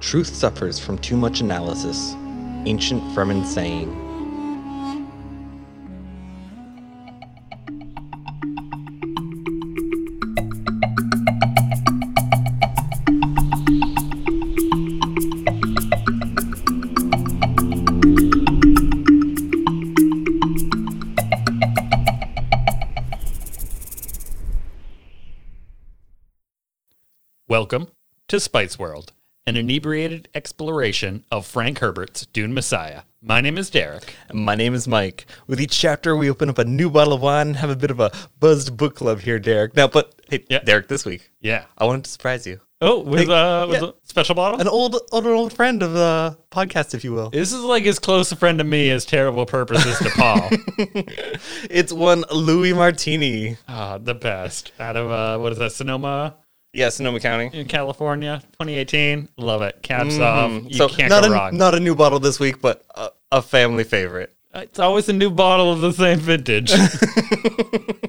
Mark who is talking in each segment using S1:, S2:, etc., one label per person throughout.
S1: Truth suffers from too much analysis. Ancient Fremen saying.
S2: Welcome to Spice World, an inebriated exploration of Frank Herbert's Dune Messiah. My name is Derek.
S1: My name is Mike. With each chapter, we open up a new bottle of wine and have a bit of a buzzed book club here, Derek. Now, but hey,
S2: Yeah.
S1: Derek, this week
S2: Yeah.
S1: I wanted to surprise you.
S2: Oh, with, uh, with
S1: yeah.
S2: a special bottle?
S1: An old, old, old friend of the podcast, if you will.
S2: This is like as close a friend to me as terrible purpose is to Paul.
S1: It's one Louis Martini.
S2: Ah, the best. Out of, uh, what is that, Sonoma,
S1: Yeah, Sonoma County.
S2: in California, 2018. Love it. Caps off. You
S1: so
S2: can't
S1: not
S2: go
S1: a
S2: wrong.
S1: not a new bottle this week, but a, a family favorite.
S2: It's always a new bottle of the same vintage.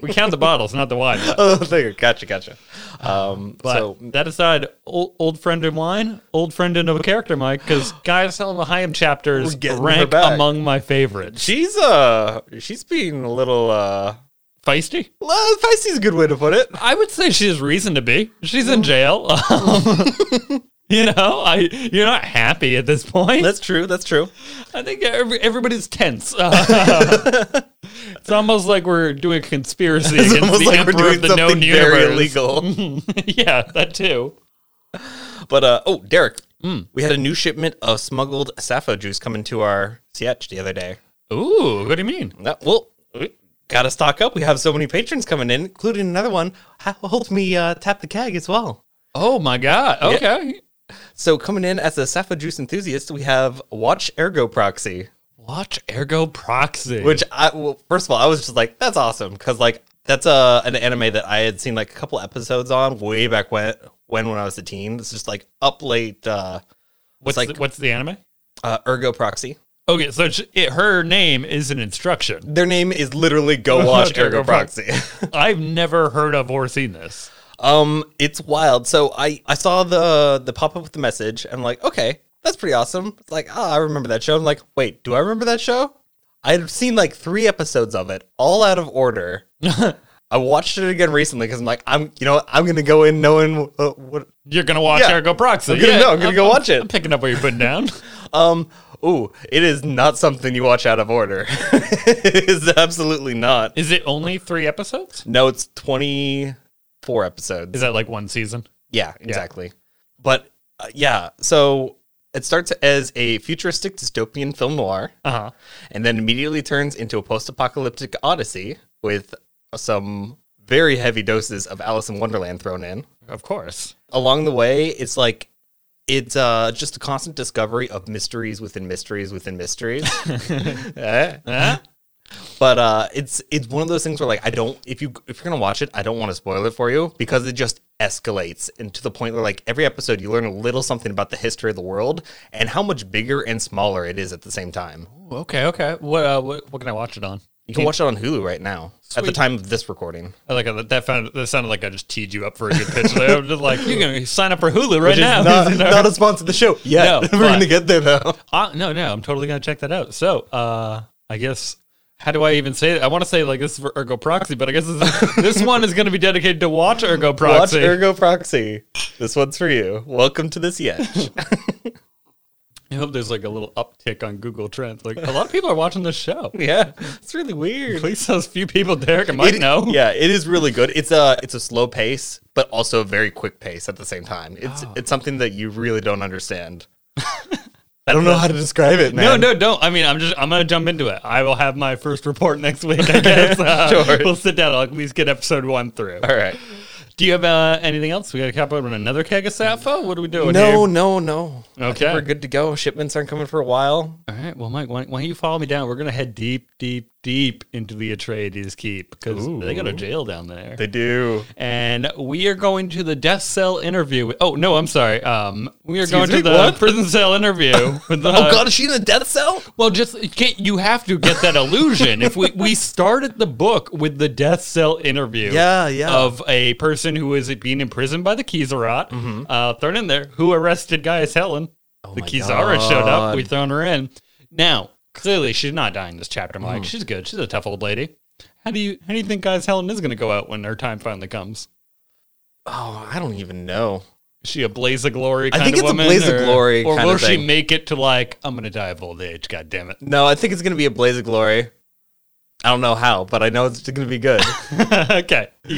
S2: we count the bottles, not the wine. But,
S1: Oh, there. Gotcha, gotcha. Um,
S2: but
S1: so
S2: that aside, old, old friend in wine, old friend in a character, Mike, because Guys Selling the Chaim chapters
S1: We're getting her
S2: rank
S1: back.
S2: among my favorites.
S1: she's uh she's being a little uh
S2: Feisty?
S1: well, feisty's a good way to put it.
S2: I would say she has reason to be. She's
S1: Mm.
S2: in jail. Um, you know, I you're not happy at this point.
S1: That's true. That's true.
S2: I think every, everybody's tense. Uh, it's almost like we're doing a conspiracy
S1: It's
S2: against
S1: almost
S2: the
S1: like we're
S2: emperor
S1: doing
S2: of the known
S1: something very
S2: universe.
S1: illegal.
S2: yeah, that too.
S1: But uh, oh, Derek,
S2: Hmm.
S1: we had a new shipment of smuggled sappho juice coming to our Sietch the other day.
S2: Ooh, what do you mean?
S1: That, well, got to stock up. We have so many patrons coming in, including another one ha- helped me uh, tap the keg as well.
S2: Oh my god. Okay.
S1: So coming in as a sappho juice enthusiast, we have Watch Ergo Proxy,
S2: Watch Ergo Proxy.
S1: which I well, first of all, I was just like, that's awesome because like that's uh, an anime that I had seen like a couple episodes on way back when when when I was a teen. It's just like up late. Uh,
S2: what's
S1: like-
S2: the, what's the anime?
S1: uh, Ergo Proxy.
S2: Okay, so she, it, her name is an instruction.
S1: Their name is literally Go Watch Ergo Proxy.
S2: I've never heard of or seen this.
S1: um, it's wild. So I I saw the the pop up with the message. and I'm like, okay, that's pretty awesome. It's like, ah, I remember that show. I'm like, wait, do I remember that show? I've seen like three episodes of it, all out of order. I watched it again recently because I'm like, I'm you know what? I'm gonna go in knowing uh, what.
S2: You're gonna watch
S1: Yeah.
S2: Ergo Proxy.
S1: I'm gonna-
S2: yeah,
S1: no, I'm gonna go watch it.
S2: I'm picking up what you're putting down.
S1: Um, ooh, it is not something you watch out of order. it is absolutely not.
S2: Is it only three episodes?
S1: No, it's 24 episodes.
S2: Is that like one season?
S1: Yeah, exactly. But uh, yeah, so it starts as a futuristic dystopian film noir
S2: Uh huh.
S1: and then immediately turns into a post apocalyptic odyssey with some very heavy doses of Alice in Wonderland thrown in.
S2: Of course.
S1: Along the way, it's like it's uh, just a constant discovery of mysteries within mysteries within mysteries. Eh?
S2: Huh?
S1: but uh, it's it's one of those things where like I don't if you if you're gonna watch it, I don't want to spoil it for you because it just escalates and to the point where like every episode you learn a little something about the history of the world and how much bigger and smaller it is at the same time.
S2: Ooh, okay, okay. What, uh, what what can I watch it on?
S1: You can watch it on Hulu right now at the
S2: Sweet.
S1: time of this recording.
S2: I like that. That, found, that sounded like I just teed you up for a good pitch. there. I'm just like you're gonna sign up for Hulu right
S1: Which
S2: now.
S1: is not, not a sponsor of the show. Yeah,
S2: No,
S1: we're gonna
S2: but-
S1: get there though.
S2: Uh, no, no, I'm totally gonna check that out. So, uh, I guess how do I even say it? I want to say like this is for Ergo Proxy, but I guess this, this one is gonna be dedicated to Watch Ergo Proxy.
S1: Watch Ergo Proxy. This one's for you. Welcome to this yet.
S2: I hope there's like a little uptick on Google Trends. Like a lot of people are watching this show.
S1: yeah, it's really weird.
S2: At least those few people Derek and Mike
S1: It-
S2: know.
S1: Yeah, it is really good. It's a it's a slow pace, but also a very quick pace at the same time. It's it's something that you really don't understand. I don't know how to describe it,
S2: No,
S1: man.
S2: no, don't. I mean, I'm just, I'm gonna jump into it. I will have my first report next week. I guess. Uh,
S1: Sure.
S2: We'll sit down. I'll at least get episode one through.
S1: All right.
S2: Do you have uh, anything else? We got to cap out on another keg of Sappho. What are we doing? here?
S1: No, no, no. I think
S2: Okay.
S1: we're good to go. Shipments aren't coming for a while.
S2: All right. Well, Mike, why, why don't you follow me down? We're going to head deep, deep, deep into the Atreides keep because they go to jail down there.
S1: They do.
S2: and we are going to the death cell interview. with- oh, no, I'm sorry. Um, we are going
S1: me,
S2: to the
S1: what?
S2: prison cell interview. with,
S1: oh
S2: uh,
S1: God, is she in a death cell?
S2: Well, just can't, you have to get that illusion. if we, we started the book with the death cell interview
S1: Yeah, yeah.
S2: of a person who is being imprisoned by the Kizarat, uh, thrown in there, who arrested Gaius Helen.
S1: Mm-hmm. Oh
S2: the
S1: my
S2: Kizara showed up.
S1: God.
S2: We thrown her in. Now, clearly, she's not dying this chapter. I'm
S1: Mm.
S2: like, she's good. She's a tough old lady. How do you how do you think guys Helen is going to go out when her time finally comes?
S1: oh, I don't even know.
S2: Is she a blaze of glory?
S1: I
S2: Kind
S1: think
S2: of
S1: it's a
S2: woman,
S1: blaze of
S2: or-
S1: glory
S2: Or
S1: kind
S2: will
S1: of
S2: she
S1: thing.
S2: make it to like I'm going to die of old age? God damn it!
S1: No, I think it's gonna be a blaze of glory. I don't know how, but I know it's gonna be good.
S2: okay, you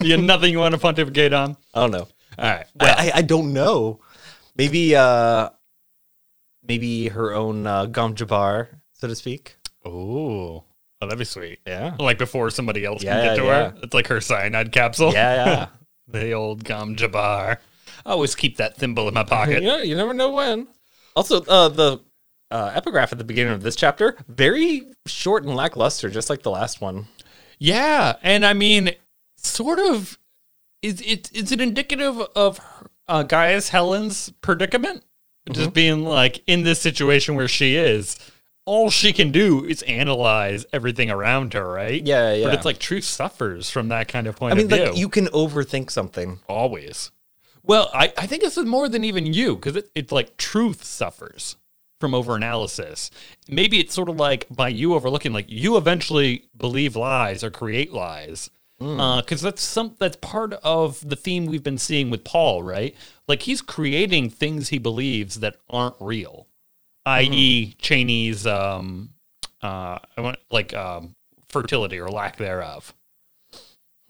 S2: you got nothing you want to pontificate on.
S1: I don't know.
S2: All right.
S1: I,
S2: Well,
S1: I, I don't know. Maybe uh, maybe her own uh, Gom Jabbar, so to speak.
S2: oh, that'd be sweet.
S1: Yeah.
S2: Like before somebody else
S1: Yeah,
S2: can get to
S1: yeah.
S2: her. It's like her cyanide capsule.
S1: Yeah, yeah.
S2: The old gum jabar. I always keep that thimble in my pocket.
S1: know, you never know when. Also, uh, the uh, epigraph at the beginning of this chapter very short and lackluster, just like the last one.
S2: Yeah, and I mean, sort of. Is it is it indicative of uh, Gaius Helen's predicament?
S1: Mm-hmm.
S2: Just being like in this situation where she is, all she can do is analyze everything around her, right?
S1: Yeah, yeah.
S2: But it's like truth suffers from that kind of point
S1: I mean,
S2: of view.
S1: like you can overthink something.
S2: always. Well, I, I think this is more than even you because it, it's like truth suffers from overanalysis. Maybe it's sort of like by you overlooking, like you eventually believe lies or create lies.
S1: Hmm.
S2: Because that's some that's part of the theme we've been seeing with Paul, right? Like he's creating things he believes that aren't real,
S1: Hmm.
S2: i.e., Cheney's um, uh, I want like um, fertility or lack thereof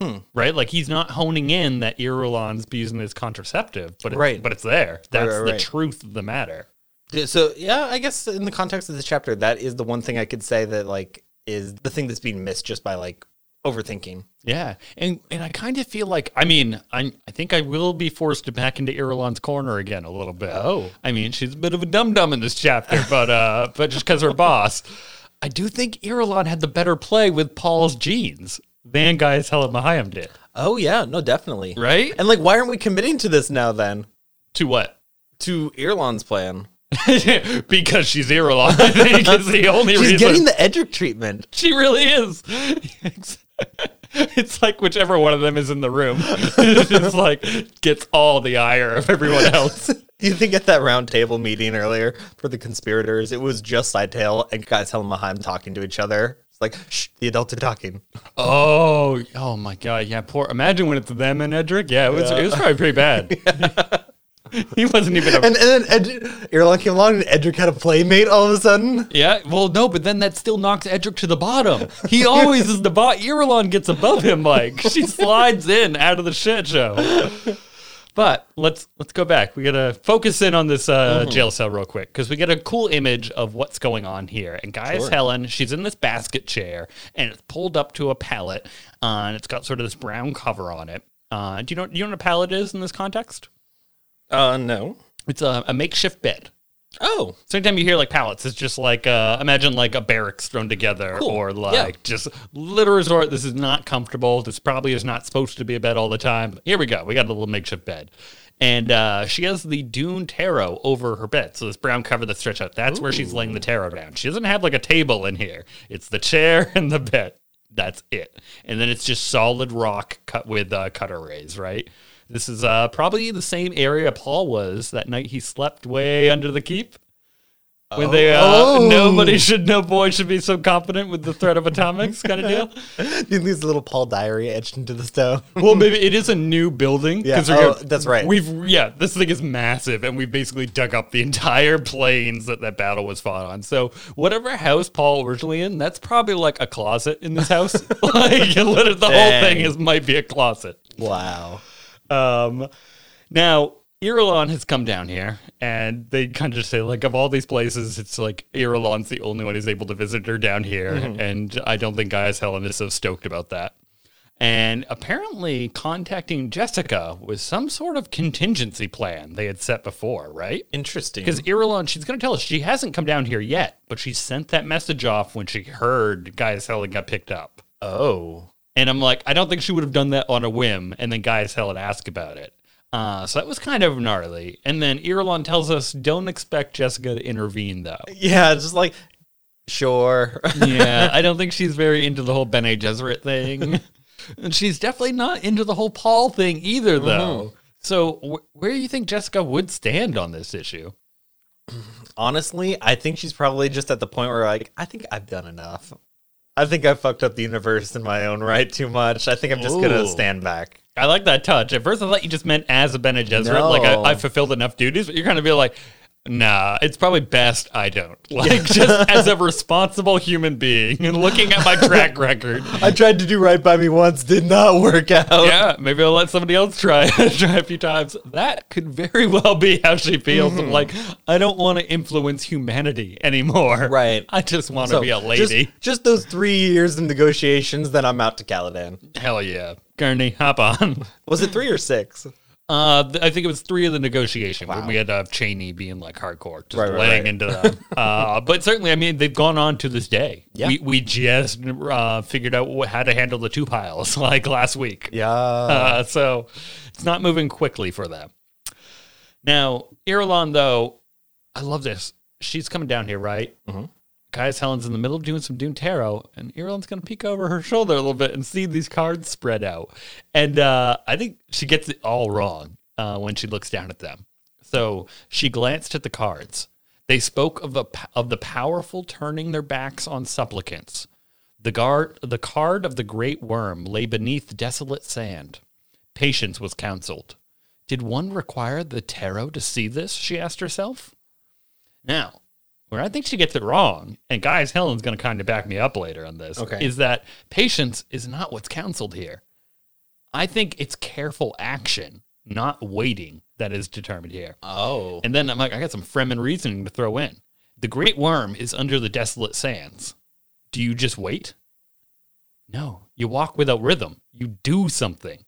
S1: Hmm.
S2: right? Like he's not honing in that Irulan's using this contraceptive, but it,
S1: Right.
S2: but it's there. That's
S1: right,
S2: the
S1: right.
S2: truth of the matter.
S1: Yeah, So yeah, I guess in the context of this chapter, that is the one thing I could say that like is the thing that's being missed just by like overthinking.
S2: Yeah, and and I kind of feel like I mean I I think I will be forced to back into Irulan's corner again a little bit.
S1: Oh.
S2: I mean she's a bit of a dum dum in this chapter, but uh, but just because her boss, I do think Irulan had the better play with Paul's genes than guys Helen Mahayam did,
S1: Oh yeah, no, definitely.
S2: right?
S1: And like, why aren't we committing to this now then?
S2: To what?
S1: To Irlon's plan.
S2: because she's Irulan. I think is the only
S1: She's
S2: reason.
S1: getting the Edric treatment.
S2: She really is. It's like whichever one of them is in the room, it's like gets all the ire of everyone else.
S1: Do you think at that round table meeting earlier for the conspirators, it was just Sidetail and guys Helen Maheim talking to each other? It's like, shh, the adults are talking.
S2: Oh, oh my god, yeah. Poor. Imagine when it's them and Edric. Yeah, it was. It was probably pretty bad. he wasn't even a.
S1: And, and then Ed- Irulan came along and Edric had a playmate all of a sudden.
S2: yeah, well, no, but then that still knocks Edric to the bottom. He always is the bot. Irulan gets above him, like she slides in out of the shit show. But let's let's go back. We gotta focus in on this uh, jail cell real quick because we get a cool image of what's going on here. And guys, Helen, she's in this basket chair and it's pulled up to a pallet, uh, and it's got sort of this brown cover on it. Uh, do you know do you know what a pallet is in this context?
S1: Uh, no.
S2: It's a, a makeshift bed.
S1: Oh,
S2: So anytime you hear like pallets, it's just like uh, imagine like a barracks thrown together, or like
S1: Yeah.
S2: just little resort. This is not comfortable. This probably is not supposed to be a bed all the time. Here we go. We got a little makeshift bed, and uh, she has the Dune tarot over her bed. So this brown cover that's stretched out. That's where she's laying the tarot down. She doesn't have like a table in here. It's the chair and the bed. That's it. And then it's just solid rock cut with uh, cutaways, right? This is uh, probably the same area Paul was that night he slept way under the keep when they uh,
S1: Oh.
S2: nobody should no boy should be so competent with the threat of atomics kind of deal.
S1: do you think there's a little Paul diary etched into the stone?
S2: well, maybe it is a new building.
S1: Yeah,
S2: 'cause we're
S1: oh,
S2: gonna-
S1: that's right.
S2: We've yeah, this thing is massive, and we've basically dug up the entire plains that that battle was fought on. So whatever house Paul originally in, that's probably like a closet in this house. like literally the whole
S1: Dang.
S2: thing is might be a closet.
S1: wow.
S2: Um, now Irulan has come down here, and they kind of say like, of all these places, it's like Irulan's the only one who's able to visit her down here, and I don't think Gaius Helen is so stoked about that. And apparently, contacting Jessica was some sort of contingency plan they had set before, right?
S1: Interesting.
S2: Because Irulan, she's going to tell us she hasn't come down here yet, but she sent that message off when she heard Gaius Helen got picked up.
S1: oh,
S2: And I'm like, I don't think she would have done that on a whim. And then guys hell and ask about it. Uh, so that was kind of gnarly. And then Irulan tells us, don't expect Jessica to intervene, though.
S1: yeah, just like, sure.
S2: Yeah, I don't think she's very into the whole Bene Gesserit thing. and she's definitely not into the whole Paul thing either, though. So wh- where do you think Jessica would stand on this issue?
S1: honestly, I think she's probably just at the point where like I think I've done enough. I think I fucked up the universe in my own right too much. I think I'm just gonna
S2: Ooh.
S1: stand back.
S2: I like that touch. At first, I thought you just meant as a Bene Gesserit,
S1: No.
S2: like I, I fulfilled enough duties. But you're kind of be like, nah, it's probably best I don't. Like just as a responsible human being and looking at my track record.
S1: I tried to do right by me once, did not work out.
S2: Yeah, maybe I'll let somebody else try try a few times. That could very well be how she feels.
S1: Mm-hmm.
S2: I'm like, I don't want to influence humanity anymore.
S1: Right.
S2: I just want to
S1: So,
S2: be a lady.
S1: Just, just those three years of negotiations, then I'm out to Caladan.
S2: Hell yeah, Gurney, hop on.
S1: Was it three or six?
S2: Uh, th- I think it was three of the negotiation when we had uh, Cheney being like hardcore, just
S1: Right, right,
S2: laying
S1: right.
S2: into them. uh, but certainly, I mean, they've gone on to this day.
S1: Yeah.
S2: We, we just uh, figured out wh- how to handle the two piles like last week.
S1: Yeah.
S2: Uh, so it's not moving quickly for them. Now, Irulan, though, I love this. She's coming down here, right?
S1: Mhm.
S2: Gaius Helen's in the middle of doing some Dune Tarot, and Irulan's going to peek over her shoulder a little bit and see these cards spread out. And uh, I think she gets it all wrong uh, when she looks down at them. So she glanced at the cards. They spoke of the, of the powerful turning their backs on supplicants. The, guard, the card of the great worm lay beneath desolate sand. Patience was counseled. Did one require the tarot to see this? She asked herself. Now, where I think she gets it wrong, and guys, Helen's going to kind of back me up later on this,
S1: Okay.
S2: is that patience is not what's counseled here. I think it's careful action, not waiting, that is determined here.
S1: oh.
S2: And then I'm like, I got some Fremen reasoning to throw in. The great worm is under the desolate sands. Do you just wait? No, you walk without rhythm. You do something.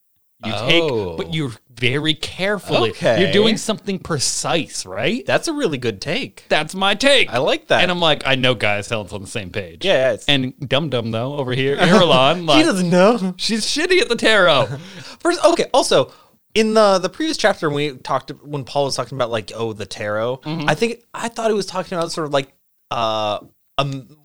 S2: You
S1: Oh.
S2: take, but you're very carefully.
S1: Okay.
S2: You're doing something precise, right?
S1: That's a really good take.
S2: That's my take.
S1: I like that.
S2: And I'm like, I know, guys, Helen's on the same page.
S1: yeah, yeah, it's-
S2: And Dum Dum though over here, Irulan,
S1: she
S2: like,
S1: doesn't know.
S2: she's shitty at the tarot.
S1: First, okay. Also, in the the previous chapter, when we talked when Paul was talking about like oh the tarot, I think I thought he was talking about sort of like uh um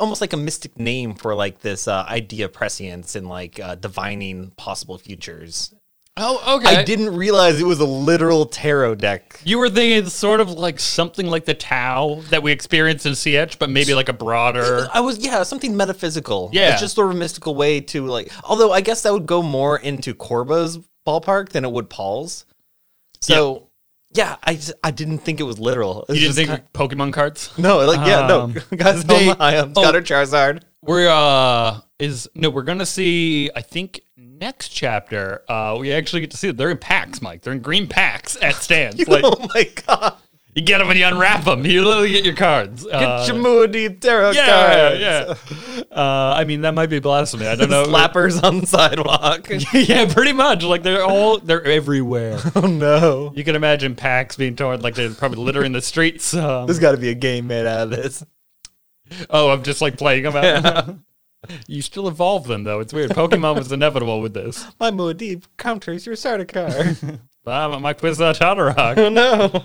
S1: almost like a mystic name for like this uh, idea of prescience and like uh, divining possible futures.
S2: oh, okay.
S1: I didn't realize it was a literal tarot deck.
S2: You were thinking it's sort of like something like the Tao that we experience in CH, but maybe like a broader.
S1: I was yeah something metaphysical.
S2: Yeah.
S1: it's just sort of a mystical way to like. Although I guess that would go more into Corba's ballpark than it would Paul's. So yeah, I just- I didn't think it was literal.
S2: You
S1: It's just
S2: didn't think
S1: ki-
S2: Pokemon cards?
S1: no, like yeah,
S2: Um,
S1: no. Guys,
S2: they-
S1: no, I am
S2: oh.
S1: Scott or Charizard.
S2: We're uh is no, we're gonna see. I think next chapter, uh, we actually get to see that they're in packs, Mike. They're in green packs at stands. like
S1: oh my god,
S2: you get them and you unwrap them. You literally get your cards. Uh,
S1: Jamudi tarot
S2: yeah,
S1: cards.
S2: yeah. Uh, I mean, that might be blasphemy. I don't know.
S1: Slappers on the sidewalk.
S2: yeah, pretty much. Like they're all they're everywhere.
S1: oh no,
S2: You can imagine packs being torn, like they're probably littering the streets. Um,
S1: there's got to be a game made out of this.
S2: oh, I'm just like playing them out. you still evolve them though. It's weird. Pokemon was inevitable with this.
S1: My Muad'Dib counters your Sardaukar.
S2: Um, my quiz on Todorock.
S1: oh no.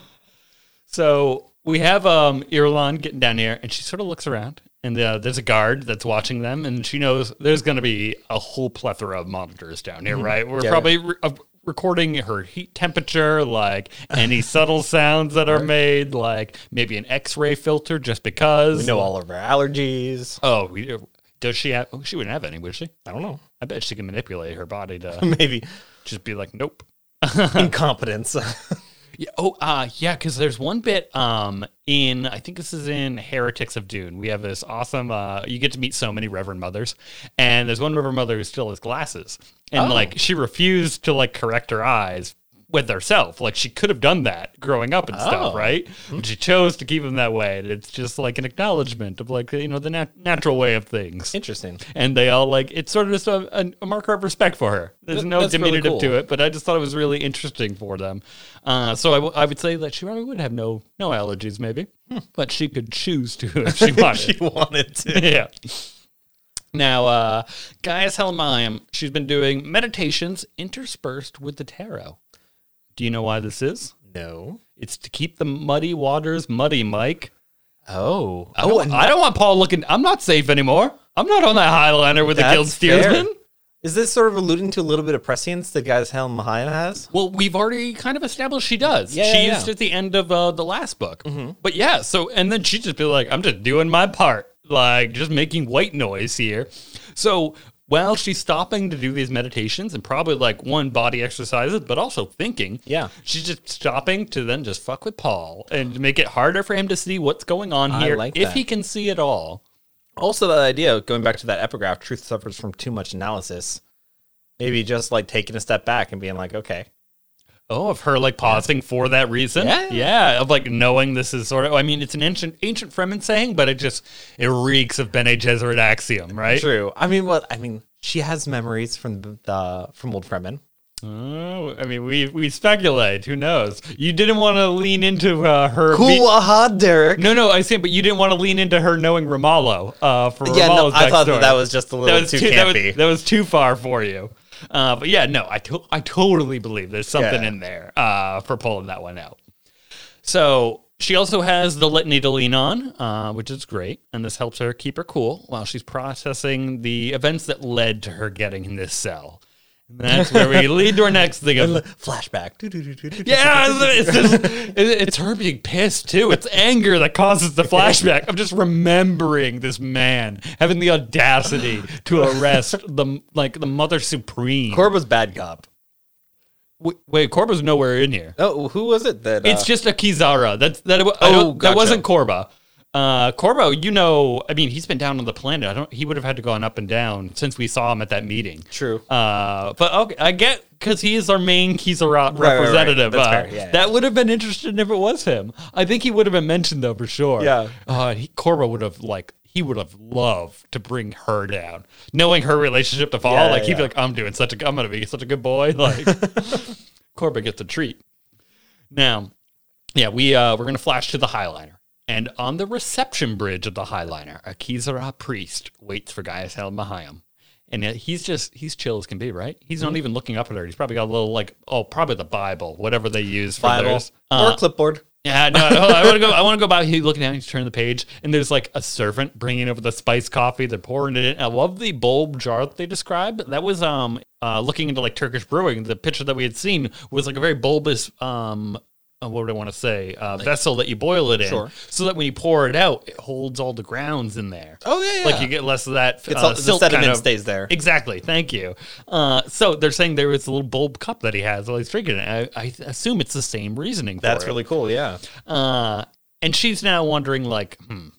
S2: So we have um Irulan getting down here, and she sort of looks around, and uh, there's a guard that's watching them, and she knows there's going to be a whole plethora of monitors down here, right? We're
S1: Mm-hmm. Yeah.
S2: probably re- uh, recording her heat temperature, like any subtle sounds that are made, like maybe an X-ray filter, just because.
S1: We know all of our allergies.
S2: Oh, we, does she have? Oh, she wouldn't have any, would she?
S1: I don't know.
S2: I bet she can manipulate her body to
S1: Maybe
S2: just be like, nope.
S1: Uh-huh. incompetence.
S2: Yeah, oh, uh, yeah, because there's one bit um, in, I think this is in Heretics of Dune. We have this awesome, uh, you get to meet so many Reverend Mothers. And there's one Reverend Mother who still has glasses. And,
S1: Oh.
S2: like, she refused to, like, correct her eyes with herself. Like, she could have done that growing up and stuff,
S1: Oh.
S2: right? But she chose to keep them that way. And it's just, like, an acknowledgement of, like, you know, the nat- natural way of things.
S1: Interesting.
S2: and they all like it's sort of just a, a, a marker of respect for her. There's
S1: Th-
S2: no
S1: that's really
S2: diminutive
S1: cool.
S2: to it, but I just thought it was really interesting for them. Uh, so I, w- I would say that she probably would have no no allergies, maybe, but she could choose to if she wanted.
S1: Hmm. She wanted to.
S2: yeah. Now, uh, Gaius Helmayim, she's been doing meditations interspersed with the tarot. Do you know why this is?
S1: No.
S2: It's to keep the muddy waters muddy, Mike.
S1: Oh.
S2: I don't,
S1: and
S2: I don't want Paul looking. I'm not safe anymore. I'm not on that highliner with the
S1: That's
S2: guild steersman.
S1: fair. Is this sort of alluding to a little bit of prescience that guys Helen Mahia has?
S2: Well, we've already kind of established she does.
S1: Yeah,
S2: she
S1: yeah,
S2: used
S1: yeah. Mm-hmm.
S2: it at the end of uh, the last book. But yeah, so and then she just be like, "I'm just doing my part, like just making white noise here." So while she's stopping to do these meditations and probably like one body exercises, but also thinking,
S1: Yeah.
S2: she's just stopping to then just fuck with Paul and make it harder for him to see what's going on
S1: I
S2: here,
S1: like
S2: if
S1: that.
S2: he can see at all.
S1: Also, that idea, going back to that epigraph, truth suffers from too much analysis. Maybe just like taking a step back and being like, okay,
S2: Oh, of her like pausing for that reason.
S1: Yeah.
S2: yeah, of like knowing this is sort of. I mean, it's an ancient ancient Fremen saying, but it just it reeks of Bene Gesserit axiom, right?
S1: true. I mean, what? I mean, she has memories from the, the from old Fremen.
S2: Oh, I mean, we we speculate. Who knows? You didn't want to lean into uh, her. be-
S1: aha, Derek.
S2: no, no, I see, but you didn't want to lean into her knowing Romalo uh, for
S1: yeah, no,
S2: Romalo's
S1: I thought
S2: backstory.
S1: that, that was just a little
S2: that was
S1: too,
S2: too, that was-
S1: campy.
S2: that was too far for you. Uh, but yeah, no, I to- I totally believe there's something
S1: Yeah.
S2: in there uh, for pulling that one out. So she also has the litany to lean on, uh, which is great, and this helps her keep her cool while she's processing the events that led to her getting in this cell. And that's where we lead to our next thing. Of,
S1: Flashback. Doo-doo-doo-doo-doo.
S2: yeah, it's, just, it- it's her being pissed too. It's anger that causes the flashback. I'm just remembering this man having the audacity to arrest the like the mother supreme.
S1: Corbo's bad cop.
S2: Wait, wait, Corba's nowhere in here.
S1: Oh, who was it that?
S2: It's
S1: uh,
S2: just a Kizara. That's that. Oh,
S1: Oh,
S2: that
S1: gotcha.
S2: wasn't Corba. Uh, Corbo, you know, I mean, he's been down on the planet. I don't. He would have had to gone up and down since we saw him at that meeting.
S1: True.
S2: Uh, but okay, I get because he is our main Kizara
S1: right, right.
S2: representative.
S1: That's
S2: Uh,
S1: fair. Yeah, yeah.
S2: That would have been interesting if it was him. I think he would have been mentioned though for sure.
S1: Yeah.
S2: Uh, he, Corbo would have like he would have loved to bring her down, knowing her relationship to Fall.
S1: Yeah,
S2: like he'd be
S1: yeah.
S2: like, I'm doing such a. I'm gonna be such a good boy. Like Corbo gets a treat. Now, yeah, we uh, we're gonna flash to the Highliner, and on the reception bridge of the Highliner, a Kizara priest waits for Gaius Mahayam. And uh, he's just he's chill as can be, right? He's
S1: Mm-hmm.
S2: not even looking up at her. He's probably got a little like oh, probably the Bible, whatever they use for
S1: Bible
S2: theirs. Uh,
S1: or clipboard.
S2: yeah, no, no, I want to go. I want to go by. He's looking down. He's turning the page, and there's like a servant bringing over the spiced coffee. They're pouring it in. I love the bulb jar that they described. That was um uh, looking into like Turkish brewing. The picture that we had seen was like a very bulbous um uh, what would I want to say uh, vessel that you boil it in,
S1: Sure.
S2: so that when you pour it out, it holds all the grounds in there.
S1: Oh yeah, yeah.
S2: Like you get less of that.
S1: It's
S2: uh,
S1: all, the
S2: silt kind
S1: sediment
S2: of-
S1: stays there.
S2: Exactly. Thank you. Uh, so they're saying there was a little bulb cup that he has while he's drinking it. I, I assume it's the same reasoning. For
S1: That's
S2: it.
S1: really cool. Yeah.
S2: Uh, and she's now wondering, like, hmm,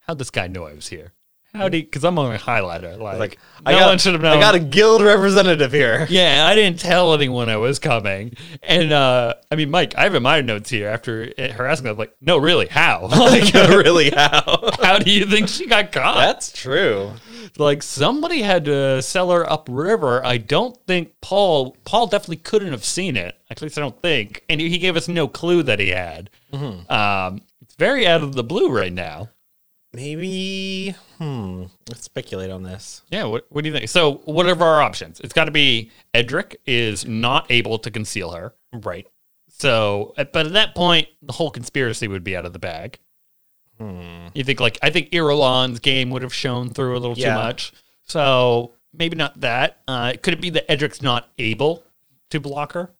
S2: how'd this guy know I was here? How'd he? Because I'm on a highlighter. Like,
S1: Like
S2: no
S1: I got,
S2: one should have known.
S1: I got a guild representative here.
S2: yeah, I didn't tell anyone I was coming. And uh, I mean, Mike, I have in my notes here after it- her asking, I was like, no, really, how? Like,
S1: really? How?
S2: how do you think she got caught?
S1: That's true.
S2: like somebody had to sell her upriver. I don't think Paul Paul definitely couldn't have seen it. At least I don't think. And he gave us no clue that he had.
S1: Mm-hmm.
S2: Um, it's very out of the blue right now.
S1: Maybe. Hmm. Let's speculate on this.
S2: Yeah. What, what do you think? So what are our options? It's got to be Edric is not able to conceal her.
S1: Right.
S2: So, but at that point, the whole conspiracy would be out of the bag.
S1: Hmm.
S2: You think like I think Irulan's game would have shown through a little
S1: Yeah.
S2: too much. So maybe not that. Uh, could it be that Edric's not able to block her?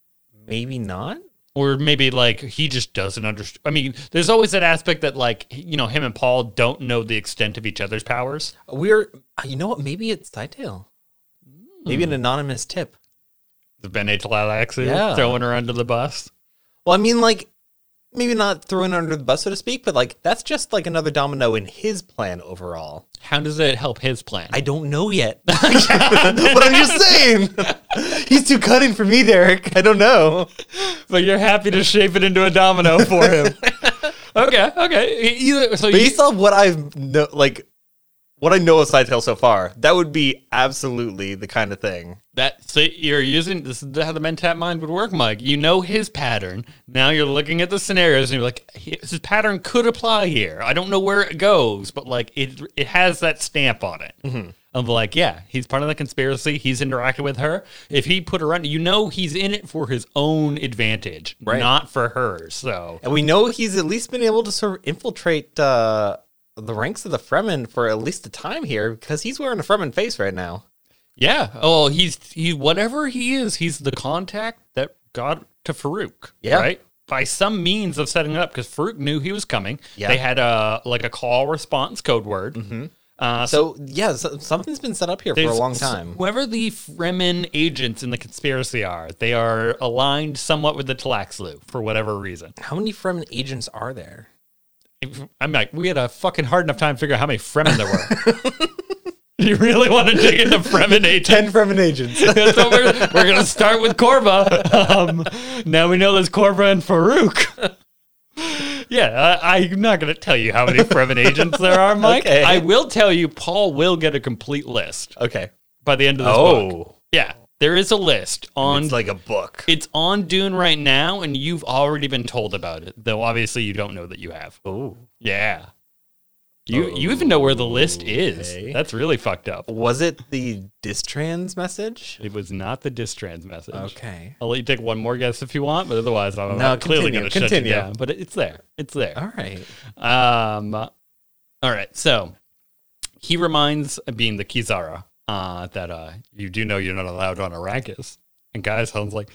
S1: Maybe not.
S2: Or maybe like he just doesn't understand. I mean, there's always that aspect that like he- you know him and Paul don't know the extent of each other's powers.
S1: We're. uh, You know what? Maybe it's Tidetail. Maybe
S2: Hmm.
S1: an anonymous tip.
S2: The Ben Atalaxi
S1: Yeah.
S2: throwing her under the bus.
S1: Well, I mean, like, maybe not throwing her under the bus, so to speak, but like, that's just like another domino in his plan overall.
S2: How does it help his plan?
S1: I don't know yet. but I'm just saying. He's too cutting for me, Derek. I don't know.
S2: but you're happy to shape it into a domino for him. okay, okay. E- Either so you,
S1: Based on what I've know, like, what I know of Sidetail so far, that would be absolutely the kind of thing.
S2: that so you're using this is how the mentat mind would work, Mike. You know his pattern. Now you're looking at the scenarios and you're like, "He- his pattern could apply here. I don't know where it goes, but like it it has that stamp on it. Of like, yeah, he's part of the conspiracy. He's interacting with her. If he put her on, you know, he's in it for his own advantage,
S1: Right.
S2: not for hers. So
S1: And we know he's at least been able to sort of infiltrate uh, the ranks of the Fremen for at least a time here because he's wearing a Fremen face right now.
S2: Yeah. Oh, he's he whatever he is, he's the contact that got to Farouk.
S1: Yeah.
S2: Right. By some means of setting it up, because Farouk knew he was coming.
S1: Yeah.
S2: They had a like a call response code word. Mm-hmm. Uh, so
S1: So yeah, so, something's been set up here for a
S2: there's-
S1: long time.
S2: Whoever the Fremen agents in the conspiracy are, they are aligned somewhat with the Tlaxlu for whatever reason.
S1: How many Fremen agents are there?
S2: If- I'm like, we had a fucking hard enough time to figure out how many Fremen there were. you really want to dig into Fremen agents?
S1: Ten Fremen agents.
S2: That's what we're, we're gonna start with Corva. Um, now we know there's Corva and Farouk. Yeah, I, I'm not gonna tell you how many Fremen agents there are, Mike.
S1: Okay.
S2: I will tell you, Paul will get a complete list
S1: okay.
S2: by the end of this book.
S1: Oh,
S2: Yeah, there is a list on.
S1: it's like a book.
S2: It's on Dune right now, and you've already been told about it. Though obviously you don't know that you have.
S1: Oh,
S2: Yeah, you you even know where the list is.
S1: Okay.
S2: That's really fucked up.
S1: was it the distrans message?
S2: It was not the distrans message.
S1: Okay.
S2: I'll let you take one more guess if you want, but otherwise I'm
S1: No,
S2: clearly
S1: continue,
S2: going to shut you
S1: continue.
S2: down. But it- it's there. It's there.
S1: All right.
S2: Um, all right. So he reminds uh, being the Kizara uh, that uh, you do know you're not allowed on Arrakis. And guys, sounds like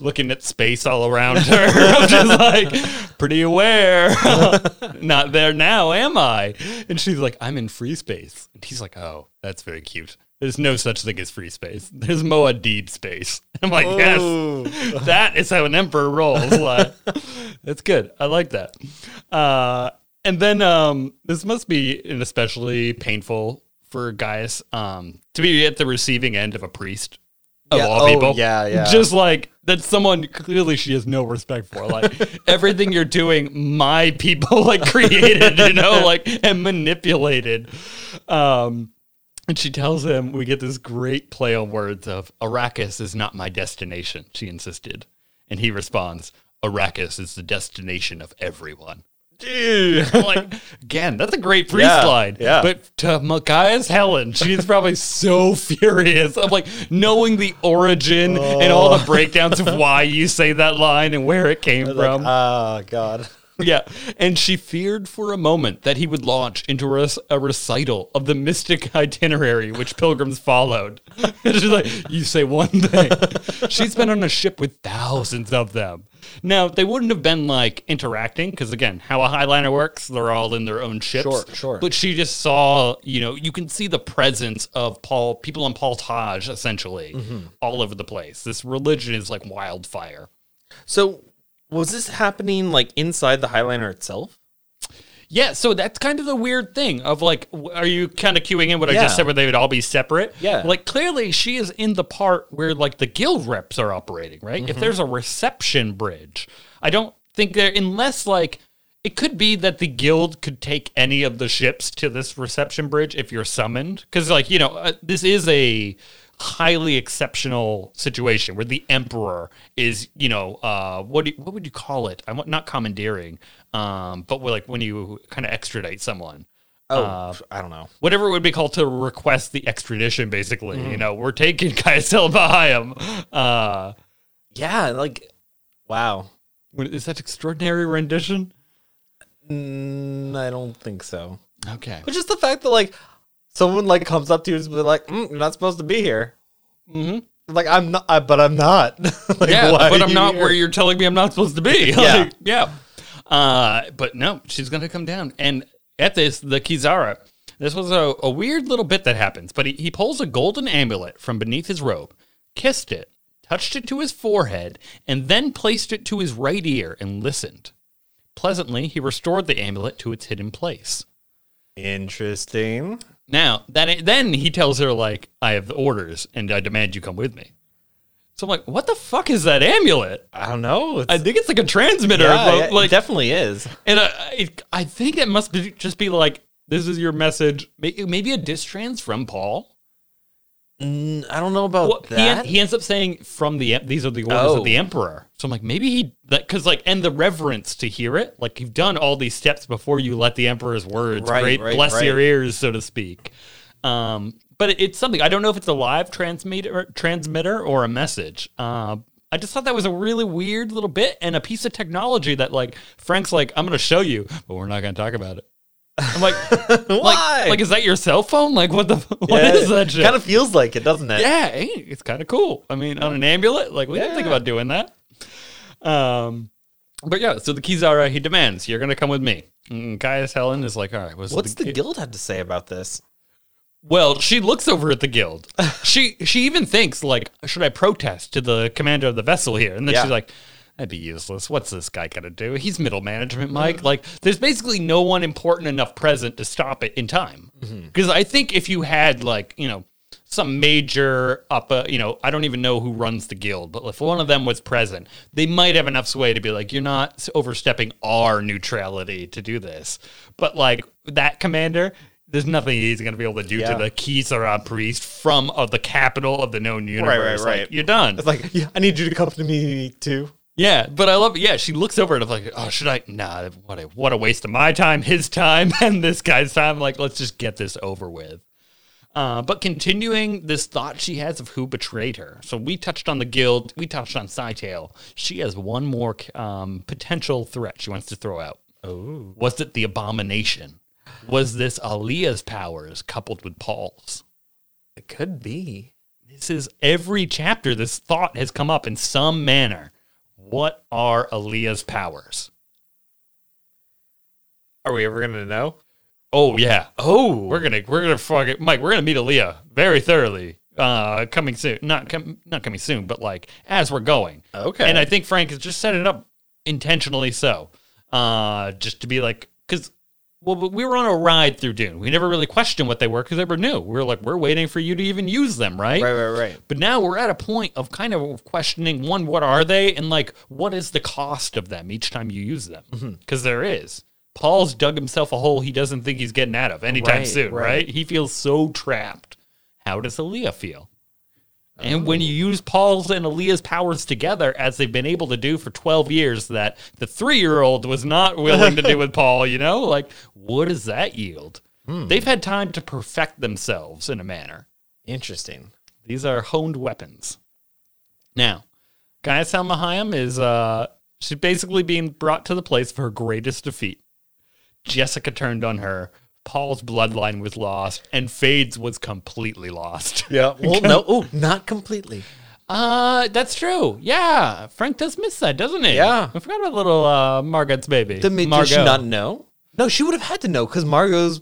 S2: looking at space all around her. I'm just like pretty aware. not there now, am I? And she's like, I'm in free space. And he's like, Oh, that's very cute. There's no such thing as free space. There's Moa deed space. I'm like, yes
S1: Ooh.
S2: that is how an emperor rolls. Like, that's good. I like that. Uh, and then um, this must be an especially painful for guys um, to be at the receiving end of a priest of
S1: Yeah,
S2: all
S1: oh,
S2: people.
S1: yeah, yeah.
S2: Just like that's someone clearly she has no respect for. Like everything you're doing, my people like created, you know, like and manipulated. Um, and she tells him, we get this great play on words of Arrakis is not my destination, she insisted. And he responds, Arrakis is the destination of everyone. Dude, I'm like again, that's a great priest
S1: Yeah,
S2: line.
S1: yeah.
S2: But to Machias Helen, she's probably so furious. I'm like knowing the origin and all
S1: Oh.
S2: the breakdowns of why you say that line and where it came from.
S1: Oh God.
S2: Yeah. And she feared for a moment that he would launch into a, a recital of the mystic itinerary which pilgrims followed. And she's like, You say one thing. She's been on a ship with thousands of them. Now, they wouldn't have been like interacting because, again, how a highliner works, they're all in their own ships.
S1: Sure, sure.
S2: But she just saw, you know, you can see the presence of Paul, people on Paul Taj essentially
S1: Mm-hmm.
S2: all over the place. This religion is like wildfire.
S1: So was this happening like inside the Highliner itself?
S2: Yeah, so that's kind of the weird thing of like, w- are you kind of queuing in what I
S1: Yeah.
S2: just said, where they would all be separate?
S1: Yeah.
S2: Like, clearly, she is in the part where like the guild reps are operating, right? If there's a reception bridge, I don't think there, unless like, it could be that the guild could take any of the ships to this reception bridge if you're summoned. Because, like, you know, uh, this is a highly exceptional situation where the emperor is, you know, uh, what do you, what would you call it? I'm not commandeering, um, but we're like when you kind of extradite someone,
S1: Oh, I don't know.
S2: whatever it would be called to request the extradition. Basically, you know, we're taking Kaisel Bahayam. Uh,
S1: Yeah, like wow.
S2: what- is that extraordinary rendition?
S1: Mm, I don't think so.
S2: Okay.
S1: But just the fact that like someone like comes up to you and is like, mm, "You're not supposed to be here." Mm-hmm. Like I'm not, I, but I'm not. like,
S2: yeah,
S1: why
S2: but
S1: are
S2: I'm
S1: you
S2: not
S1: here?
S2: where you're telling me I'm not supposed to be.
S1: Yeah.
S2: Like, yeah. Uh, but no, she's gonna come down. And at this, the Kizara, this was a, a weird little bit that happens, but he, he pulls a golden amulet from beneath his robe, kissed it, touched it to his forehead, and then placed it to his right ear and listened. Pleasantly, he restored the amulet to its hidden place.
S1: Interesting.
S2: Now that then he tells her like, "I have the orders, and I demand you come with me." So I'm like, "What the fuck is that amulet?"
S1: I don't know. It's,
S2: I think it's like a transmitter,
S1: yeah,
S2: but
S1: yeah, it
S2: like,
S1: definitely is.
S2: and I, it, I think it must be just be like, this is your message. May- Maybe a distrans from Paul.
S1: Mm, I don't know about
S2: Well, he, en-
S1: that.
S2: he ends up saying from the em- these are the orders
S1: Oh.
S2: of the emperor. So I'm like, maybe he because like and the reverence to hear it. Like you've done all these steps before you let the emperor's words
S1: Right,
S2: great
S1: right,
S2: bless
S1: right.
S2: your ears, so to speak. Um, but it, it's something I don't know if it's a live transmitter transmitter or a message. Uh, I just thought that was a really weird little bit and a piece of technology that like Frank's like I'm going to show you, but we're not going to talk about it. I'm like,
S1: Why?
S2: Like, like, is that your cell phone? Like, what the? What is
S1: Yeah,
S2: that shit?
S1: Kind of feels like it, doesn't it?
S2: yeah, hey, it's kind of cool. I mean, on an ambulance, like we didn't think
S1: Yeah.
S2: about doing that. Um, but yeah, so the Kizara he demands you're gonna come with me. And Caius Helen is like, all right, what's,
S1: What's the guild have to say about this?
S2: Well, she looks over at the guild. she she even thinks like, should I protest to the commander of the vessel here? And then
S1: Yeah.
S2: she's like, that'd be useless. What's this guy gonna do? He's middle management, Mike. Like, there's basically no one important enough present to stop it in time. Because I think if you had like you know some major up, uh, you know, I don't even know who runs the guild, but if one of them was present, they might have enough sway to be like, you're not overstepping our neutrality to do this. But like that commander. There's nothing he's going to be able to do
S1: Yeah.
S2: to the Kisara priest from of the capital of the known universe. Like,
S1: right.
S2: you're done.
S1: It's like, yeah, I need you to come to me too.
S2: Yeah, but I love. Yeah, she looks over and I'm like, oh, should I? Nah, what a what a waste of my time, his time, and this guy's time. Like, let's just get this over with. Uh, but continuing this thought she has of who betrayed her. So we touched on the guild. We touched on Cytail. She has one more um, potential threat she wants to throw out.
S1: Oh.
S2: Was it the abomination? Was this Aliyah's powers coupled with Paul's?
S1: It could be.
S2: This is every chapter this thought has come up in some manner. What are Aaliyah's powers?
S1: Are we ever gonna know?
S2: Oh yeah.
S1: Oh,
S2: We're gonna we're gonna fuck it. Mike, we're gonna meet Aaliyah very thoroughly. Uh coming soon. Not com- not coming soon, but like as we're going.
S1: okay.
S2: And I think Frank is just setting it up intentionally so. Uh just to be like cause well, but we were on a ride through Dune. We never really questioned what they were because they were new. We were like, we're waiting for you to even use them,
S1: right, right, right.
S2: But now we're at a point of kind of questioning one, what are they? And like, what is the cost of them each time you use them?
S1: Mm-hmm.
S2: Because is. Paul's dug himself a hole he doesn't think he's getting out of anytime
S1: Right,
S2: soon, right.
S1: right.
S2: He feels so trapped. How does Aaliyah feel?
S1: Oh.
S2: And when you use Paul's and Aaliyah's powers together, as they've been able to do for 12 years, that the three year old was not willing to do with Paul, you know? Like, what does that yield?
S1: Hmm.
S2: They've had time to perfect themselves in a manner.
S1: Interesting.
S2: These are honed weapons. Now, Gaia Salmahayim is uh she's basically being brought to the place of her greatest defeat. Jessica turned on her, Paul's bloodline was lost, and Fade's was completely lost.
S1: Yeah. Well, no. Oh, not completely.
S2: Uh that's true. Yeah. Frank does miss that, doesn't he?
S1: Yeah.
S2: I forgot about little uh Margot's baby.
S1: The mid Margot.
S2: Margot.
S1: not know. No, she would have had to know because Margot's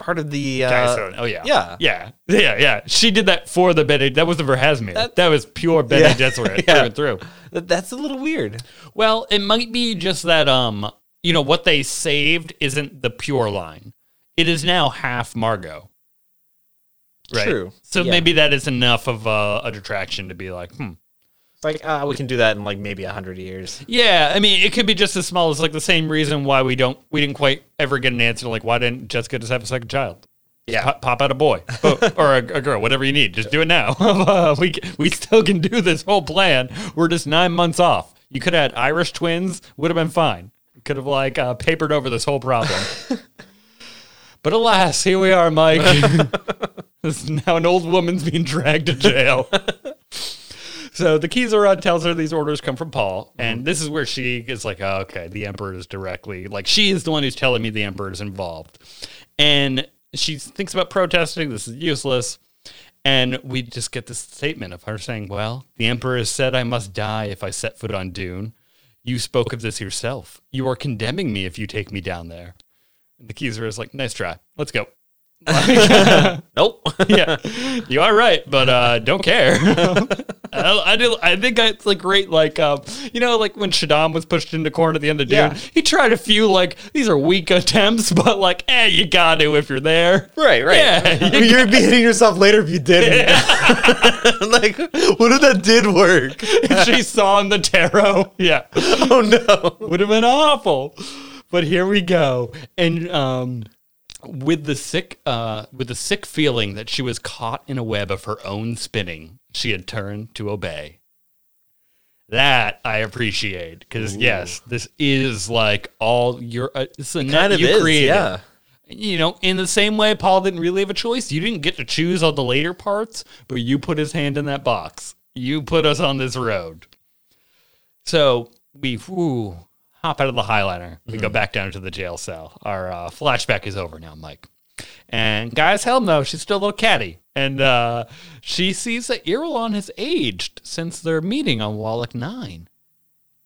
S1: part of the. Uh,
S2: Dyson. oh yeah.
S1: yeah.
S2: Yeah. Yeah, yeah. She did that for the Bene that wasn't for Hasmir. That,
S1: That-
S2: was pure Bene
S1: Yeah.
S2: Gesserit
S1: Yeah.
S2: through and through.
S1: That- that's a little weird.
S2: Well, it might be just that um, you know, what they saved isn't the pure line. It is now half Margot. Right.
S1: True.
S2: So
S1: Yeah.
S2: maybe that is enough of uh, a detraction to be like, hmm.
S1: It's like ah, we can do that in like maybe a hundred years.
S2: Yeah, I mean, it could be just as small as like the same reason why we don't we didn't quite ever get an answer to like why didn't Jessica just have a second child? Yeah, pop, pop out a boy Bo- or a, a girl, whatever you need. Just do it now. Uh, we c- we still can do this whole plan. We're just nine months off. You could have had Irish twins, would have been fine. Could have like uh, papered over this whole problem. but alas, here we are, Mike. this is now an old woman's being dragged to jail. So the Kizarat tells her these orders come from Paul, and this is where she is like, oh, okay, the Emperor is directly like she is the one who's telling me the Emperor is involved, and she thinks about protesting. This is useless, and we just get this statement of her saying, "Well, the Emperor has said I must die if I set foot on Dune. You spoke of this yourself. You are condemning me if you take me down there." And the Kizarat is like, "Nice try. Let's go."
S1: Nope.
S2: yeah, you are right, but uh, don't care. I, I do. I think it's like great, like um, you know, like when Shaddam was pushed into corn at the end of Dune.
S1: Yeah.
S2: He tried a few like these are weak attempts, but like, eh, you got to if you're there.
S1: Right. Right.
S2: Yeah.
S1: I mean, you'd be hitting yourself later if you didn't. like, what if that did work?
S2: if she saw in the tarot, yeah,
S1: Oh no.
S2: would have been awful. But here we go, and um, with the sick, uh, with the sick feeling that she was caught in a web of her own spinning, she had turned to obey. That I appreciate because yes, this is like all your. Uh, it's a net
S1: Kind of
S2: you
S1: is,
S2: created.
S1: yeah.
S2: You know, in the same way, Paul didn't really have a choice. You didn't get to choose all the later parts, but you put his hand in that box. You put us on this road. So we, whew, hop out of the Highliner. We go back down to the jail cell. Our uh, flashback is over now, Mike. And guys, hell no, she's still a little catty. And uh, she sees that Irulan has aged since their meeting on Wallach 9. And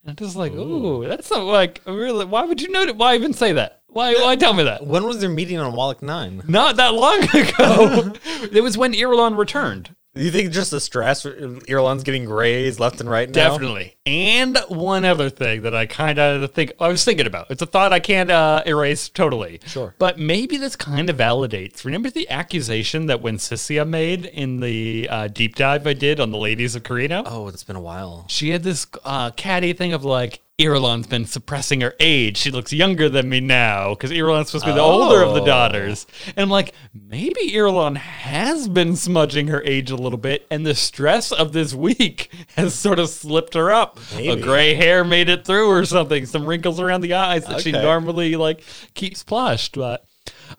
S2: I'm just like, ooh, that's not like, really, why would you note it? Why even say that? Why, why tell me that?
S1: When was their meeting on Wallach 9?
S2: Not that long ago. it was when Irulan returned.
S1: You think just the stress, Irulan's getting grays left and right now?
S2: Definitely. And one other thing that I kind of think I was thinking about. It's a thought I can't uh, erase totally.
S1: Sure.
S2: But maybe this kind of validates. Remember the accusation that when Sissia made in the uh, deep dive I did on the ladies of Carino?
S1: Oh, it's been a while.
S2: She had this uh, catty thing of like, Irulan's been suppressing her age. She looks younger than me now because Irulan's supposed to be the older of the
S1: Oh.
S2: daughters. And I'm like, maybe Irulan has been smudging her age a little bit, and the stress of this week has sort of slipped her up. A
S1: Maybe.
S2: gray hair made it through or something, some wrinkles around the eyes that she
S1: Okay.
S2: normally like keeps plushed. But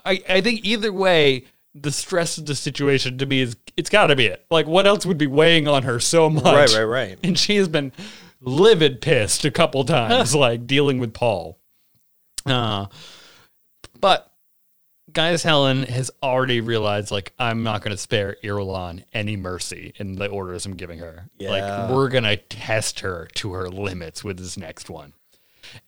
S2: I, I think either way, the stress of the situation to me is it's got to be it. Like, what else would be weighing on her so much?
S1: Right, right, right.
S2: and she has been livid pissed a couple times, like dealing with Paul. Uh, but guys, Helen has already realized, like, I'm not going to spare Irulan any mercy in the orders I'm giving her.
S1: Yeah.
S2: Like, we're going to test her to her limits with this next one.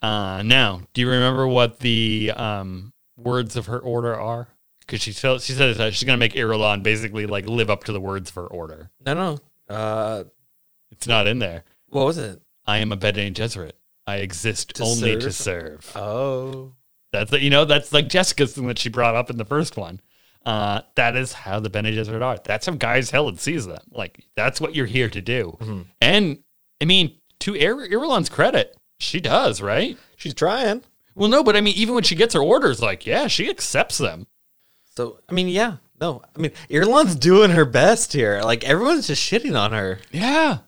S2: Uh, now, do you remember what the um, words of her order are? Because she tell, she says that she's going to make Irulan basically like live up to the words of her order.
S1: No, no. Uh,
S2: It's not in there.
S1: what was it?
S2: I am a Bene Gesserit. I exist
S1: To
S2: only to
S1: serve.
S2: serve.
S1: Oh.
S2: That's the, you know that's like Jessica's thing that she brought up in the first one. Uh, that is how the Bene Gesserit are. That's how guys Helen sees them. Like that's what you're here to do. And I mean, to Ir- Irulan's credit, she does right.
S1: She's trying.
S2: Well, no, but I mean, even when she gets her orders, like yeah, she accepts them.
S1: So, I mean, yeah. No, I mean, Irulan's doing her best here. Like, everyone's just shitting on her.
S2: Yeah.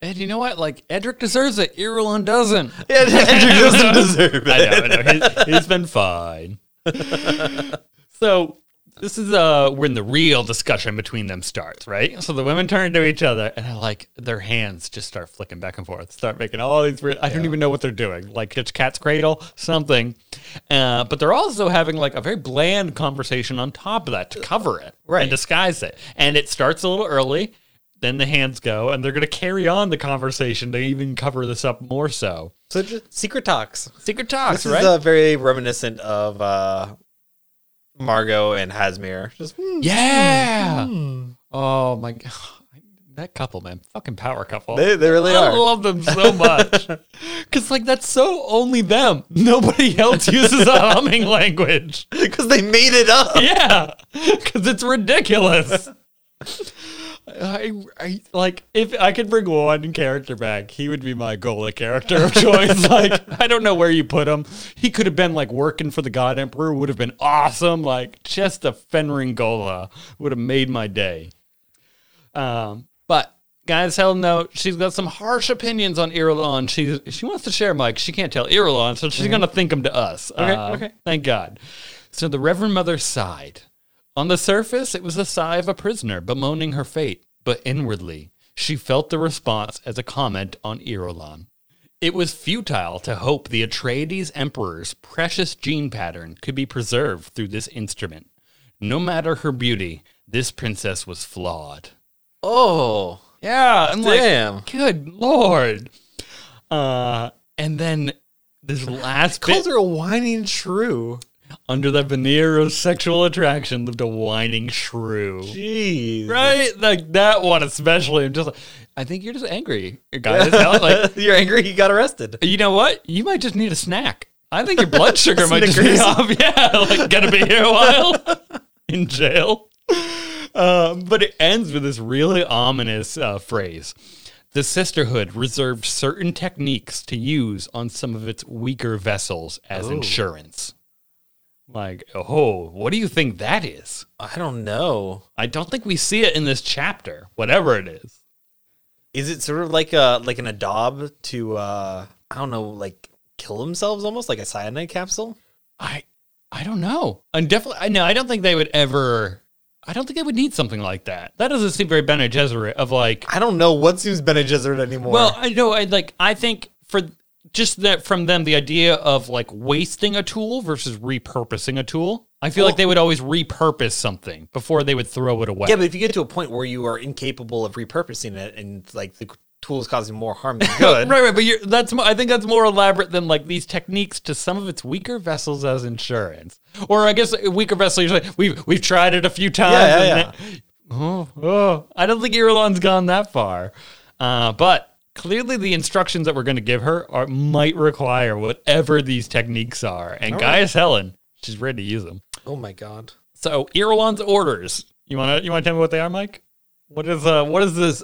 S2: And you know what? Like Edric deserves it. Irulan doesn't.
S1: Yeah, Andrew doesn't deserve
S2: I
S1: it.
S2: know, I know. He's- he's been fine. so this is uh when the real discussion between them starts, right? So the women turn to each other and they're like their hands just start flicking back and forth, start making all these weird I don't even know what they're doing. Like it's cat's cradle, something. Uh, but they're also having like a very bland conversation on top of that to cover it
S1: Right.
S2: and disguise it. And it starts a little early. Then the hands go, and they're going to carry on the conversation to even cover this up more so.
S1: So, just secret talks.
S2: Secret talks,
S1: This
S2: right?
S1: is uh, very reminiscent of uh, Margot and Hasmir. Just, hmm,
S2: Yeah. Oh my god, that couple, man, fucking power couple.
S1: they, they really
S2: I
S1: are.
S2: love them so much because, like, that's so only them. Nobody else uses a humming language.
S1: Because they made it up.
S2: Yeah, because it's ridiculous. I, I like if I could bring one character back, he would be my Gola character of choice. like I don't know where you put him. He could have been like working for the God Emperor would have been awesome. Like just a Fenring Gola would have made my day. Um, but guys, hell no, she's got some harsh opinions on Irulan. She she wants to share Mike. She can't tell Irulan, so she's gonna think him to us. Okay,
S1: okay.
S2: Thank God. So the Reverend Mother sighed. On the surface, it was the sigh of a prisoner bemoaning her fate, but inwardly, she felt the response as a comment on Irulan. It was futile to hope the Atreides Emperor's precious gene pattern could be preserved through this instrument. No matter her beauty, this princess was flawed.
S1: Oh.
S2: Yeah, I'm like,
S1: Damn.
S2: good lord. Uh, and then this last bit,
S1: Calls her a whining shrew.
S2: under the veneer of sexual attraction, lived a whining shrew.
S1: Jeez.
S2: Right, like that one especially. I'm just, like, I think you're just angry, guys. Hell, like,
S1: You're angry he got arrested.
S2: you know what? You might just need a snack. I think your blood sugar might just be
S1: Snickers.
S2: off. Yeah, like gonna be here a while in jail. Um, but it ends with this really ominous uh, phrase. The sisterhood reserved certain techniques to use on some of its weaker vessels as insurance. Like, oh, what do you think that is?
S1: I don't know.
S2: I don't think we see it in this chapter, whatever it is.
S1: Is it sort of like a like an adob to uh I don't know, like kill themselves almost like a cyanide capsule?
S2: I I don't know. I'm definitely I know I don't think they would ever I don't think they would need something like that. That doesn't seem very Bene Gesserit of like
S1: I don't know what's who's Bene Gesserit anymore.
S2: Well, I know I like I think for just that from them the idea of like wasting a tool versus repurposing a tool. I feel like
S1: Well-
S2: they would always repurpose something before they would throw it away.
S1: Yeah, but if you get to a point where you are incapable of repurposing it, and like the tool is causing more harm than good,
S2: Right, right, but you're, that's mo- I think that's more elaborate than like these techniques to some of its weaker vessels as insurance, or I guess uh, weaker vessels. Usually, we've we've tried it a few times.
S1: Yeah, yeah,
S2: and that- oh, oh, I don't think Irulan's gone that far, uh, but clearly the instructions that we're going to give her are might require whatever these techniques are, and Gaius Helen, she's ready to use them.
S1: oh my god,
S2: So Irulan's orders. You want to you want to tell me what they are, Mike? What is uh what is this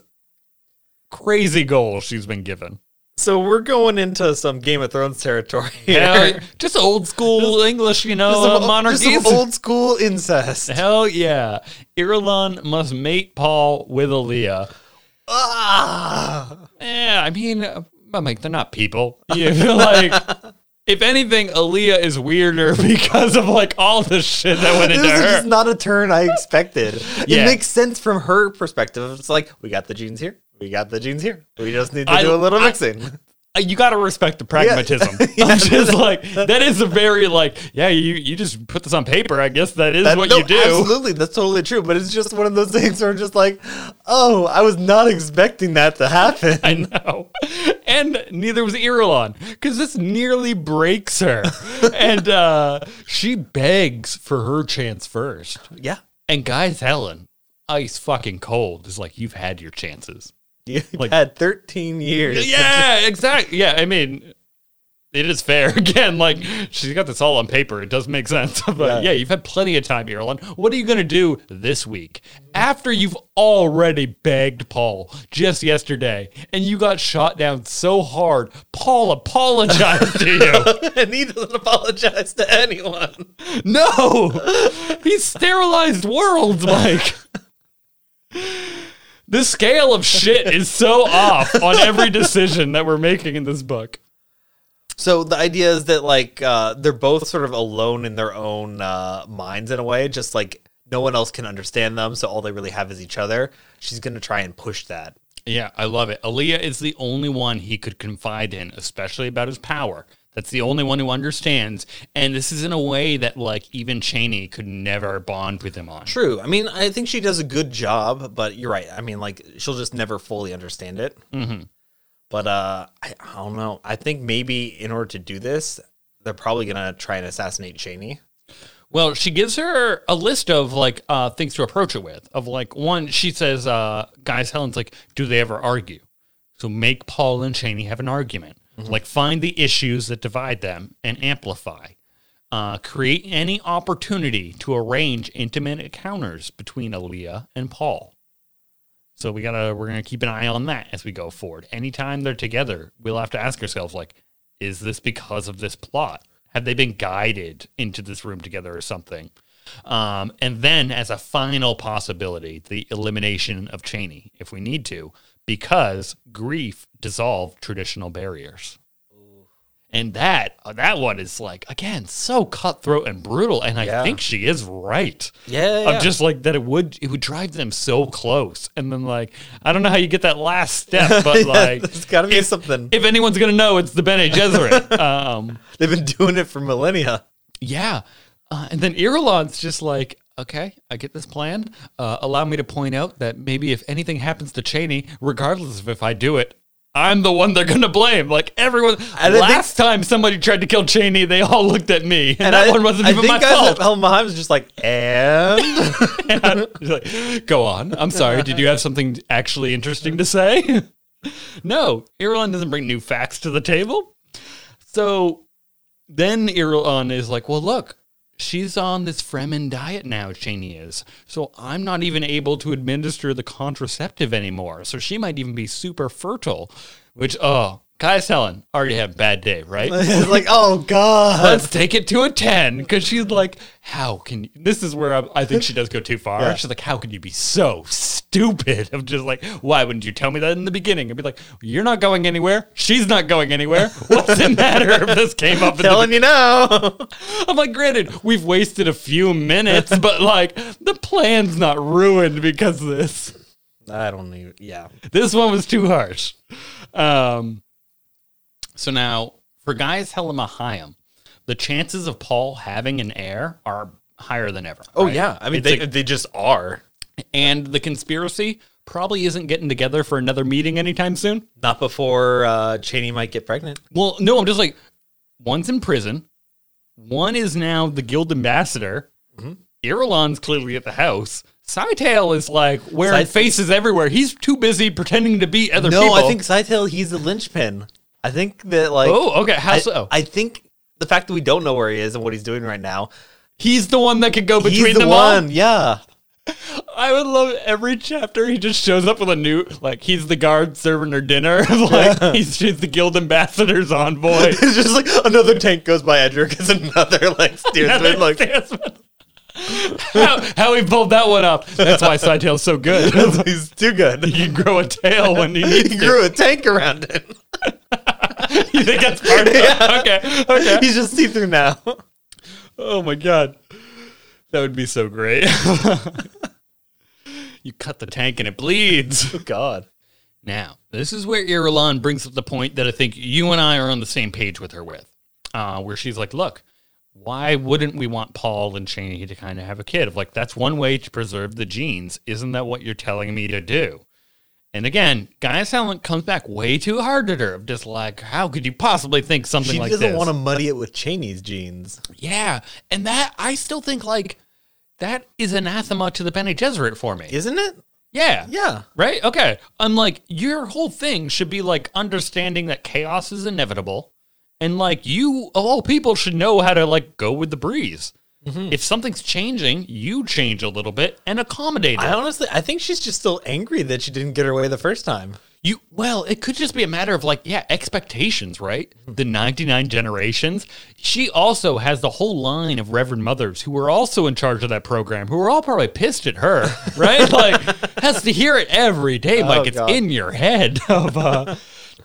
S2: crazy goal she's been given?
S1: so we're going into some Game of Thrones territory.
S2: Yeah,
S1: here.
S2: just old school English, you know,
S1: Just some-
S2: uh, monarchies.
S1: just some old school incest.
S2: Hell yeah. Irulan must mate Paul with Aaliyah.
S1: Ah,
S2: Yeah, I mean, uh, but Mike, they're not people. You feel like, if anything, Aaliyah is weirder because of like all the shit that went
S1: this
S2: into
S1: is
S2: her.
S1: just not a turn I expected.
S2: Yeah.
S1: It makes sense from her perspective. It's like we got the genes here, we got the genes here. We just need to
S2: I-
S1: do a little
S2: I-
S1: mixing.
S2: Uh, you got to respect the pragmatism. I'm just like that is a very like yeah you you just put this on paper. I guess that is
S1: That-
S2: what
S1: no,
S2: you do.
S1: Absolutely, that's totally true. But it's just one of those things where I'm just like, oh, I was not expecting that to happen.
S2: I know. And neither was Irulan because this nearly breaks her. and uh, she begs for her chance first.
S1: yeah.
S2: And guys, Helen, ice fucking cold, is like, you've had your chances.
S1: You've
S2: Like-
S1: had 13 years.
S2: Yeah, exactly. Yeah, I mean, it is fair. Again, like, she's got this all on paper. It does make sense. but yeah.
S1: Yeah.
S2: you've had plenty of time, Irulan. What are you going to do this week after you've already begged Paul just yesterday and you got shot down so hard? Paul apologized to you.
S1: and he doesn't apologize to anyone.
S2: No! He's sterilized worlds, Mike. The scale of shit is so off on every decision that we're making in this book.
S1: So the idea is that, like, uh, they're both sort of alone in their own uh, minds in a way, just like no one else can understand them. So all they really have is each other. She's going to try and push that.
S2: Yeah, I love it. Aaliyah is the only one he could confide in, especially about his power. That's the only one who understands. And this is in a way that, like, even Cheney could never bond with him on.
S1: True. I mean, I think she does a good job, but you're right. I mean, like she'll just never fully understand it.
S2: Mhm.
S1: But uh, I, I don't know. I think maybe in order to do this, they're probably gonna try and assassinate Cheney.
S2: Well, she gives her a list of like uh, things to approach it with. Of like one, she says, uh, "Guys, Helen's like, do they ever argue? So make Paul and Cheney have an argument. Like find the issues that divide them and amplify. Uh, create any opportunity to arrange intimate encounters between Aaliyah and Paul. So we gotta we're gonna keep an eye on that as we go forward. Anytime they're together, we'll have to ask ourselves like, is this because of this plot? Have they been guided into this room together or something? Um, and then as a final possibility, the elimination of Cheney, if we need to, because grief dissolved traditional barriers. And that uh, that one is like again so cutthroat and brutal, and I
S1: Yeah.
S2: think she is right
S1: Yeah,
S2: of just like that it would it would drive them so close and then like i don't know how you get that last step but like
S1: it's gotta be
S2: if,
S1: something.
S2: if anyone's gonna know it's the bene gesserit um
S1: They've been doing it for millennia.
S2: yeah uh, and then irulan's just like okay i get this plan uh, allow me to point out that maybe if anything happens to cheney regardless of if i do it I'm the one they're gonna blame. Like everyone,
S1: And I think-
S2: last time somebody tried to kill Cheney, they all looked at me, and,
S1: I,
S2: that one wasn't
S1: I
S2: even
S1: think
S2: my
S1: guys
S2: fault.
S1: at Helmheim's just like, and
S2: He's like, Go on. I'm sorry. Did you have something actually interesting to say? no, Irulan doesn't bring new facts to the table. So then Irulan is like, well, look, she's on this Fremen diet now, Cheney is. So I'm not even able to administer the contraceptive anymore. So she might even be super fertile, which, oh, Kai's Helen already had a bad day, right?
S1: it's like, oh god.
S2: let's take it to a 10 because she's like how can you this is where I, I think she does go too far
S1: Yeah.
S2: she's like how can you be so stupid of just like why wouldn't you tell me that in the beginning i'd be like you're not going anywhere she's not going anywhere what's the matter if this came up in the
S1: Telling you now.
S2: I'm like, granted, we've wasted a few minutes, but like the plan's not ruined because of this.
S1: I don't even. Yeah.
S2: This one was too harsh. Um, So now for guys Helamahayim, the chances of Paul having an heir are higher than ever.
S1: Oh
S2: right?
S1: yeah, I mean
S2: It's
S1: they
S2: like-
S1: they just are
S2: and the conspiracy probably isn't getting together for another meeting anytime soon.
S1: not before uh, Cheney might get pregnant.
S2: Well, no, I'm just like, one's in prison, one is now the guild ambassador.
S1: Mm-hmm.
S2: Irulan's clearly at the house. Cytail is like wearing
S1: Scythe-
S2: faces everywhere. He's too busy pretending to be other
S1: no,
S2: people.
S1: I think Scytale, he's a linchpin. I think that like
S2: Oh, okay. How
S1: I,
S2: so?
S1: I think the fact that we don't know where he is and what he's doing right now,
S2: he's the one that could go between
S1: he's the
S2: them
S1: one. Yeah,
S2: all. I would love every chapter. He just shows up with a new, like he's the guard serving her dinner. like he's, she's the guild ambassador's envoy.
S1: it's just like another tank goes by Edric is another like steersman.
S2: Another
S1: like
S2: Stansman. how, how he pulled that one up. That's why Sidetail's so good.
S1: he's too good.
S2: He can grow a tail when he needs
S1: He
S2: to.
S1: grew a tank around him.
S2: You think that's part of
S1: Yeah.
S2: it? Okay. Okay.
S1: He's just see through now.
S2: Oh my god. That would be so great. you cut the tank and it bleeds.
S1: God.
S2: Now, this is where Irulan brings up the point that I think you and I are on the same page with her with, uh, where she's like, look, why wouldn't we want Paul and Cheney to kind of have a kid? Of like, that's one way to preserve the genes. Isn't that what you're telling me to do? And again, Guy Silent comes back way too hard at her of just like, how could you possibly think something
S1: She
S2: like
S1: doesn't
S2: this?
S1: want to muddy it with Cheney's genes.
S2: yeah. And that, I still think like, that is anathema to the Bene Gesserit for me.
S1: Isn't it?
S2: yeah.
S1: Yeah.
S2: Right? Okay. I'm like, your whole thing should be like understanding that chaos is inevitable. And like, you, of all people, should know how to like go with the breeze. If something's changing, you change a little bit and accommodate it.
S1: I honestly, I think she's just still angry that she didn't get her way the first time.
S2: You well, it could just be a matter of like, yeah, expectations, right?
S1: Hmm.
S2: The 99 generations. She also has the whole line of Reverend Mothers who were also in charge of that program, who were all probably pissed at her, right? like has to hear it every day, like it's
S1: Oh, God.
S2: in your head of uh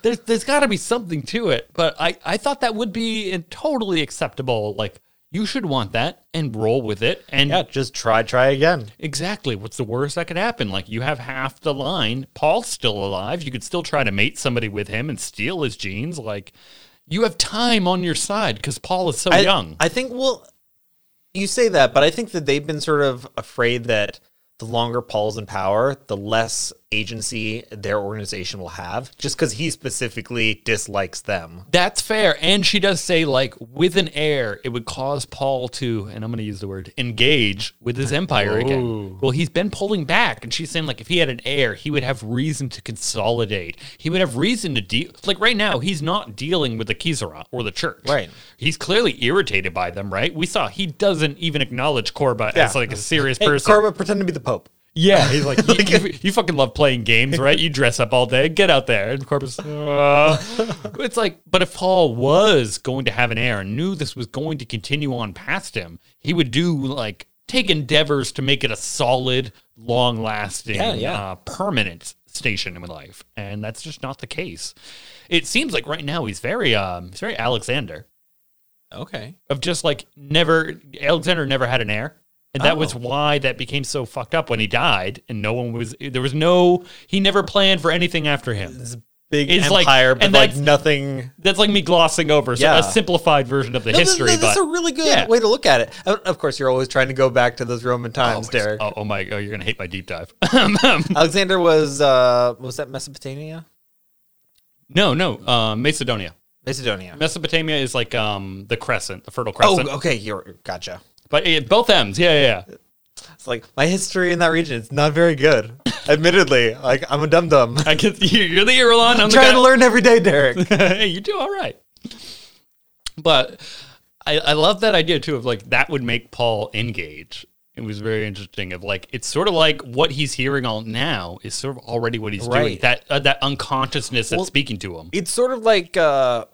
S2: there's there's gotta be something to it. But I, I thought that would be in- totally acceptable. Like you should want that and roll with it and
S1: Yeah, just try, try again.
S2: Exactly. What's the worst that could happen? Like you have half the line. Paul's still alive. You could still try to mate somebody with him and steal his genes. Like you have time on your side because Paul is so
S1: I,
S2: young.
S1: I think, well, you say that, but I think that they've been sort of afraid that the longer Paul's in power, the less agency their organization will have, just because he specifically dislikes them.
S2: That's fair. And she does say like with an heir, it would cause Paul to, and I'm going to use the word engage with his empire
S1: Oh.
S2: again. Well, he's been pulling back, and she's saying like if he had an heir, he would have reason to consolidate. He would have reason to deal. Like right now, he's not dealing with the Kizara or the church.
S1: Right.
S2: He's clearly irritated by them. Right. We saw he doesn't even acknowledge Corba
S1: Yeah.
S2: as like a serious
S1: Hey,
S2: person.
S1: Karma, pretend to be the Pope.
S2: Yeah, he's like, you, you, you fucking love playing games, right? You dress up all day, get out there. And Corpus, uh, it's like, but if Paul was going to have an heir and knew this was going to continue on past him, he would do like take endeavors to make it a solid, long lasting,
S1: Yeah, yeah.
S2: Uh, permanent station in my life. And that's just not the case. It seems like right now he's very, um, he's very Alexander
S1: Okay.
S2: of just like never Alexander never had an heir. And that
S1: Oh.
S2: was why that became so fucked up when he died and no one was there was no he never planned for anything after him.
S1: Big
S2: It's like-
S1: empire, but
S2: and
S1: like
S2: that's-
S1: nothing.
S2: That's like me glossing over so
S1: Yeah.
S2: a simplified version of the
S1: No, th-
S2: history
S1: th- that's
S2: but
S1: a really good
S2: Yeah.
S1: way to look at it. And Of course, you're always trying to go back to those Roman times, Derek.
S2: oh, oh my oh you're going to hate my deep dive.
S1: Alexander was uh, was that Mesopotamia,
S2: no, no, uh, Macedonia.
S1: Macedonia.
S2: Mesopotamia is like um the crescent, the fertile
S1: Oh,
S2: crescent.
S1: okay. You're gotcha.
S2: But eh, both M's. Yeah, yeah, yeah.
S1: It's like my history in that region is not very good. Admittedly, like I'm a dum dum.
S2: I guess you- you're the Irulan, I'm the guy-
S1: Trying to learn every day, Derek.
S2: hey, you do all right. But I, I love that idea too of like that would make Paul engage. It was very interesting. Of like, it's sort of like what he's hearing all now is sort of already what he's doing.
S1: Right.
S2: That uh, that unconsciousness that's speaking to him.
S1: it's sort of like uh,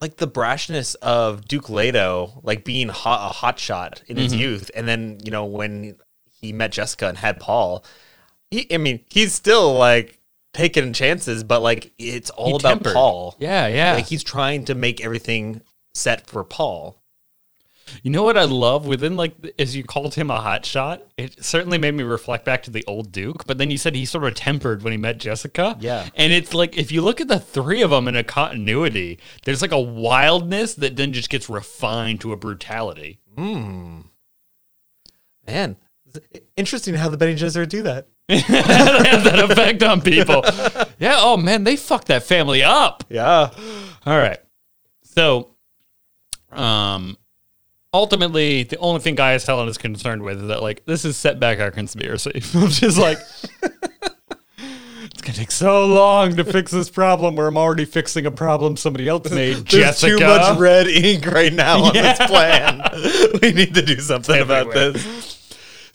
S1: like the brashness of Duke Leto, like being hot, a hot shot in
S2: Mm-hmm.
S1: his youth, and then you know when he met Jessica and had Paul. He, I mean, he's still like taking chances, but like it's all
S2: He
S1: about
S2: tempered.
S1: Paul.
S2: Yeah, yeah.
S1: Like he's trying to make everything set for Paul.
S2: You know what I love within like th- as you called him a hot shot. It certainly made me reflect back to the old Duke. But then you said he sort of tempered when he met Jessica.
S1: Yeah.
S2: and it's like if you look at the three of them in a continuity, there's like a wildness that then just gets refined to a brutality.
S1: Hmm. Man, it's interesting how the Benny Gesserit do that.
S2: that has that effect on people. Yeah. Oh man, they fucked that family up.
S1: Yeah.
S2: All right. So, um, ultimately, the only thing Gaius Helen is concerned with is that, like, this is set back our conspiracy. I'm just like, it's gonna take so long to fix this problem where I'm already fixing a problem somebody else made.
S1: There's
S2: Jessica.
S1: too much red ink right now on
S2: Yeah.
S1: this plan. we need to do something about
S2: Everywhere.
S1: this.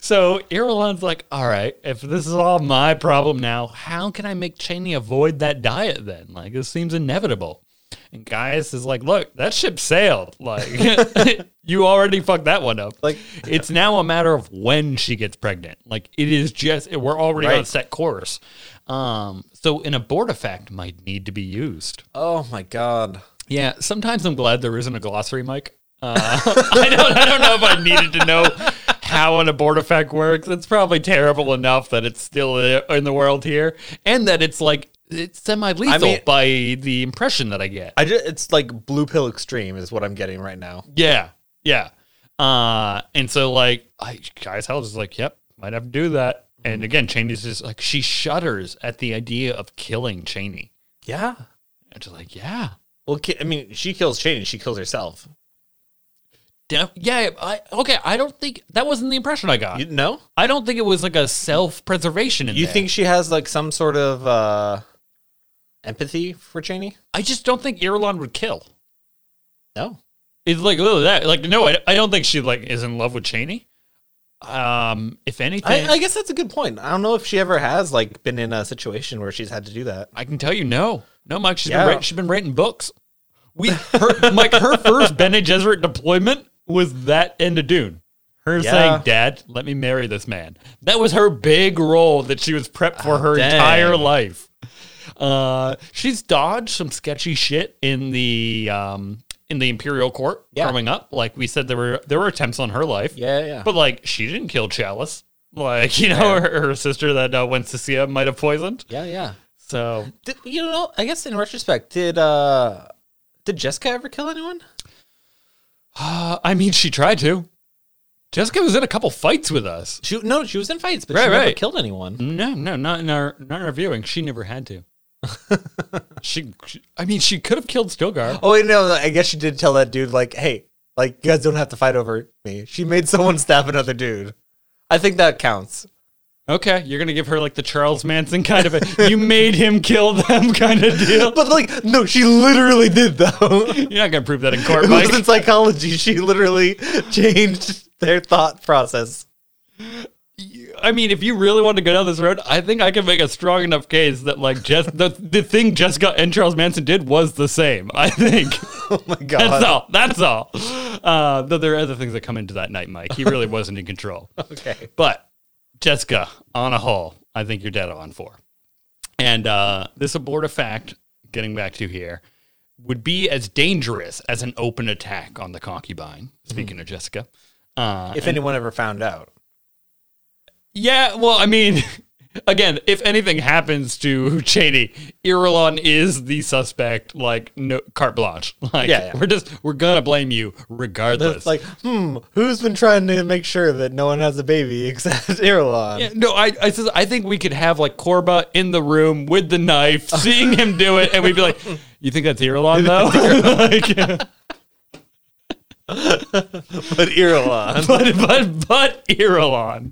S2: So Irulan's like, all right, if this is all my problem now, how can I make Cheney avoid that diet then? Like, this seems inevitable. And Gaius is like, look, that ship sailed. Like, you already fucked that one up.
S1: Like-
S2: it's now a matter of when she gets pregnant. Like, it is just, we're already on
S1: Right.
S2: set course. Um, so an abortifact might need to be used.
S1: Oh my god.
S2: Yeah, sometimes I'm glad there isn't a glossary, Mike. Uh, I don't. I don't know if I needed to know how an abort effect works. It's probably terrible enough that it's still i- in the world here, and that it's like it's semi-lethal
S1: I mean-
S2: by the impression that I get.
S1: I just, it's like blue pill extreme is what I'm getting right now.
S2: yeah, yeah. Uh, and so like, I, guys, hell, just like, yep, might have to do that.
S1: Mm-hmm.
S2: And again, Cheney's just like she shudders at the idea of killing Cheney.
S1: Yeah.
S2: And she's like, yeah,
S1: Well, ki- I mean, she kills Cheney, she kills herself.
S2: Def- yeah. I, okay, I don't think that wasn't the impression I got.
S1: You know?
S2: I don't think it was like a self preservation in
S1: You
S2: there.
S1: think she has like some sort of uh empathy for Cheney?
S2: I just don't think Irulan would kill.
S1: No.
S2: It's like look at that. Like no, I, I don't think she like is in love with Cheney. Um, if anything,
S1: I,
S2: I,
S1: I guess that's a good point. I don't know if she ever has like been in a situation where she's had to do that.
S2: can tell you no, no, Mike. She's
S1: Yeah.
S2: been writ- she's been writing books. We her, Mike her first Bene Gesserit deployment was that end of Dune. Her
S1: Yeah.
S2: saying, "Dad, let me marry this man." That was her big role that she was prepped for her
S1: Oh, dang.
S2: entire life. Uh, she's dodged some sketchy shit in the um, in the imperial court
S1: Yeah.
S2: growing up. Like we said, there were there were attempts on her life.
S1: Yeah, yeah.
S2: But like she didn't kill Chalice. Like you know, her, her sister that uh, Wencesia might have poisoned.
S1: yeah, yeah.
S2: So
S1: Did, you know, I guess in retrospect, did uh did Jessica ever kill anyone?
S2: uh, I mean, she tried to. Jessica was in a couple fights with us.
S1: She no, she was in fights, but
S2: Right,
S1: she never
S2: right.
S1: killed anyone.
S2: No, no, not in our not in our viewing. She never had to. she, she, I mean, she could have killed Stilgar.
S1: Oh wait, no, I guess she did tell that dude like, "Hey, like you guys don't have to fight over me." She made someone stab another dude. I think that counts.
S2: Okay, you're gonna give her like the Charles Manson kind of a you made him kill them kind of deal.
S1: But like, no, she literally did though.
S2: You're not gonna prove that in court,
S1: It
S2: Mike.
S1: was in psychology. She literally changed their thought process.
S2: I mean, if you really want to go down this road, I think I can make a strong enough case that like Jess, the the thing Jessica and Charles Manson did was the same. I think
S1: Oh my god.
S2: that's all. That's all. Uh, though there are other things that come into that night, Mike. He really wasn't in control.
S1: Okay.
S2: But Jessica, on a whole, I think you're dead on for. And uh, this abortive fact, getting back to here, would be as dangerous as an open attack on the concubine.
S1: Hmm.
S2: Speaking of Jessica, uh,
S1: If anyone ever found out.
S2: yeah. Well, I mean, again, if anything happens to Cheney, Irulan is the suspect. Like no carte blanche. Like
S1: Yeah, yeah.
S2: we're just we're gonna blame you regardless.
S1: It's like, hmm, who's been trying to make sure that no one has a baby except Irulan?
S2: Yeah, no, I I, says, I think we could have like Corba in the room with the knife, seeing him do it, and we'd be like, "You think that's Irulan though?" Like,
S1: But Irulan.
S2: but but but Irulan.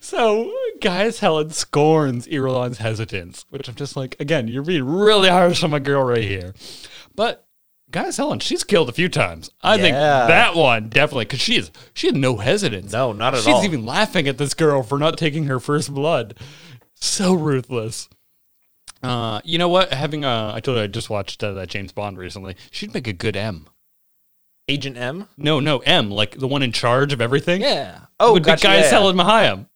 S2: So guys, Helen scorns Irulan's hesitance, which I'm just like, again, you're being really harsh on my girl right here. But guys, Helen, she's killed a few times. I think
S1: Yeah.
S2: that one definitely because she is she had no hesitance.
S1: no, not at
S2: She's
S1: all.
S2: even laughing at this girl for not taking her first blood. So ruthless. Uh, you know what? Having uh, I told you I just watched uh, that James Bond recently. She'd make a good M.
S1: Agent M?
S2: No, no M, like the one in charge of everything.
S1: Yeah. Oh,
S2: would
S1: gotcha,
S2: be Guy
S1: yeah, yeah.
S2: Helen Mahayam,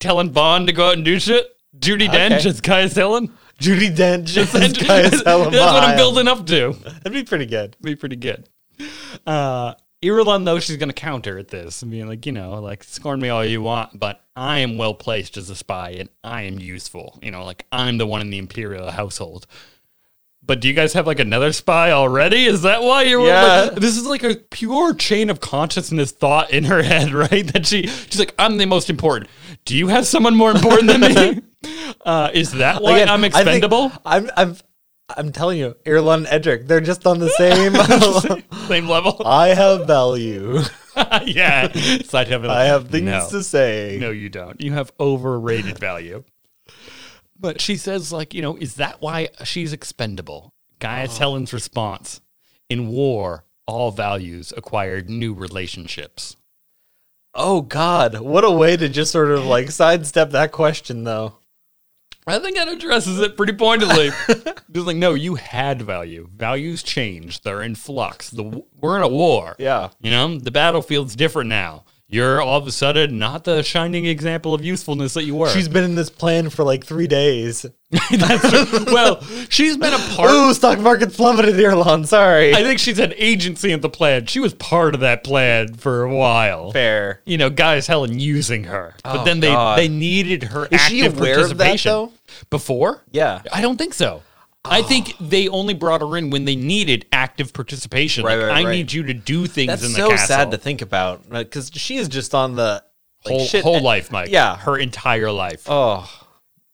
S2: telling Bond to go out and do shit. Judy Dench
S1: Okay.
S2: is Guy Helen.
S1: Judy Dench is
S2: That's
S1: Guy
S2: that's what I'm
S1: Salamanca.
S2: building up to.
S1: That'd be pretty good.
S2: Be pretty good. Uh, Irulan though she's gonna counter at this and being like, you know, like scorn me all you want, but I am well placed as a spy and I am useful. You know, like I'm the one in the imperial household. But do you guys have like another spy already? Is that why you're
S1: Yeah.
S2: like, this is like a pure chain of consciousness thought in her head, right? That she she's like, I'm the most important. Do you have someone more important than me? Uh, is that why
S1: Again,
S2: I'm
S1: I think-
S2: expendable?
S1: I'm I'm I'm telling you, Irlon and Edric, they're just on the same.
S2: Same level.
S1: I have value.
S2: yeah. Side have
S1: I have things
S2: no.
S1: to say.
S2: No, you don't. You have overrated value. But she says, like, you know, is that why she's expendable?
S1: Uh-huh.
S2: Gaius Helen's response in war, all values acquired new relationships.
S1: Oh God, what a way to just sort of like sidestep that question, though.
S2: I think that addresses it pretty pointedly. Just like, no, you had value. Values change, they're in flux. The, w- we're in a war.
S1: Yeah.
S2: You know, the battlefield's different now. You're all of a sudden not the shining example of usefulness that you were.
S1: She's been in this plan for like three days.
S2: That's- well, she's been a part
S1: Ooh, stock market plummeted, Irlon. Sorry.
S2: I think she's had agency in the plan. She was part of that plan for a while.
S1: Fair.
S2: You know, guys, Helen using her, but
S1: Oh,
S2: then they
S1: God.
S2: they needed her
S1: Is
S2: active
S1: she aware of that,
S2: participation
S1: though? Oh.
S2: before.
S1: Yeah.
S2: I don't think so. I think they only brought her in when they needed active participation.
S1: Right,
S2: like,
S1: right,
S2: I
S1: right.
S2: need you to do things
S1: That's
S2: in the
S1: so
S2: castle.
S1: sad to think about because she is just on the like,
S2: whole,
S1: shit.
S2: whole life, Mike.
S1: Yeah.
S2: her entire life.
S1: Oh,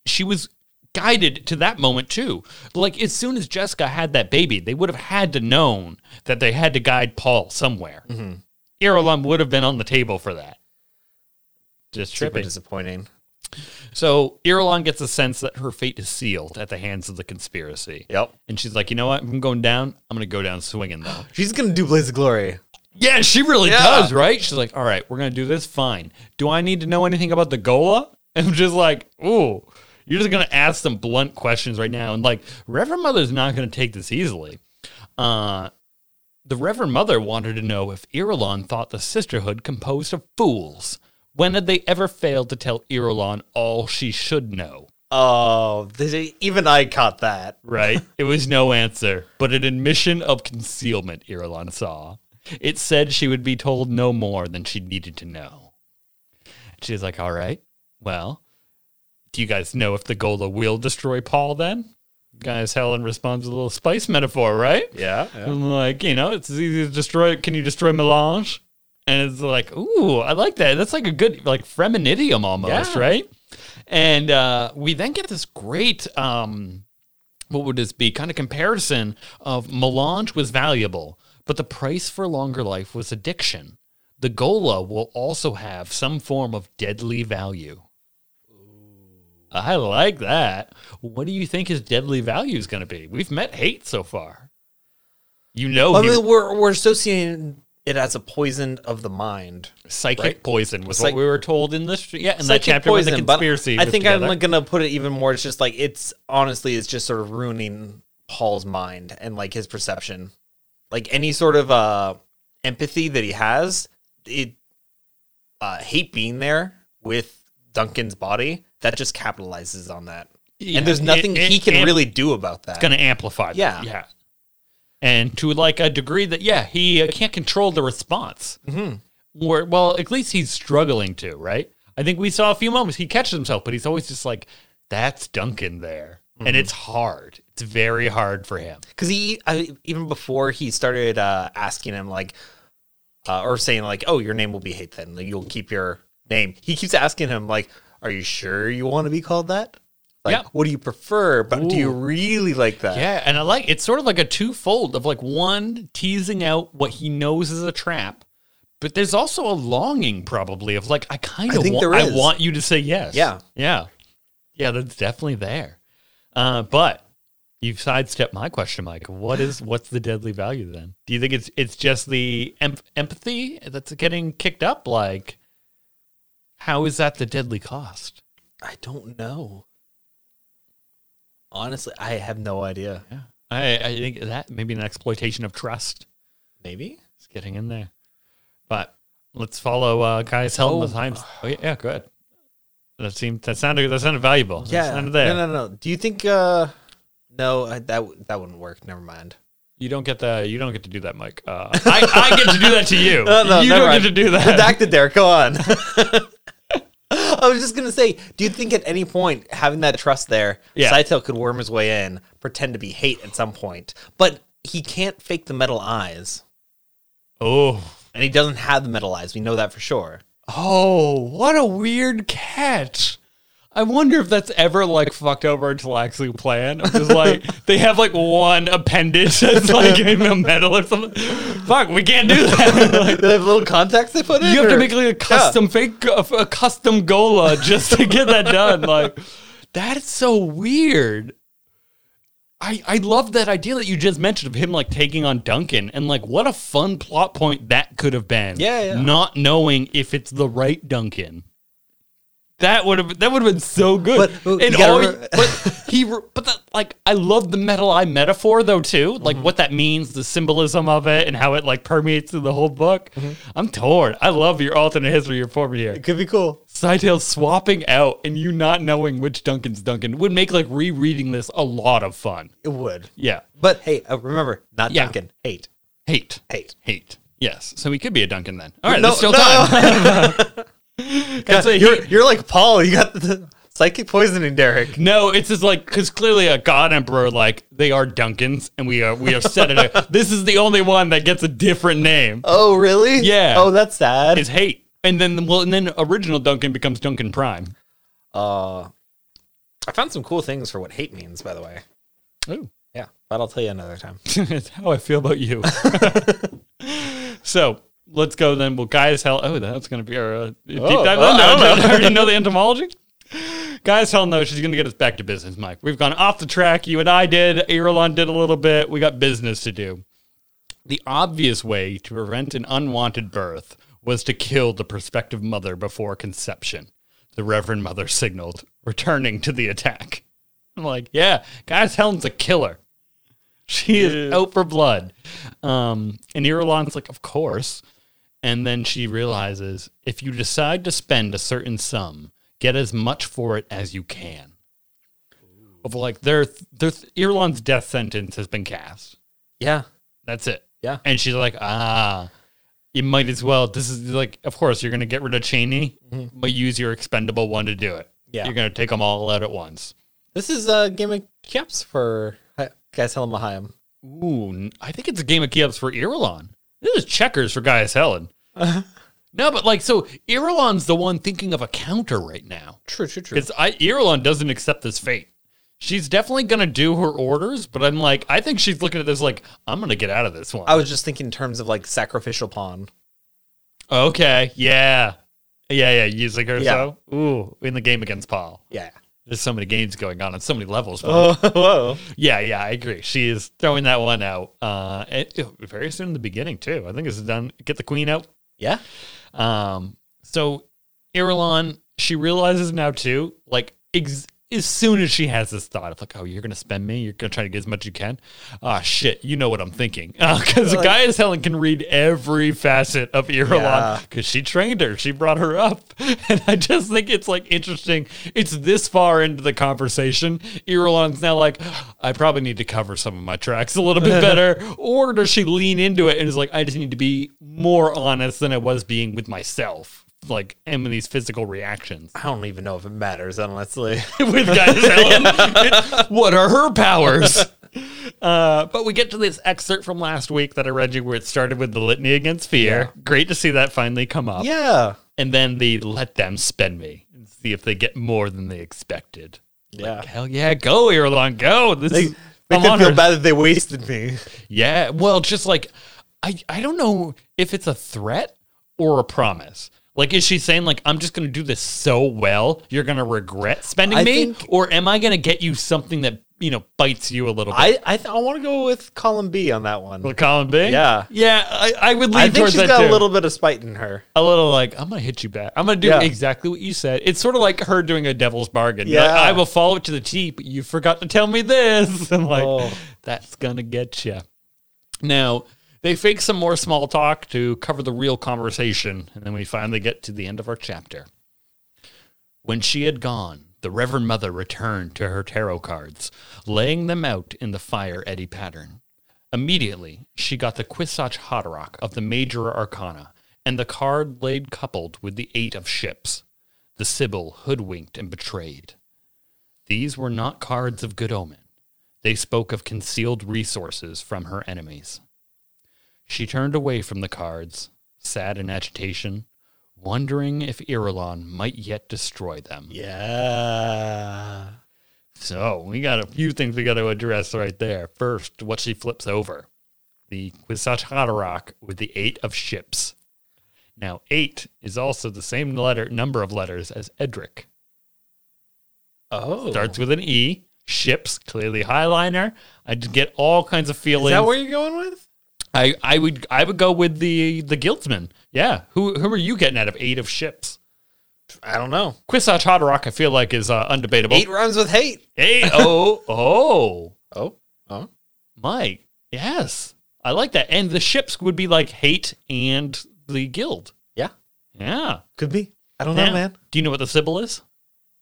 S2: she was guided to that moment too. Like as soon as Jessica had that baby, they would have had to known that they had to guide Paul somewhere. mm would have been on the table for that. Just
S1: super
S2: tripping.
S1: disappointing.
S2: So Irulan gets a sense that her fate is sealed at the hands of the conspiracy.
S1: Yep.
S2: And she's like, you know what? If I'm going down. I'm going to go down swinging though.
S1: She's gonna do Blaze of Glory.
S2: Yeah, she really
S1: Yeah.
S2: does, right? She's like, all right, we're going to do this. Fine. Do I need to know anything about the Gola? And I'm just like, ooh, you're just going to ask some blunt questions right now. And like, Reverend Mother's not going to take this easily. Uh, the Reverend Mother wanted to know if Irulan thought the sisterhood composed of fools. When had they ever failed to tell Irulan all she should know?
S1: Oh, th- even I caught that.
S2: Right? it was no answer, but an admission of concealment, Irulan saw. It said she would be told no more than she needed to know. She was like, All right, well, do you guys know if the Gola will destroy Paul then? Guys, Helen responds with a little spice metaphor, right?
S1: Yeah.
S2: I'm like, you know, it's as easy to destroy. Can you destroy Melange? And it's like, ooh, I like that. That's like a good, like, Fremen idiom almost,
S1: Yeah.
S2: right? And uh, we then get this great, um, what would this be? Kind of comparison of Melange was valuable, but the price for longer life was addiction. The Gola will also have some form of deadly value. I like that. What do you think his deadly value is going to be? We've met hate so far. You know,
S1: I
S2: he-
S1: mean, we're we're associating it as a poison of the mind.
S2: psychic
S1: right?
S2: poison was
S1: Psych-
S2: what we were told in this. Yeah, in that
S1: Psychic
S2: chapter poison, the conspiracy.
S1: But I
S2: was
S1: think
S2: together.
S1: I'm like, gonna put it even more. It's just like it's honestly, it's just sort of ruining Paul's mind and like his perception, like any sort of uh empathy that he has. It uh, hate being there with Duncan's body that just capitalizes on that,
S2: Yeah,
S1: and there's nothing
S2: it- it-
S1: he can
S2: it-
S1: really do about that.
S2: going to amplify that.
S1: Yeah.
S2: Yeah. And to like a degree that, yeah, he uh, can't control the response.
S1: Mhm.
S2: Or, well, at least he's struggling to, right? I think we saw a few moments he catches himself, but he's always just like, that's Duncan there. And it's hard. It's very hard for him.
S1: because he I, even before he started uh, asking him like uh, or saying like oh your name will be hate then like, you'll keep your name he keeps asking him like are you sure you want to be called that like
S2: Yeah.
S1: what do you prefer but do you
S2: Ooh.
S1: really like that
S2: Yeah, and I like it's sort of like a twofold of like one teasing out what he knows is a trap, but there's also a longing probably of like I kind
S1: I
S2: of
S1: think
S2: want
S1: there
S2: I
S1: is.
S2: want you to say yes.
S1: Yeah.
S2: yeah, yeah. That's definitely there. Uh, but you've sidestepped my question, Mike. What is what's the deadly value then? Do you think it's it's just the em- empathy that's getting kicked up? Like, how is that the deadly cost?
S1: i don't know honestly i have no idea
S2: Yeah, I, I think that maybe an exploitation of trust.
S1: maybe
S2: It's getting in there. But let's follow uh guys held
S1: Oh.
S2: the times. Oh yeah, yeah, go ahead. That seemed that sounded that sounded valuable. That
S1: yeah
S2: sounded there.
S1: no no no do you think uh no I, that w- that wouldn't work never mind
S2: You don't get the. You don't get to do that, Mike. Uh, I, I get to do that to you.
S1: No, no,
S2: you
S1: never
S2: don't
S1: mind.
S2: get to do that.
S1: Redacted there. Go on. I was just gonna say, do you think at any point having that trust there,
S2: Yeah.
S1: Saito could worm his way in, pretend to be hate at some point, but he can't fake the metal eyes,
S2: oh,
S1: and he doesn't have the metal eyes. We know that for sure.
S2: oh, what a weird catch. I wonder if that's ever like fucked over until I actually plan. I'm just like they have like one appendage that's like in a metal or something. Fuck, we can't do that.
S1: they have little contacts they put in.
S2: You have
S1: or-
S2: to make like a custom fake, a custom gola just to get that done. Like that's so weird. I I love that idea that you just mentioned of him like taking on Duncan and like what a fun plot point that could have been.
S1: Yeah, yeah.
S2: Not knowing if it's the right Duncan. That would have that would have been so good.
S1: But, uh,
S2: and
S1: you gotta
S2: all,
S1: re-
S2: but he re- but that, like I love the metal eye metaphor though too.
S1: Mm-hmm.
S2: Like what that means, the symbolism of it, and how it like permeates through the whole book.
S1: Mm-hmm.
S2: I'm torn. I love your alternate history your form here.
S1: It could be cool.
S2: Sidetail swapping out and you not knowing which Duncan's Duncan would make like rereading this a lot of fun.
S1: It would.
S2: Yeah,
S1: But hey, uh, remember, not
S2: Yeah.
S1: Duncan. Hate.
S2: hate,
S1: Hate.
S2: hate. Yes, so he could be a Duncan then. All right,
S1: No,
S2: there's still
S1: no.
S2: time. That's a
S1: You're,
S2: heat.
S1: you're like Paul. You got the psychic poisoning, Derek.
S2: No, it's just like because clearly a god emperor like they are Duncans and we are we are set it. up. This is the only one that gets a different name.
S1: Oh, really?
S2: Yeah.
S1: Oh, that's sad.
S2: Is hate and then well and then original Duncan becomes Duncan Prime.
S1: Uh, I found some cool things for what hate means, by the way.
S2: Oh,
S1: Yeah, but I'll tell you another time.
S2: that's how I feel about you. so let's go then. Well, guy as hell. Oh, that's gonna be our uh, deep
S1: Oh,
S2: dive.
S1: oh,
S2: Oh, no,
S1: oh,
S2: no, I already know the entomology. Guy as hell no, she's gonna get us back to business, Mike. We've gone off the track. You and I did. Irulan did a little bit. We got business to do. The obvious way to prevent an unwanted birth was to kill the prospective mother before conception. The Reverend Mother signaled, returning to the attack. I'm like, yeah, guys, Helen's a killer. She is out for blood. Um, and Irulan's like, of course. And then she realizes if you decide to spend a certain sum, get as much for it as you can. Of like, their, their, Irulan's death sentence has been cast.
S1: Yeah.
S2: That's it.
S1: Yeah.
S2: And she's like, ah, you might as well. This is like, of course, you're going to get rid of Cheney, but use your expendable one to do it.
S1: Mm-hmm. Yeah.
S2: You're going to take them all out at once.
S1: This is uh, Game of Chaps for Hi- Guys Helen Mahayim.
S2: Ooh, n- I think it's a game of keeps for Irulan. This is checkers for Gaius Helen. No, but like, so Irulan's the one thinking of a counter right now.
S1: True, true, true.
S2: Because Irulan doesn't accept this fate. She's definitely going to do her orders, but I'm like, I think she's looking at this like, I'm going to get out of this one.
S1: I was just thinking in terms of like sacrificial pawn.
S2: Okay. Yeah. Yeah, yeah, using her so. Ooh, in the game against Paul.
S1: Yeah.
S2: There's so many games going on on so many levels. But
S1: Oh, whoa.
S2: Yeah, yeah, I agree. She is throwing that one out. Uh and, ew, very soon in the beginning too. I think it's done get the queen out.
S1: Yeah.
S2: Um so Irulan, she realizes now too, like ex- as soon as she has this thought of like, oh, you're gonna spend me, you're gonna try to get as much as you can. Ah, shit, you know what I'm thinking, because the
S1: Like-
S2: guy as Helen can read every facet of
S1: Yeah.
S2: Irulan because she trained her, she brought her up, and I just think it's like interesting. It's this far into the conversation, Irulan's now like, I probably need to cover some of my tracks a little bit better, or does she lean into it and is like, I just need to be more honest than I was being with myself. Like and with these physical reactions
S1: I don't even know if it matters, honestly.
S2: with guys. what are her powers? Uh, but we get to this excerpt from last week that I read you, where it started with the litany against fear. Great to see that finally come up,
S1: yeah.
S2: and then the let them spend me and see if they get more than they expected.
S1: Yeah.
S2: Hell yeah, go Irulan, go! This
S1: They,
S2: is
S1: they could
S2: I'm
S1: feel
S2: honored.
S1: bad that they wasted me.
S2: Yeah, well, just like I, I don't know if it's a threat or a promise. Like, is she saying like I'm just going to do this so well you're going to regret spending
S1: I
S2: me,
S1: think-
S2: or am I going to get you something that you know bites you a little bit?
S1: I I, th- I want to go with column B on that one.
S2: Well, Colin B.
S1: Yeah.
S2: yeah, I, I would lean
S1: I think
S2: towards
S1: she's
S2: that
S1: got
S2: too.
S1: a little bit of spite in her.
S2: a little like I'm gonna hit you back. I'm gonna do
S1: Yeah.
S2: exactly what you said. It's sort of like her doing a devil's bargain. You're like,
S1: Yeah.
S2: I will follow it to the T, but you forgot to tell me this. I'm like,
S1: Oh.
S2: that's gonna get you. Now they fake some more small talk to cover the real conversation, and then we finally get to the end of our chapter. When she had gone, the Reverend Mother returned to her tarot cards, laying them out in the fire eddy pattern. Immediately, she got the Quisach Haderach of the Major Arcana, and the card laid coupled with the Eight of Ships. The Sibyl hoodwinked and betrayed. These were not cards of good omen. They spoke of concealed resources from her enemies. She turned away from the cards, sad in agitation, wondering if Irulan might yet destroy them.
S1: Yeah.
S2: So we got a few things we got to address right there. First, what she flips over the Kwisatz Haderach with the Eight of Ships. Now, eight is also the same letter number of letters as Edric.
S1: Oh.
S2: Starts with an E. Ships, clearly highliner. I just get all kinds of feelings.
S1: Is that where you're going with?
S2: I, I would I would go with the the guildsman. Yeah. Who who are you getting out of eight of ships?
S1: I don't know.
S2: Quisach Haderach, I feel like is uh, undebatable.
S1: Eight rhymes with hate.
S2: Eight- oh oh
S1: Oh. Oh.
S2: Mike. Yes. I like that. And the ships would be like hate and the guild.
S1: Yeah.
S2: Yeah.
S1: Could be. I don't
S2: Yeah.
S1: know, man.
S2: Do you know what the Sibyl is?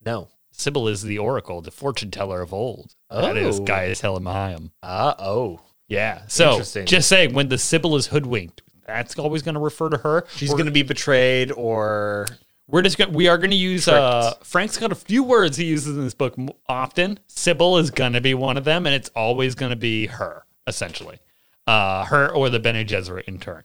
S1: No.
S2: Sibyl is the oracle, the fortune teller of old. That is
S1: Oh.
S2: Gaius Helimium.
S1: Uh oh.
S2: Yeah. So
S1: Interesting.
S2: just saying, when the Sybil is hoodwinked, that's always going to refer to her.
S1: She's
S2: we're,
S1: going to be betrayed or.
S2: We're just going. to We are going to use. Uh, Frank's got a few words he uses in this book m- often. Sybil is going to be one of them, and it's always going to be her, essentially, uh, her or the Bene Gesserit in turn.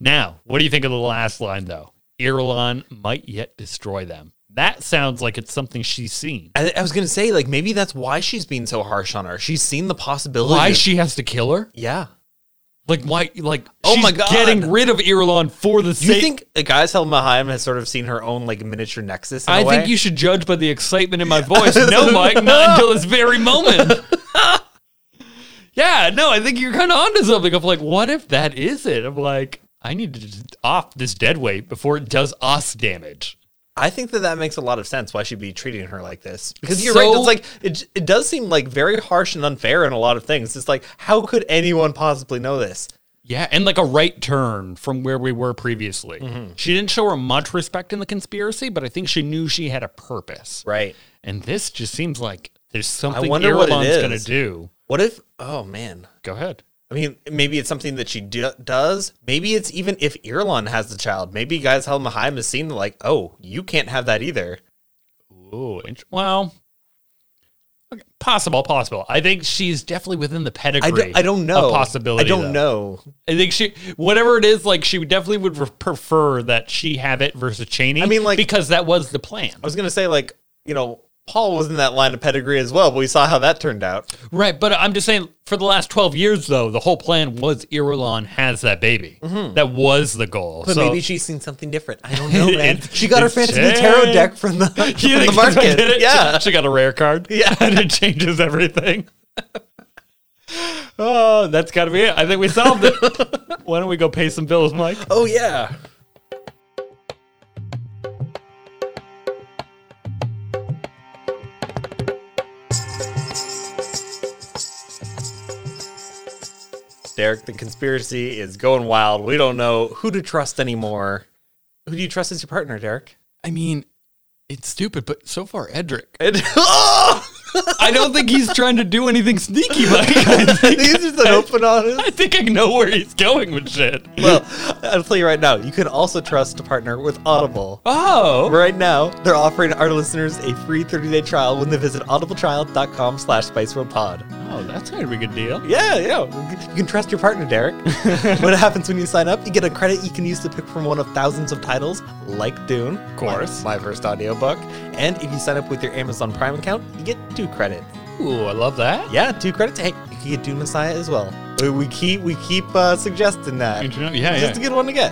S2: Now, what do you think of the last line though? Irulan might yet destroy them. That sounds like it's something she's seen.
S1: I, I was going to say, like, maybe that's why she's being so harsh on her. She's seen the possibility.
S2: Why
S1: of-
S2: she has to kill her?
S1: yeah.
S2: Like why? Like
S1: Oh
S2: she's
S1: my God.
S2: getting rid of Irulan for the
S1: Do you
S2: sake.
S1: think a guy's held behind has sort of seen her own, like, miniature nexus? In
S2: I
S1: a
S2: think
S1: way?
S2: you should judge by the excitement in my voice. No, Mike, not until this very moment. yeah, no, I think you're kind of onto something. I'm like, what if that is it? I'm like, I need to just off this dead weight before it does us damage.
S1: I think that that makes a lot of sense why she'd be treating her like this. Because
S2: It's
S1: you're right.
S2: so-
S1: It's like, it, it does seem like very harsh and unfair in a lot of things. It's like, how could anyone possibly know this?
S2: Yeah, and like a right turn from where we were previously.
S1: Mm-hmm.
S2: She didn't show her much respect in the conspiracy, but I think she knew she had a purpose.
S1: Right.
S2: And this just seems like there's something
S1: wonder what it
S2: Irulan's going to
S1: is.
S2: do.
S1: What if, oh man.
S2: Go ahead.
S1: I mean, maybe it's something that she do- does. Maybe it's even if Irulan has the child. Maybe guys Helma Haim has seen, like, oh, you can't have that either.
S2: Ooh, int- well, okay, possible, possible. I think she's definitely within the
S1: I,
S2: pedigree.
S1: do, I don't know.
S2: of possibility.
S1: I don't know.
S2: though. I think she, whatever it is, like she would definitely would re- prefer that she have it versus Cheney. I
S1: mean, like-
S2: because that was the plan,
S1: I was going to say, like, you know, Paul was in that line of pedigree as well, but we saw how that turned out.
S2: right? But I'm just saying, for the last twelve years, though, the whole plan was Irulan has that baby. That was the goal.
S1: Mm-hmm. But
S2: so
S1: maybe she's seen something different. I don't know, man.
S2: It-
S1: she got her
S2: it
S1: fantasy tarot
S2: changed.
S1: deck from the,
S2: You
S1: from the
S2: think that's what did
S1: market.
S2: it?
S1: Yeah.
S2: she got a rare card.
S1: Yeah.
S2: and it changes everything. oh, that's got to be it. I think we solved it. Why don't we go pay some bills, Mike?
S1: Oh yeah. Derek, the conspiracy is going wild. We don't know who to trust anymore. Who do you trust as your partner, Derek?
S2: I mean, it's stupid, but so far, Edric.
S1: And, oh!
S2: I don't think he's trying to do anything sneaky, Mike. I think,
S1: He's just an open honest.
S2: I think I know where he's going with shit.
S1: Well, I'll tell you right now, you can also trust to partner with Audible.
S2: Oh,
S1: Right now, they're offering our listeners a free 30-day trial when they visit audibletrial.com slash spiceworldpod.
S2: oh, that's kind of a good deal.
S1: Yeah, yeah. You can trust your partner, Derek. what happens when you sign up? You get a credit you can use to pick from one of thousands of titles, like Dune. Of
S2: course.
S1: My, my first audiobook. And if you sign up with your Amazon Prime account, you get two credits.
S2: Ooh, I love that.
S1: Yeah, two credits. Hey, you can get Dune Messiah as well. We- We keep we keep uh, suggesting that.
S2: Yeah, yeah.
S1: It's just a good one to get.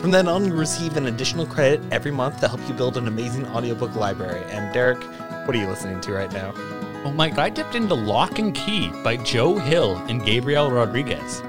S1: From then on, you receive an additional credit every month to help you build an amazing audiobook library. And Derek, what are you listening to right now?
S2: Oh my god, I dipped into Lock and Key by Joe Hill and Gabriel Rodriguez.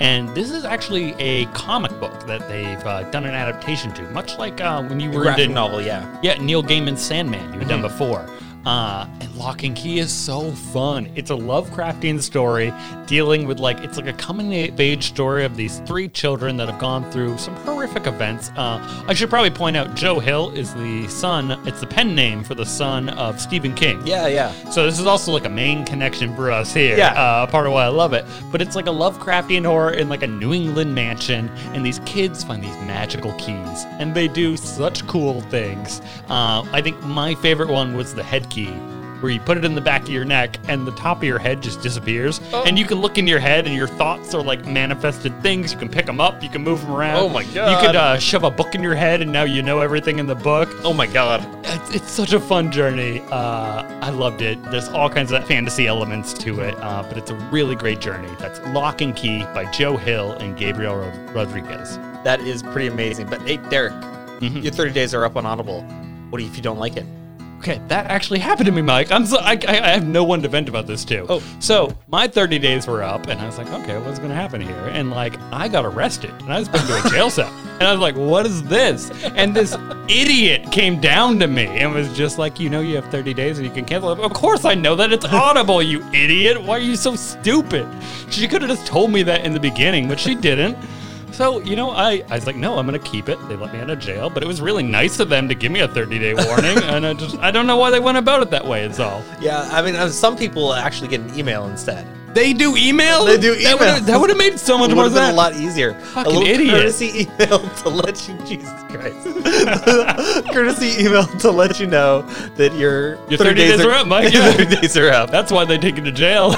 S2: And this is actually a comic book that they've uh, done an adaptation to, much like uh, when you were in
S1: novel, Mm-hmm. yeah.
S2: yeah, Neil Gaiman's Sandman you've done before. Uh, and Lock and Key is so fun. It's a Lovecraftian story dealing with like it's like a coming of age story of these three children that have gone through some horrific events. Uh, I should probably point out Joe Hill is the son. It's the pen name for the son of Stephen King.
S1: Yeah, yeah.
S2: So this is also like a main connection for us here.
S1: Yeah.
S2: Uh, part of why I love it. But it's like a Lovecraftian horror in like a New England mansion, and these kids find these magical keys, and they do such cool things. Uh, I think my favorite one was the head key. Where you put it in the back of your neck and the top of your head just disappears.
S3: Oh.
S2: And you can look in your head and your thoughts are like manifested things. You can pick them up, you can move them around.
S3: Oh my
S2: You could
S3: God.
S2: uh, shove a book in your head and now you know everything in the book.
S3: Oh my god.
S2: It's, it's such a fun journey. Uh, I loved it. There's all kinds of fantasy elements to it, uh, but it's a really great journey. That's Lock and Key by Joe Hill and Gabriel Rod- Rodriguez.
S1: That is pretty amazing. But hey, Derek,
S2: Mm-hmm.
S1: your 30 days are up on Audible. What if you don't like it?
S2: Okay, that actually happened to me, Mike. I'm so I, I, I have no one to vent about this to.
S1: Oh.
S2: so my 30 days were up, and I was like, okay, what's gonna happen here? And like, I got arrested, and I was put into a jail cell, and I was like, what is this? And this idiot came down to me and was just like, you know, you have 30 days and you can cancel it. Of course, I know that it's audible, you idiot. Why are you so stupid? She could have just told me that in the beginning, but she didn't. So, you know, I, I was like, no, I'm going to keep it. They let me out of jail, but it was really nice of them to give me a 30 day warning. and I just, I don't know why they went about it that way, is all.
S1: Yeah, I mean, uh, some people actually get an email instead.
S2: They do email?
S1: They do
S2: That would've-
S1: email.
S2: That would have made so much
S1: It
S2: more
S1: would have been
S2: sense.
S1: a lot easier.
S2: Fucking
S1: a little
S2: idiot.
S1: courtesy email to let you, Jesus Christ. courtesy email to let you know that your,
S2: Your 30 days are up, Mike,
S1: Your
S2: yeah.
S1: 30 days are up.
S2: That's why they take you to jail.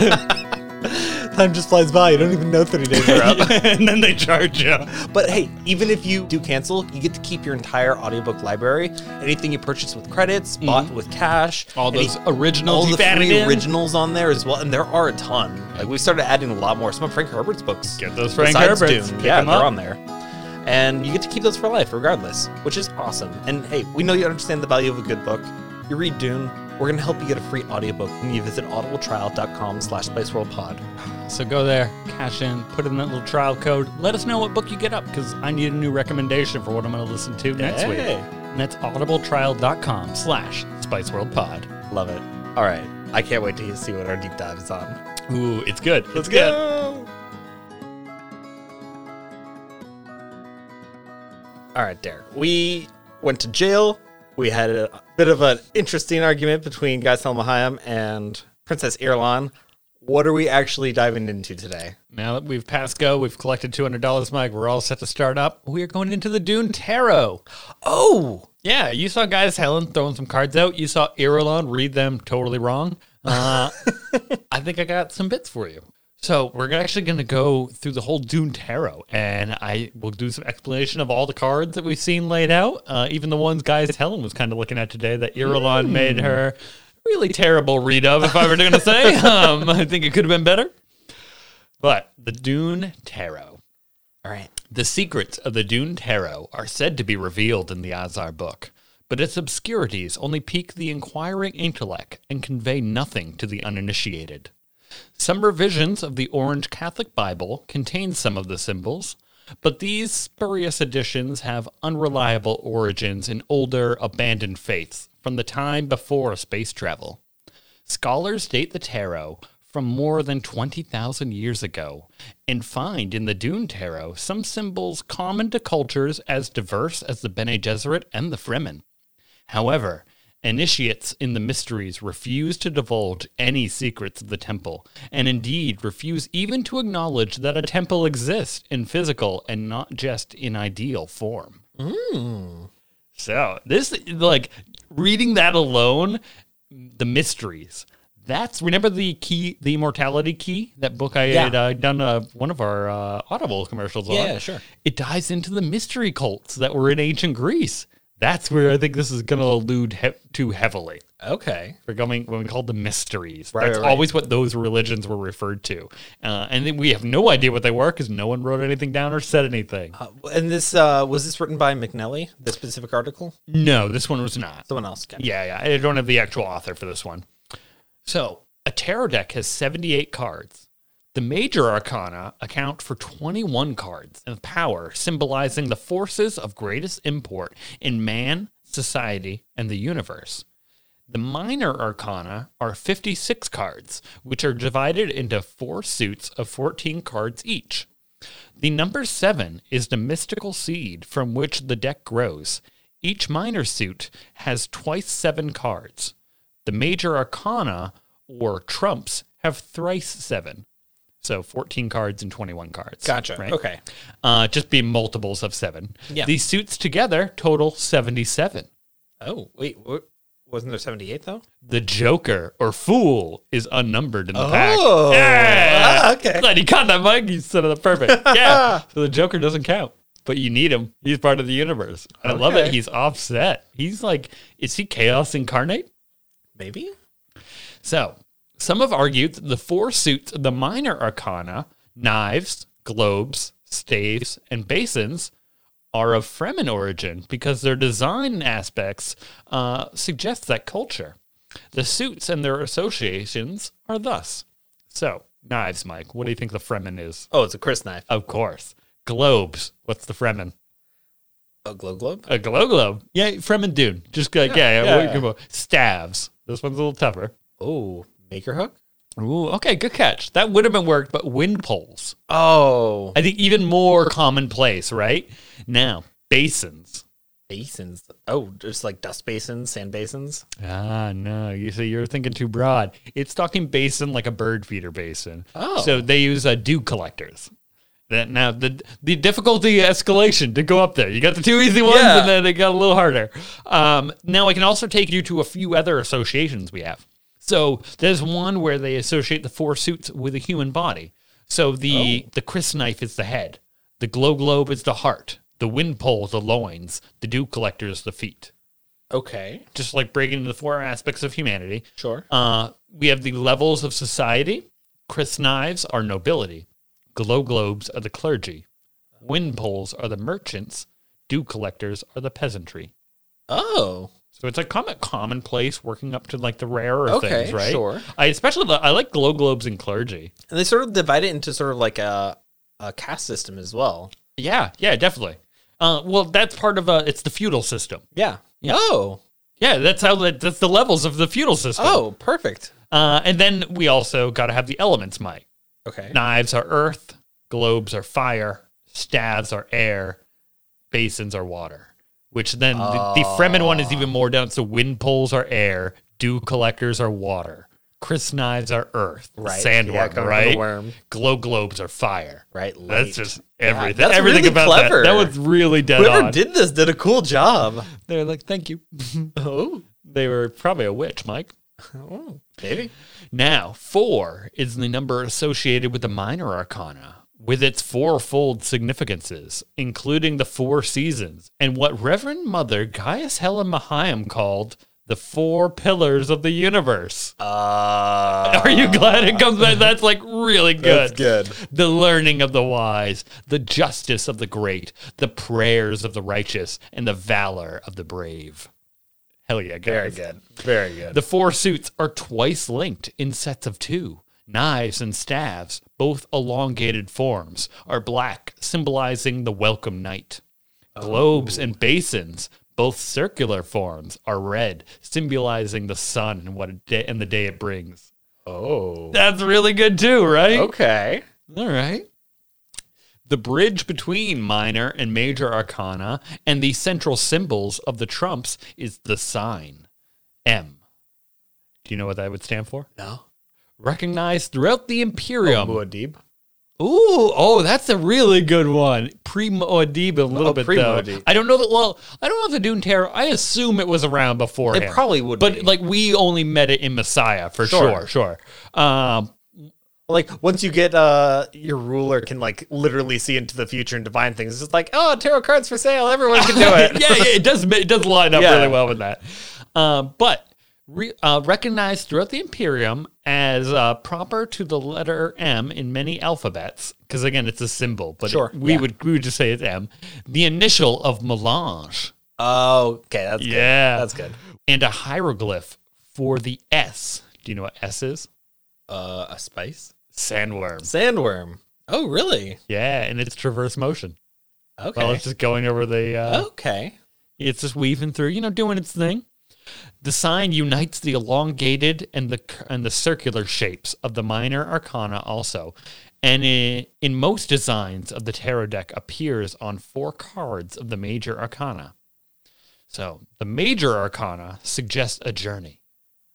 S1: Time just flies by. You don't even know 30 days are up.
S2: and then they charge you.
S1: But hey, even if you do cancel, you get to keep your entire audiobook library. Anything you purchase with credits, bought with cash,
S2: Mm-hmm. All
S1: any-
S2: those originals
S1: all
S2: you
S1: the
S2: added
S1: free
S2: in.
S1: originals on there as well, and there are a ton. Like we started adding a lot more. Some of Frank Herbert's books.
S2: Get those Frank
S1: besides
S2: Herberts.
S1: Dune,
S2: Pick
S1: yeah,
S2: 'em
S1: they're
S2: up.
S1: on there. And you get to keep those for life, regardless, which is awesome. And hey, we know you understand the value of a good book. You read Dune. We're gonna help you get a free audiobook when you visit audibletrial.com/slash spaceworldpod.
S2: So go there, cash in, put in that little trial code. Let us know what book you get up because I need a new recommendation for what I'm going to listen to next week.
S1: Hey.
S2: And that's audibletrial.com slash spiceworldpod.
S1: Love it. All right, I can't wait to see what our deep dive is on.
S2: Ooh, it's good. It's good.
S1: go. All right, Derek. We went to jail. We had a bit of an interesting argument between Guy Selmahayim and Princess Irulan. What are we actually diving into today?
S2: Now that we've passed go, we've collected two hundred dollars, Mike. We're all set to start up. We are going into the Dune Tarot.
S1: Oh,
S2: Yeah, you saw guys Helen throwing some cards out. You saw Irulan read them totally wrong. Uh, I think I got some bits for you. So we're actually going to go through the whole Dune Tarot, and I will do some explanation of all the cards that we've seen laid out, uh, even the ones guys Helen was kind of looking at today that Irulan made her really terrible read of, if I were going to say. um, I think it could have been better. But the Dune Tarot.
S1: all right.
S2: The secrets of the Dune Tarot are said to be revealed in the Azar book, but its obscurities only pique the inquiring intellect and convey nothing to the uninitiated. Some revisions of the Orange Catholic Bible contain some of the symbols, but these spurious additions have unreliable origins in older, abandoned faiths from the time before space travel. Scholars date the tarot from more than 20,000 years ago and find in the Dune Tarot some symbols common to cultures as diverse as the Bene Gesserit and the Fremen. However, initiates in the mysteries refuse to divulge any secrets of the temple, and indeed refuse even to acknowledge that a temple exists in physical and not just in ideal form. So this like reading that alone, the mysteries. That's remember the key, the immortality key, that book I had
S1: Yeah.
S2: uh, done uh, one of our uh, Audible commercials on.
S1: Yeah, sure.
S2: It dives into the mystery cults that were in ancient Greece. That's where I think this is going to allude he- to heavily.
S1: Okay.
S2: We're going when we call the mysteries.
S1: Right,
S2: That's
S1: right, right.
S2: always what those religions were referred to, uh, and then we have no idea what they were because no one wrote anything down or said anything.
S1: Uh, and this uh, was this written by McNelly, the specific article?
S2: No, this one was not.
S1: Someone else. got it.
S2: Yeah, yeah. I don't have the actual author for this one. So, a tarot deck has 78 cards. The major arcana account for 21 cards of power, symbolizing the forces of greatest import in man, society, and the universe. The minor arcana are 56 cards, which are divided into four suits of 14 cards each. The number seven is the mystical seed from which the deck grows. Each minor suit has twice seven cards. The major arcana, or trumps, have thrice seven. So 14 cards and 21 cards.
S1: Gotcha.
S2: right?
S1: Okay.
S2: Uh, just be multiples of seven.
S1: Yeah.
S2: These suits together total 77.
S1: Oh, wait. What? Wasn't there 78 though?
S2: The Joker or Fool is unnumbered in the pack.
S1: Oh.
S2: Yeah.
S1: Ah, okay.
S2: Glad you caught that, Mike. You said it perfect. Yeah. so the Joker doesn't count, but you need him. He's part of the universe. And I love
S1: Okay.
S2: it. He's offset. He's like, is he chaos incarnate?
S1: Maybe?
S2: So, some have argued that the four suits of the minor arcana, knives, globes, staves, and basins, are of Fremen origin because their design aspects uh, suggest that culture. The suits and their associations are thus. So, knives, Mike, what do you think the Fremen is?
S1: Oh, it's a Chris knife.
S2: Of course. Globes, what's the Fremen?
S1: A Oh, glow globe?
S2: A glow globe. Yeah, Fremen dune. Just like, yeah, yeah.
S1: yeah,
S2: we
S1: yeah.
S2: can go- Staves. This one's a little tougher.
S1: Oh, maker hook?
S2: Ooh, okay, good catch. That would have been worked, but wind poles.
S1: Oh,
S2: I think even more commonplace, right? Now, basins.
S1: basins. Oh, just like dust basins, sand basins.
S2: Ah, no. You see, you're thinking too broad. It's talking basin like a bird feeder basin.
S1: Oh.
S2: So they use uh, dew collectors. That now the the difficulty escalation to go up there. You got the two easy ones,
S1: Yeah.
S2: and then it got a little harder. Um, now I can also take you to a few other associations we have. So there's one where they associate the four suits with a human body. So
S1: Oh.
S2: the the Chris knife is the head, the glow globe is the heart, the wind pole is the loins, the dew collector is the feet
S1: Okay,
S2: just like breaking into the four aspects of humanity.
S1: sure.
S2: Uh, we have the levels of society. Chris knives are nobility. Glow globes are the clergy. Wind poles are the merchants. Dew collectors are the peasantry.
S1: Oh,
S2: So it's like common commonplace, working up to like the rarer
S1: Okay,
S2: things, right?
S1: sure.
S2: I especially li- I like glow globes and clergy.
S1: and they sort of divide it into sort of like a, a caste system as well.
S2: Yeah, yeah, definitely. Uh, well, that's part of uh, it's the feudal system.
S1: Yeah. Oh,
S2: Yeah, that's how that, that's the levels of the feudal system.
S1: oh, perfect.
S2: uh, and then we also got to have the elements, Mike.
S1: Okay.
S2: Knives are earth, globes are fire, staves are air, basins are water. Which then the, the Fremen one is even more down. So wind poles are air, dew collectors are water, Chris knives are earth,
S1: Right. Yeah,
S2: sandworm,
S1: going for the
S2: right?
S1: worm.
S2: Glow globes are fire.
S1: Right.
S2: That's
S1: late.
S2: just everything.
S1: that's
S2: everything
S1: really
S2: about
S1: clever.
S2: that. That was really dead
S1: whoever
S2: on.
S1: did this did a cool job.
S2: They're like, thank you.
S1: Oh,
S2: they were probably a witch, Mike.
S1: oh maybe.
S2: Now, four is the number associated with the minor arcana, with its fourfold significances, including the four seasons and what Reverend Mother Gaius Helen Mahayam called the four pillars of the universe.
S1: Uh,
S2: Are you glad it comes back? That's like really good.
S1: good.
S2: The learning of the wise, the justice of the great, the prayers of the righteous, and the valor of the brave. Hell yeah, guys.
S1: Very good. Very good.
S2: The four suits are twice linked in sets of two. Knives and staves, both elongated forms, are black, symbolizing the welcome night. Globes and basins, both circular forms, are red, symbolizing the sun and what it day, and the day it brings.
S1: oh.
S2: That's really good too, right?
S1: Okay.
S2: All right. The bridge between minor and major arcana and the central symbols of the trumps is the sign M. Do you know what that would stand for?
S1: No.
S2: Recognized throughout the Imperium.
S1: Muad'Dib.
S2: Ooh, oh, that's a really good one. Pre-Muad'Dib a little
S1: Oh,
S2: bit though.
S1: pre-Muad'Dib.
S2: I don't know that. Well, I don't know if the Dune Tarot. I assume it was around before.
S1: It probably would
S2: but
S1: be.
S2: like we only met it in Messiah for sure.
S1: Sure.
S2: Sure. Um,
S1: like once you get uh your ruler can like literally see into the future and divine things it's like oh tarot cards for sale everyone can do it
S2: yeah, yeah, it does. ma- It does line up
S1: Yeah.
S2: really well with that. Um, but re, uh, recognized throughout the Imperium as uh, proper to the letter M in many alphabets, because again, it's a symbol. But it-
S1: Sure,
S2: we
S1: yeah.
S2: would we would just say it's M. The initial of melange.
S1: oh okay that's good
S2: Yeah,
S1: that's good
S2: And a hieroglyph for the S. Do you know what S is?
S1: uh a spice
S2: Sandworm.
S1: sandworm oh really
S2: Yeah, and it's traverse motion.
S1: okay
S2: Well, it's just going over the. Uh,
S1: okay
S2: It's just weaving through, you know, doing its thing. The sign unites the elongated and the and the circular shapes of the minor arcana also. And i- in most designs of the tarot deck appears on four cards of the major arcana. So the major arcana suggests a journey,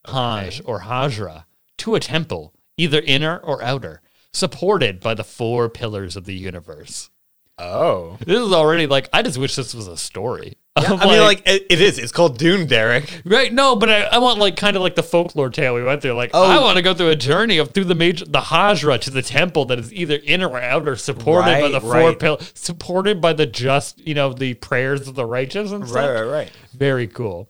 S2: Hajj or Hajra, to a temple, either inner or outer, supported by the four pillars of the universe.
S1: Oh.
S2: This is already like I just wish this was a story.
S1: Yeah,
S2: Of,
S1: I mean, like, it, it is. It's called Dune, Derek.
S2: right? No, but I, I want like kind of like the folklore tale we went through. Like
S1: Oh.
S2: I want to go through a journey of through the major the Hajra to the temple that is either inner or outer, supported by
S1: Right,
S2: the four
S1: right.
S2: pillars, supported by the just you know the prayers of the righteous and stuff.
S1: right.
S2: Very cool.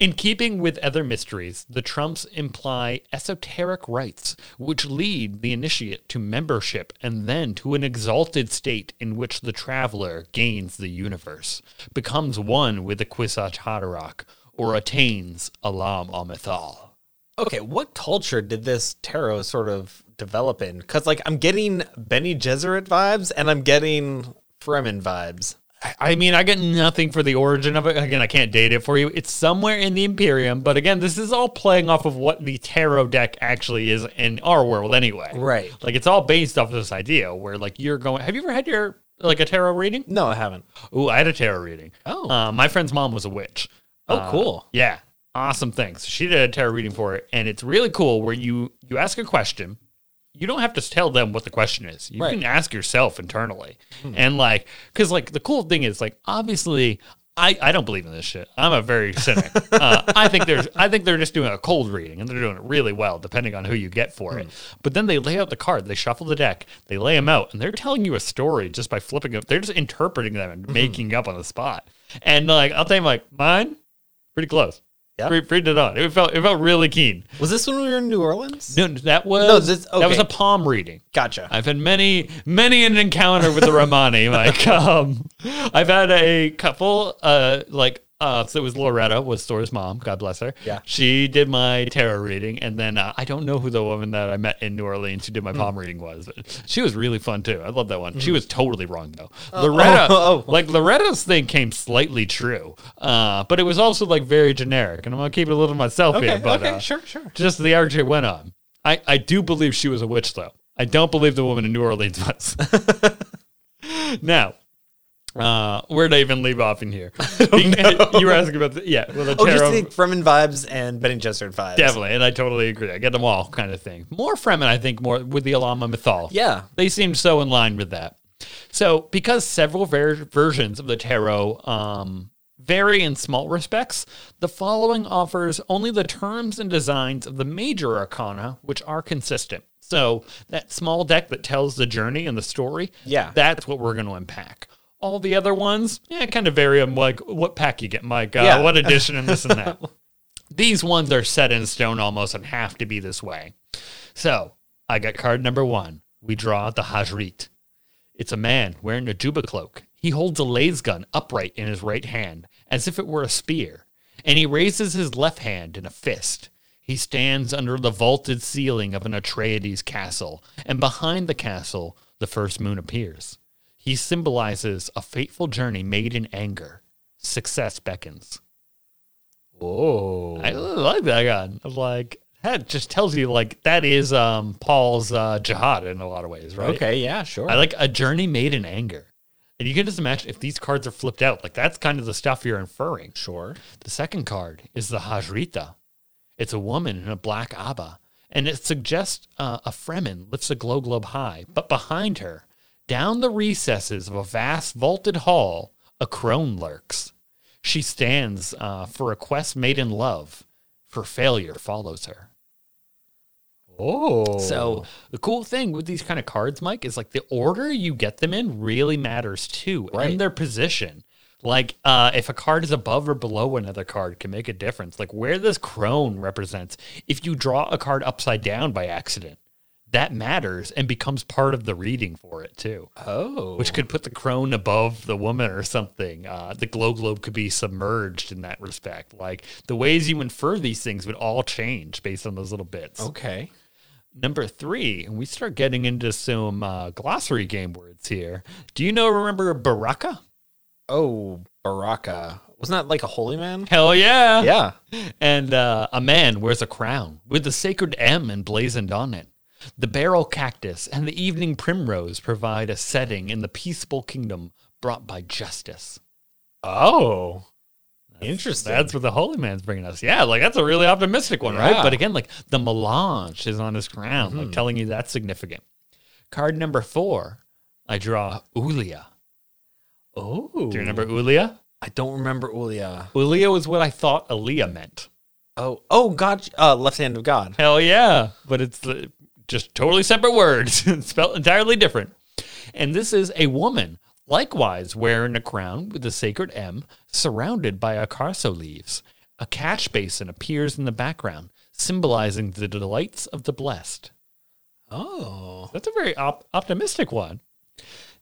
S2: In keeping with other mysteries, the Trumps imply esoteric rites, which lead the initiate to membership and then to an exalted state in which the traveler gains the universe, becomes one with the Kwisatz Haderach, or attains Alam Amithal.
S1: Okay, what culture did this tarot sort of develop in? Because, like, I'm getting Benny Gesserit vibes and I'm getting Fremen vibes.
S2: I- I mean, I get nothing for the origin of it. Again, I can't date it for you. It's somewhere in the Imperium, but again, this is all playing off of what the tarot deck actually is in our world anyway.
S1: Right.
S2: Like it's all based off this idea where like you're going. Have you ever had your like a tarot reading?
S1: No, I haven't.
S2: Ooh, I had a tarot reading.
S1: Oh.
S2: Uh, my friend's mom was a witch.
S1: Oh,
S2: Uh,
S1: cool.
S2: Yeah, awesome. Thanks. She did a tarot reading for it, and it's really cool. Where you you ask a question, you don't have to tell them what the question is. You
S1: Right. Hmm.
S2: can ask yourself internally, and like, because like the cool thing is like obviously. I, I don't believe in this shit. I'm a very cynic. uh, I think there's I think they're just doing a cold reading and they're doing it really well, depending on who you get for
S1: Hmm.
S2: it. But then they lay out the card, they shuffle the deck, they lay them out, and they're telling you a story just by flipping up. They're just interpreting them
S1: Hmm.
S2: and making up on the spot. And like I'll tell you, like mine, pretty close.
S1: Yeah.
S2: Re- reading it on. It felt it felt really keen.
S1: Was this when we were in New Orleans?
S2: No, that was
S1: No, this-
S2: that
S1: okay.
S2: was a palm reading.
S1: Gotcha.
S2: I've had many, many an encounter with the Romani. Like, um, I've had a couple, uh, like, uh, so it was Loretta was Thor's mom. God bless her.
S1: Yeah.
S2: She did my tarot reading. And then uh, I don't know who the woman that I met in New Orleans who did
S1: Hmm.
S2: my palm reading was, but she was really fun too. I love that one. She was totally wrong though. Loretta,
S1: oh, oh.
S2: like Loretta's thing came slightly true. Uh, but it was also like very generic and I'm going to keep it a little to myself here, but, uh,
S1: sure, sure.
S2: just the arbitrary went on. I, I do believe she was a witch, though. I don't believe the woman in New Orleans was. now, uh, where'd I even leave off in here? you were asking about the, yeah, well, the
S1: Oh,
S2: tarot.
S1: just think Fremen vibes and Benny Gesserit vibes.
S2: Definitely, and I totally agree. I get them all kind of thing. More Fremen, I think, more with the Alama Mythal.
S1: Yeah.
S2: They seemed so in line with that. So, because several ver- versions of the tarot um, vary in small respects, the following offers only the terms and designs of the major arcana, which are consistent. So, that small deck that tells the journey and the story,
S1: Yeah.
S2: that's what we're going to unpack. All the other ones, yeah, kind of vary on like what pack you get, Mike, uh,
S1: Yeah.
S2: what edition, and this and that these ones are set in stone almost and have to be this way. So I got card number one. We draw the Hajrit. It's a man wearing a juba cloak. He holds a lays gun upright in his right hand, as if it were a spear, and he raises his left hand in a fist. He stands under the vaulted ceiling of an Atreides castle, and behind the castle, the first moon appears. He symbolizes a fateful journey made in anger. Success beckons.
S1: Whoa.
S2: I really like that gun. I'm like that just tells you like that is um Paul's uh jihad in a lot of ways, right?
S1: okay, yeah, sure.
S2: I like a journey made in anger. And you can just imagine if these cards are flipped out, like that's kind of the stuff you're inferring.
S1: sure.
S2: The second card is the Hajrita. It's a woman in a black abba, and it suggests uh, a Fremen lifts a glow globe high, but behind her, down the recesses of a vast vaulted hall, a crone lurks. She stands uh, for a quest made in love, for failure follows her.
S1: Oh.
S2: So the cool thing with these kind of cards, Mike, is like the order you get them in really matters too,
S1: Right.
S2: and their position. Like uh, if a card is above or below another card can make a difference. Like where this crone represents, if you draw a card upside down by accident, that matters and becomes part of the reading for it too.
S1: Oh.
S2: Which could put the crone above the woman or something. Uh, the glow globe could be submerged in that respect. Like the ways you infer these things would all change based on those little bits.
S1: okay.
S2: Number three, and we start getting into some uh, glossary game words here. Do you know, remember Baraka?
S1: Oh, Baraka. Wasn't that like a holy man?
S2: Hell yeah.
S1: Yeah.
S2: And uh, a man wears a crown with the sacred M emblazoned on it. The barrel cactus and the evening primrose provide a setting in the peaceful kingdom brought by justice.
S1: Oh. Interesting.
S2: That's what the holy man's bringing us. Yeah, like that's a really optimistic one, right?
S1: Yeah. Hmm.
S2: But again, like the melange is on his crown, like telling you that's significant. Card number four, I draw Ulia.
S1: oh.
S2: Do you remember Ulia?
S1: I don't remember Ulia.
S2: Ulia was what I thought Aaliyah meant.
S1: Oh, oh, God. Uh, left hand of God.
S2: Hell yeah. But it's uh, just totally separate words, spelled entirely different. And this is a woman, likewise wearing a crown with the sacred M, surrounded by acarso leaves. A catch basin appears in the background, symbolizing the delights of the blessed.
S1: Oh.
S2: That's a very op- optimistic one.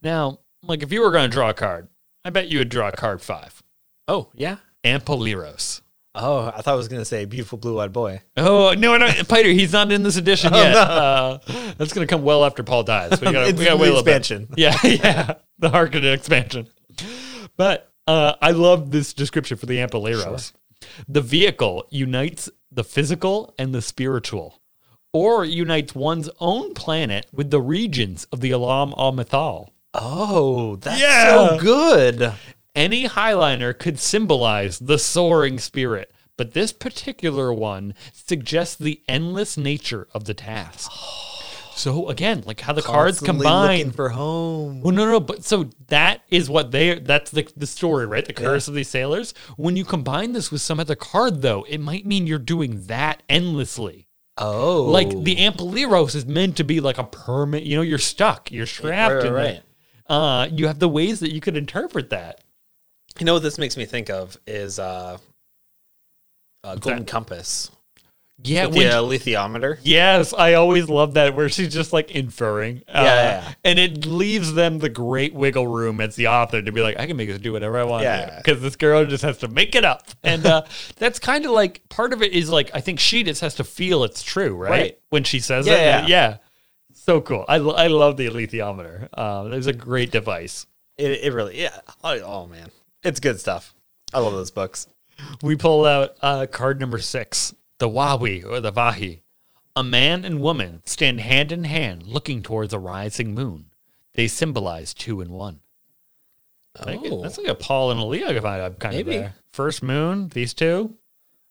S2: Now, like if you were going to draw a card, I bet you would draw card five
S1: Oh, yeah.
S2: Ampeliros.
S1: Oh, I thought I was going to say beautiful blue eyed boy.
S2: Oh no, no, Piter, he's not in this edition yet.
S1: Oh, no.
S2: Uh, that's gonna come well after Paul dies. We gotta,
S1: It's
S2: we gotta
S1: the
S2: wait a little bit.
S1: expansion.
S2: Yeah, yeah, the Harkonnen expansion. But uh, I love this description for the Ampeleros. The vehicle unites the physical and the spiritual, or unites one's own planet with the regions of the Alam al Mithal.
S1: Oh, that's
S2: Yeah.
S1: so good.
S2: Any highliner could symbolize the soaring spirit, but this particular one suggests the endless nature of the task. So again, like how the cards
S1: Constantly
S2: combine.
S1: looking for home.
S2: Well, no, no, but so that is what they. That's the the story, right? The curse of these sailors. When you combine this with some other card, though, it might mean you're doing that endlessly.
S1: Oh,
S2: Like the Ampeleros is meant to be like a permit. You know, you're stuck. You're trapped
S1: right,
S2: in
S1: right.
S2: it. Uh, you have the ways that you could interpret that.
S1: you know what this makes me think of is uh, uh Golden Compass.
S2: Yeah, when
S1: Yeah, lithiometer.
S2: Yes, I always love that where she's just like inferring. Uh,
S1: yeah.
S2: And it leaves them the great wiggle room as the author to be like, I can make this do whatever I want
S1: Yeah.
S2: Because this girl just has to make it up. And uh, that's kind of like part of it is like, I think she just has to feel it's true, right?
S1: Right.
S2: When she says it.
S1: Yeah.
S2: Yeah. So cool. I, lo- I love the alethiometer. Uh, it's a great device.
S1: It, it really, yeah. Oh, oh, man, it's good stuff. I love those books.
S2: we pull out uh, card number six, the Wawi or the Vahi. A man and woman stand hand in hand looking towards a rising moon. They symbolize two and one. Like,
S1: Oh.
S2: That's like a Paul and a Leo vibe, kind
S1: Maybe.
S2: of. There. First moon, these two,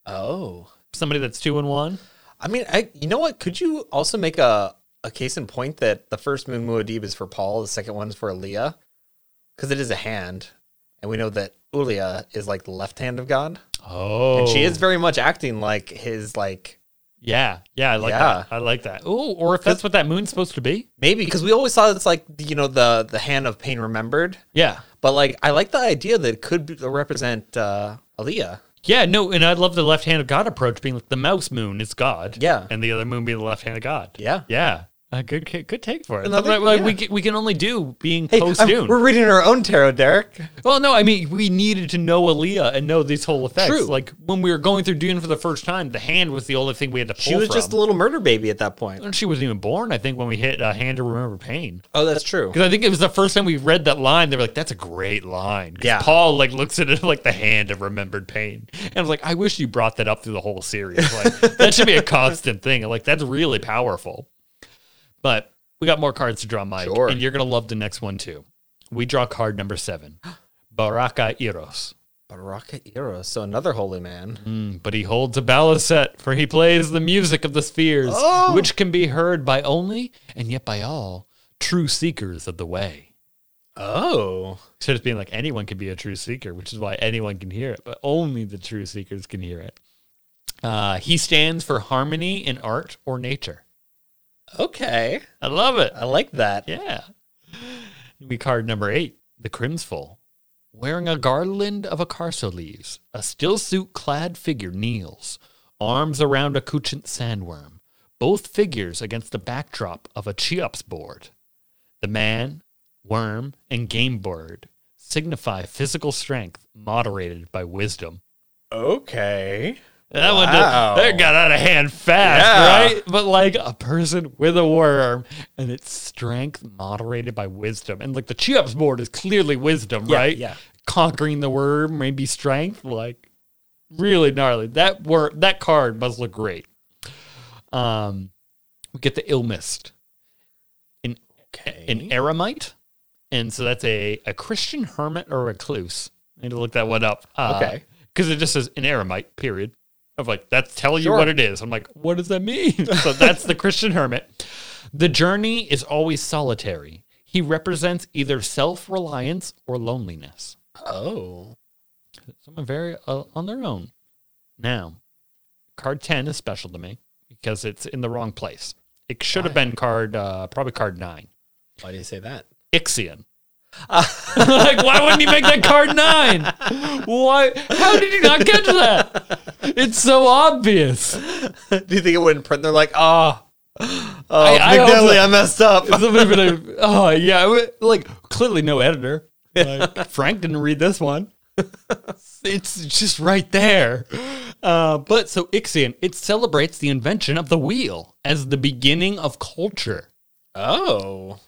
S1: Oh,
S2: somebody that's two and one.
S1: I mean, I you know what? Could you also make a a case in point that the first moon Muad'Dib is for Paul, the second one's for Leah, because it is a hand, and we know that Ulia is like the left hand of God,
S2: Oh,
S1: and she is very much acting like his like
S2: Yeah, yeah, I like
S1: Yeah.
S2: that. I like that. Oh, or if that's what that moon's supposed to be.
S1: maybe because we always saw it's like you know the the hand of pain remembered,
S2: Yeah,
S1: but like I like the idea that it could be, represent uh Aaliyah.
S2: yeah. No, and I love the left hand of God approach, being like the mouse moon is God.
S1: Yeah.
S2: and the other moon being the left hand of God.
S1: Yeah.
S2: Yeah. A good ca- good take for it.
S1: Another-
S2: Like, like,
S1: yeah.
S2: we, can, we can only do being
S1: Hey,
S2: post
S1: I'm-
S2: Dune.
S1: we're reading our own tarot, Derek.
S2: Well, no, I mean we needed to know Aaliyah and know these whole effects.
S1: True.
S2: Like when we were going through Dune for the first time, the hand was the only thing we had to pull
S1: She was
S2: from.
S1: just a little murder baby at that point.
S2: And she wasn't even born, I think, when we hit uh, Hand to Remember Pain.
S1: Oh, that's true.
S2: Because I think it was the first time we read that line. They were like, "That's a great line." 'Cause
S1: Yeah.
S2: Paul like looks at it like the hand of remembered pain, and I was like, "I wish you brought that up through the whole series. Like that should be a constant thing. Like that's really powerful." But we got more cards to draw, Mike,
S1: Sure.
S2: and you're gonna love the next one too. We draw card number seven, Baraka Eros.
S1: Baraka Eros, so another holy man.
S2: Mm, but he holds a balisette, for he plays the music of the spheres,
S1: Oh.
S2: which can be heard by only and yet by all true seekers of the way.
S1: Oh,
S2: So just being like anyone can be a true seeker, which is why anyone can hear it, but only the true seekers can hear it. Uh, he stands for harmony in art or nature.
S1: okay.
S2: I love it.
S1: I like that.
S2: Yeah. We card number eight, the Crimsful. Wearing a garland of acarso leaves, a still suit clad figure kneels, arms around a couchant sandworm, both figures against the backdrop of a Cheops board. The man, worm, and game bird signify physical strength moderated by wisdom.
S1: Okay.
S2: That one
S1: Wow.
S2: did, that got out of hand fast,
S1: Yeah.
S2: right? But like a person with a worm and its strength moderated by wisdom. And like the Cheops board is clearly wisdom,
S1: Yeah,
S2: right?
S1: yeah.
S2: conquering the worm, maybe strength. Like really gnarly. That word, that card must look great. Um, we get the ill mist, an
S1: Okay.
S2: an eremite, and so that's a a Christian hermit or recluse. I need to look that one up. Uh,
S1: Okay.
S2: because it just says an eremite. Period. Of like that's telling
S1: Sure.
S2: you what it is. I'm like, what does that mean? so that's the Christian hermit. The journey is always solitary. He represents either self reliance or loneliness
S1: Oh.
S2: someone very uh, on their own. Now, card 10 is special to me because it's in the wrong place. It should have been card, uh, probably card 9.
S1: Why do you say that?
S2: Ixion. Uh, like, why wouldn't you make that card 9? Why? How did you not catch that? It's so obvious.
S1: do you think it wouldn't print? They're like, oh, oh,
S2: I
S1: McNally,
S2: also-
S1: I messed up.
S2: Somebody would have, oh, yeah. it would- Like, clearly no editor. Like, Frank didn't read this one. It's just right there. Uh, but so Ixion, it celebrates the invention of the wheel as the beginning of culture.
S1: Oh.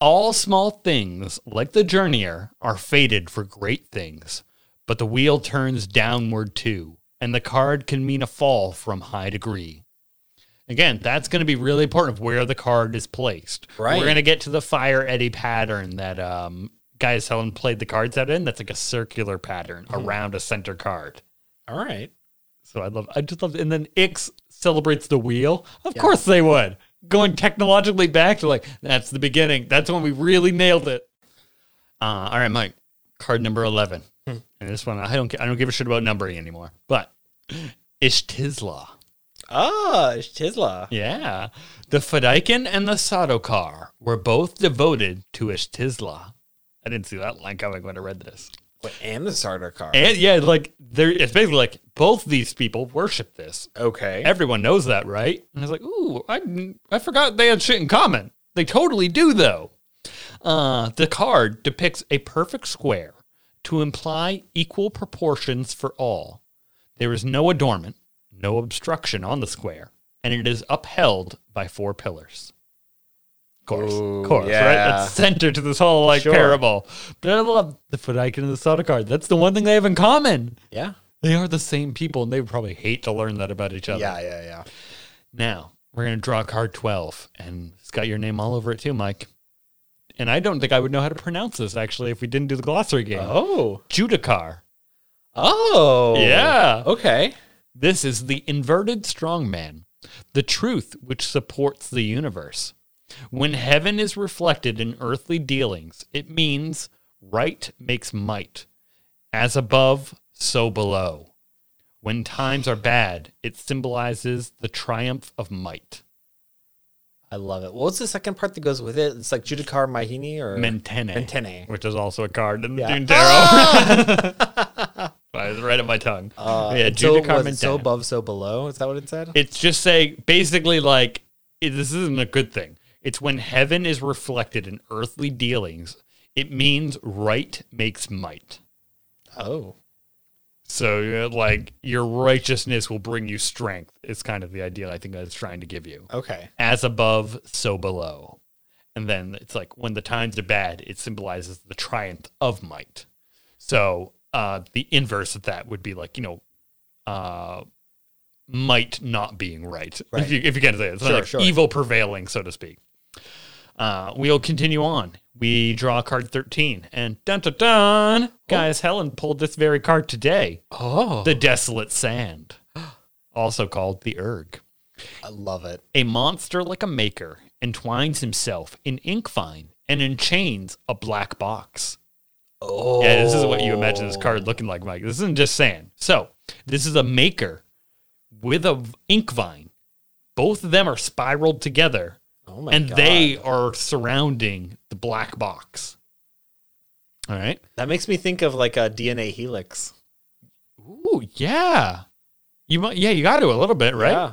S2: All small things, like the journeyer, are fated for great things, but the wheel turns downward too, and the card can mean a fall from high degree. Again, that's going to be really important of where the card is placed.
S1: Right.
S2: We're going to get to the fire eddy pattern that um, Guy Helen played the cards out in. That's like a circular pattern around a center card.
S1: All right.
S2: So I love, I just love, and then Ix celebrates the wheel. Of course they would. Going technologically back to like, that's the beginning. That's when we really nailed it. Uh, all right, Mike, card number 11. And this one, I don't, gi- I don't give a shit about numbering anymore, but Ishtisla.
S1: Ah, it's Chisla.
S2: Yeah. The Fadaikin and the Sadokar were both devoted to Ishtisla. I didn't see that line coming when I read this.
S1: Wait, and the starter car.
S2: And yeah, like, there, it's basically like both these people worship this.
S1: okay.
S2: Everyone knows that, right? And I was like, ooh, I, I forgot they had shit in common. They totally do, though. Uh, the card depicts a perfect square to imply equal proportions for all. There is no adornment, no obstruction on the square, and it is upheld by four pillars. Of course,
S1: Ooh,
S2: of course,
S1: yeah.
S2: right? That's center to this whole like
S1: Sure.
S2: parable. But I love the Fodaikin and the Soda card. That's the one thing they have in common.
S1: yeah.
S2: They are the same people, and they would probably hate to learn that about each other.
S1: Yeah, yeah, yeah.
S2: Now we're gonna draw card twelve, and it's got your name all over it too, Mike. And I don't think I would know how to pronounce this actually if we didn't do the glossary game.
S1: Oh.
S2: Judicar.
S1: Oh.
S2: Yeah.
S1: Okay.
S2: This is the inverted strongman, the truth which supports the universe. When heaven is reflected in earthly dealings, it means right makes might. As above, so below. When times are bad, it symbolizes the triumph of might.
S1: I love it. What's the second part that goes with it? It's like Judicar Mahini or
S2: Mentene.
S1: Mentene.
S2: Which is also a card in the
S1: Yeah.
S2: Dune Tarot.
S1: Oh! Ah!
S2: I was right at my tongue.
S1: Uh,
S2: yeah,
S1: and so,
S2: Judicar
S1: was
S2: Mentene.
S1: it so above, so below. Is that what it said?
S2: it's just saying basically like it, this isn't a good thing. It's when heaven is reflected in earthly dealings. It means right makes might.
S1: oh.
S2: So you're like your righteousness will bring you strength. It's kind of the idea I think that's trying to give you.
S1: Okay.
S2: As above, so below. And then it's like when the times are bad, it symbolizes the triumph of might. So uh, the inverse of that would be like, you know, uh, might not being right.
S1: Right.
S2: If, you, if you can say it. It's not
S1: Sure,
S2: like
S1: sure.
S2: evil prevailing, so to speak. Uh, we'll continue on. We draw card 13. And dun dun dun! Guys, Helen pulled this very card today.
S1: Oh.
S2: The Desolate Sand, also called the Erg.
S1: I love it.
S2: A monster like a maker entwines himself in ink vine and enchains a black box.
S1: Oh.
S2: Yeah, this is what you imagine this card looking like, Mike. This isn't just sand. So, this is a maker with a v- ink vine. Both of them are spiraled together,
S1: Oh my
S2: and
S1: God.
S2: they are surrounding the black box. All right.
S1: That makes me think of like a DNA helix.
S2: Ooh, yeah. You might, yeah, you got to a little bit, right?
S1: Yeah.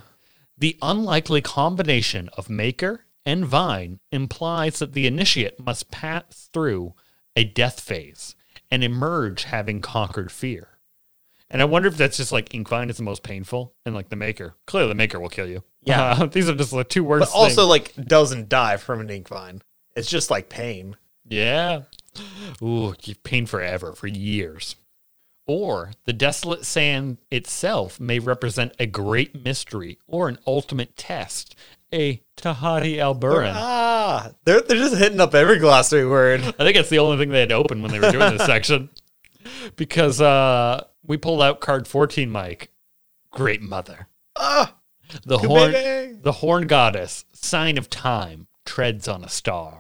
S2: The unlikely combination of Maker and Vine implies that the initiate must pass through a death phase and emerge having conquered fear. And I wonder if that's just like Ink Vine is the most painful and like the Maker. Clearly, the Maker will kill you.
S1: Yeah.
S2: Uh, these are just the two worst
S1: But also
S2: things.
S1: like doesn't die from an ink vine. It's just like pain.
S2: Yeah. Ooh, you pain forever, for years. Or the desolate sand itself may represent a great mystery or an ultimate test, a Tahari al Buran.
S1: Ah, they're, they're just hitting up every glossary word.
S2: I think that's the only thing they had open when they were doing this section. Because uh, we pulled out card 14, Mike. Great mother.
S1: Ah,
S2: The horn,
S1: baby.
S2: the horn goddess, sign of time, treads on a star.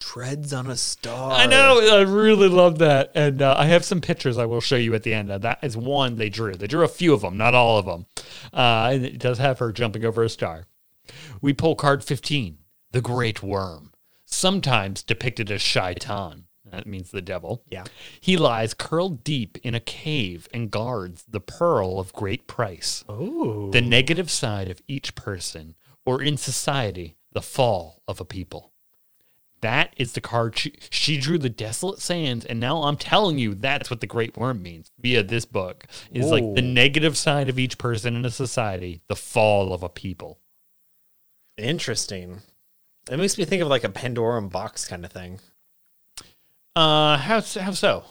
S1: Treads on a star.
S2: I know. I really love that. And uh, I have some pictures I will show you at the end. Uh, that is one they drew. They drew a few of them, not all of them. Uh, and it does have her jumping over a star. We pull card 15, the Great Worm, sometimes depicted as Shaitan. That means the devil.
S1: Yeah.
S2: He lies curled deep in a cave and guards the pearl of great price
S1: Oh.
S2: the negative side of each person, or in society, the fall of a people. That is the card she, she drew the desolate sands, and now I'm telling you that's what the great worm means via this book is like the
S1: Whoa.
S2: negative side of each person in a society, the fall of a people.
S1: Interesting. It makes me think of like a Pandorum box kind of thing.
S2: Uh, how s- how so?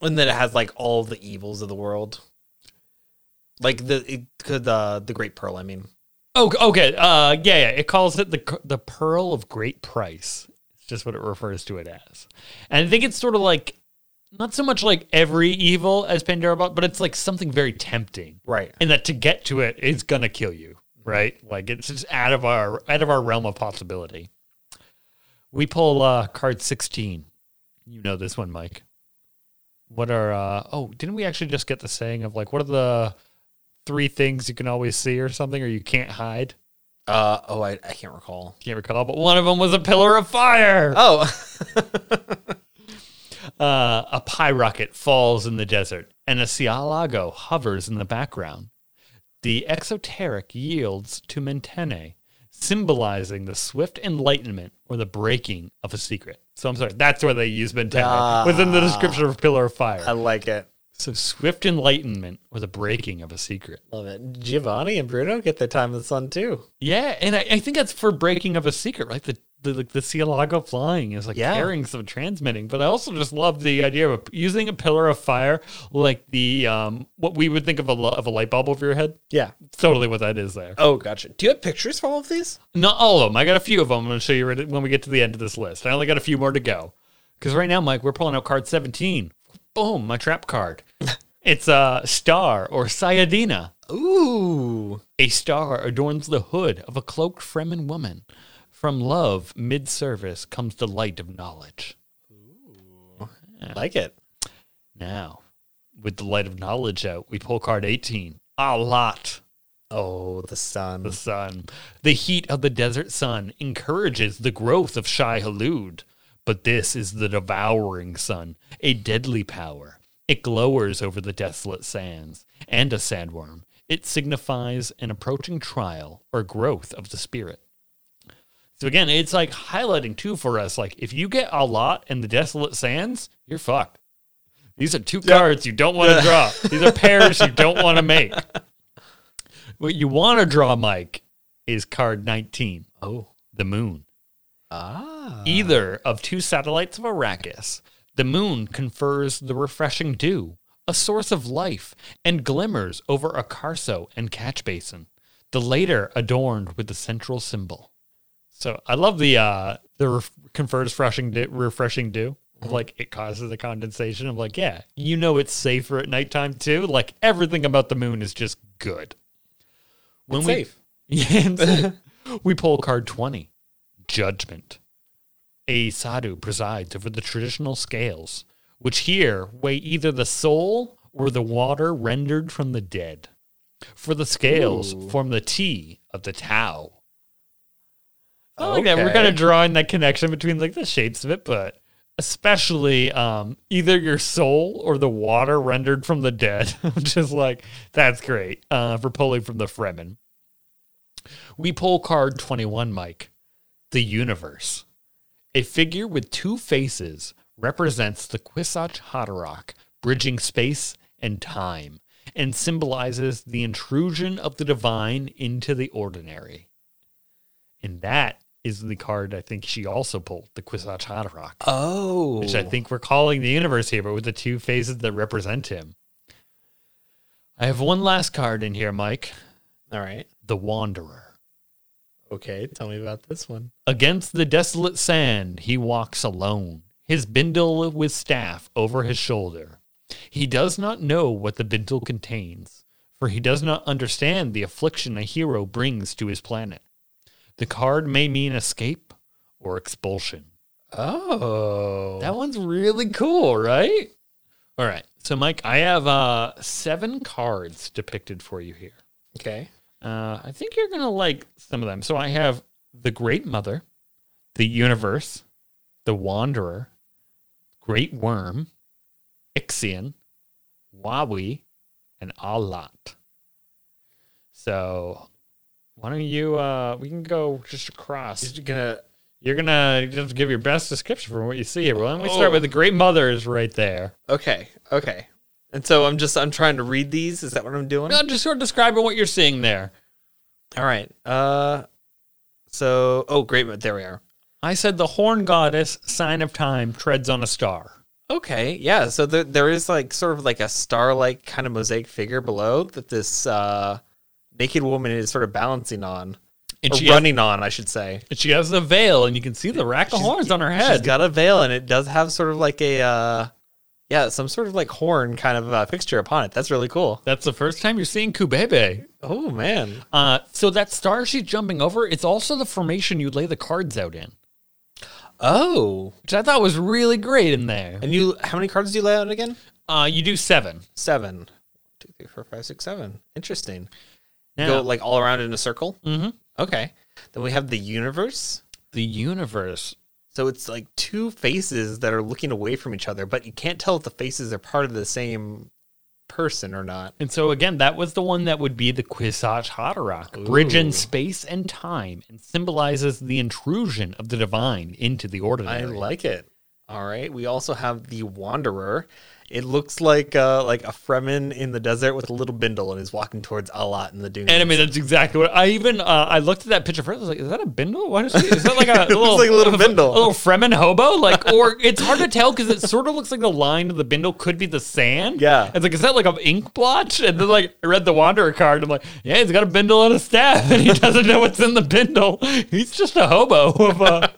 S1: And then it has like all the evils of the world. Like the it could the the Great Pearl, I mean.
S2: Oh, okay. Uh, yeah, yeah. It calls it the c- the pearl of great price. It's just what it refers to it as, and I think it's sort of like not so much like every evil as Pandora, bought, but it's like something very tempting,
S1: Right.
S2: and that to get to it is gonna kill you, right? Like it's just out of our out of our realm of possibility. We pull uh, card sixteen. You know this one, Mike. What are uh, oh? Didn't we actually just get the saying of like what are the three things you can always see or something or you can't hide?
S1: Uh oh I, I can't recall.
S2: Can't recall, but one of them was a pillar of fire.
S1: Oh
S2: Uh, a pyrocket falls in the desert, and a Sialago hovers in the background. The exoteric yields to Mentene, symbolizing the swift enlightenment or the breaking of a secret. So I'm sorry, that's where they use Mentene
S1: Ah.
S2: within the description of Pillar of Fire.
S1: I like it.
S2: so swift enlightenment or the breaking of a secret.
S1: Love it. Giovanni and Bruno get their time in the sun too.
S2: Yeah, and I, I think that's for breaking of a secret, right? The the like the Cielago flying is like
S1: Yeah.
S2: carrying some transmitting, but I also just love the idea of using a pillar of fire, like the um what we would think of a lo- of a light bulb over your head.
S1: Yeah.
S2: Totally what that is there.
S1: Oh gotcha. Do you have pictures for all of these?
S2: Not all of them. I got a few of them. I'm going to show you right- when we get to the end of this list. I only got a few more to go because right now, Mike, we're pulling out card 17. Boom, my trap card. it's a star or Sayadina.
S1: Ooh.
S2: A star adorns the hood of a cloaked Fremen woman. From love, mid service, comes the light of knowledge.
S1: I like it.
S2: Now, with the light of knowledge out, we pull card 18. A lot.
S1: Oh, the sun.
S2: The sun. The heat of the desert sun encourages the growth of Shai Halud. But this is the devouring sun, a deadly power. It glowers over the desolate sands, and a sandworm. It signifies an approaching trial or growth of the spirit. So again, it's like highlighting too for us. Like if you get a lot in the desolate sands, you're fucked. These are two cards you don't want to draw. These are pairs you don't want to make. What you want to draw, Mike, is card 19. Oh, the moon.
S1: Ah.
S2: Either of two satellites of Arrakis, the moon confers the refreshing dew, a source of life, and glimmers over a carso and catch basin, the later adorned with the central symbol. So I love the uh the ref- confers refreshing de- refreshing dew.
S1: Mm-hmm.
S2: Like it causes a condensation. I'm like, yeah, you know it's safer at nighttime too. Like everything about the moon is just good. When
S1: It's
S2: we-
S1: safe.
S2: yeah, and so we pull card 20, Judgment. A sadhu presides over the traditional scales, which here weigh either the soul or the water rendered from the dead. For the scales
S1: Ooh.
S2: form the T of the Tao. I like that. We're
S1: Okay.
S2: kind of drawing that connection between like the shapes of it, but especially um, either your soul or the water rendered from the dead. I'm just like, that's great uh, for pulling from the Fremen. We pull card 21, Mike. The universe. A figure with two faces represents the Kwisatz Haderach, bridging space and time, and symbolizes the intrusion of the divine into the ordinary. And that is the card I think she also pulled, the Kwisatz Haderach,
S1: Oh.
S2: which I think we're calling the universe here, but with the two phases that represent him. I have one last card in here, Mike
S1: All right.
S2: the Wanderer.
S1: Okay. Tell me about this one.
S2: Against the desolate sand, he walks alone, his bindle with staff over his shoulder. He does not know what the bindle contains, for he does not understand the affliction a hero brings to his planet. The card may mean escape or expulsion.
S1: Oh.
S2: That one's really cool, right? All right. So, Mike, I have uh, seven cards depicted for you here.
S1: okay.
S2: Uh, I think you're going to like some of them. So I have the Great Mother, the Universe, the Wanderer, Great Worm, Ixion, Wawi, and Alat. So why don't you, uh, we can go just across.
S1: Just gonna.
S2: You're going to just give your best description from what you see here. Well, let me start with the Great Mother is right there.
S1: Okay. Okay. And so I'm just I'm trying to read these. Is that what I'm doing?
S2: No, just sort of describing what you're seeing there.
S1: All right. Uh. So oh great, but there we are.
S2: I said the Horn Goddess, sign of time, treads on a star.
S1: Okay. Yeah. So there there is like sort of like a star like kind of mosaic figure below that this uh naked woman is sort of balancing on
S2: And
S1: or
S2: she has-
S1: running on, I should say.
S2: And she has the veil, and you can see the rack of
S1: She's-
S2: horns on her
S1: She's
S2: head.
S1: got a veil, and it does have sort of like a, uh, yeah, some sort of like horn kind of uh, fixture upon it. That's really cool.
S2: that's the first time you're seeing Kubebe.
S1: Oh man.
S2: Uh, so that star she's jumping over, it's also the formation you lay the cards out in,
S1: Oh,
S2: which I thought was really great in there.
S1: and you, how many cards do you lay out again?
S2: Uh, you do seven.
S1: Seven. One, Two, three, four, five, six, seven. Interesting. Go
S2: Now,
S1: like all around in a circle.
S2: Mhm.
S1: Okay. Then we have the universe.
S2: the universe.
S1: So it's like two faces that are looking away from each other, but you can't tell if the faces are part of the same person or not.
S2: And so again, that was the one that would be the Kwisatz Haderach, bridge
S1: Ooh.
S2: in space and time, and symbolizes the intrusion of the divine into the
S1: I
S2: ordinary.
S1: like it. All right. We also have the Wanderer. It looks like uh, like a Fremen in the desert with a little bindle and is walking towards Allah in the dunes.
S2: And I mean, that's exactly what I even uh, I looked at that picture first. I was like, "Is that a bindle? What is, is that like a
S1: It
S2: little
S1: looks like a little bindle.
S2: a little Fremen hobo? Like, or it's hard to tell because it sort of looks like the line of the bindle could be the sand.
S1: Yeah.
S2: it's like is that like an ink blotch? And then like I read the Wanderer card. I'm like, yeah, he's got a bindle and a staff, and he doesn't know what's in the bindle. He's just a hobo of, uh,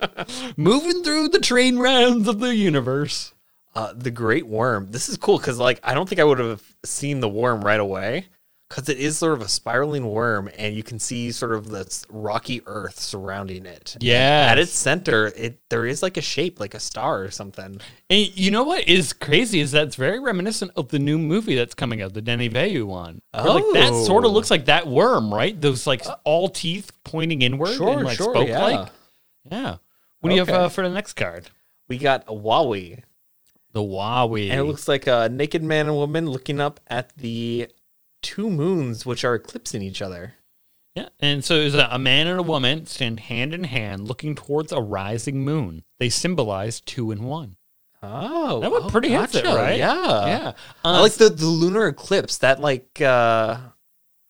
S2: moving through the train rounds of the universe.
S1: uh, the Great Worm. This is cool because like I don't think I would have seen the worm right away because it is sort of a spiraling worm and you can see sort of this rocky earth surrounding it.
S2: Yeah,
S1: At its center, it there is like a shape, like a star or something.
S2: And you know what is crazy is that's very reminiscent of the new movie that's coming out, the Denny Vayu one. Where, Like that
S1: Oh. Uh,
S2: sort of looks like that worm, right? Those like all teeth pointing inward
S1: Sure,
S2: and like
S1: sure,
S2: spoke
S1: yeah.
S2: like. Yeah. What do you have
S1: Okay.
S2: uh, for the next card?
S1: We got a Wawi,
S2: The Wawi.
S1: And it looks like a naked man and woman looking up at the two moons which are eclipsing each other.
S2: yeah. And so is a, a man and a woman stand hand in hand looking towards a rising moon. They symbolize two and one.
S1: Oh,
S2: That one pretty hits it, right?
S1: Yeah,
S2: yeah.
S1: I
S2: Uh,
S1: like the, the lunar eclipse. That like uh,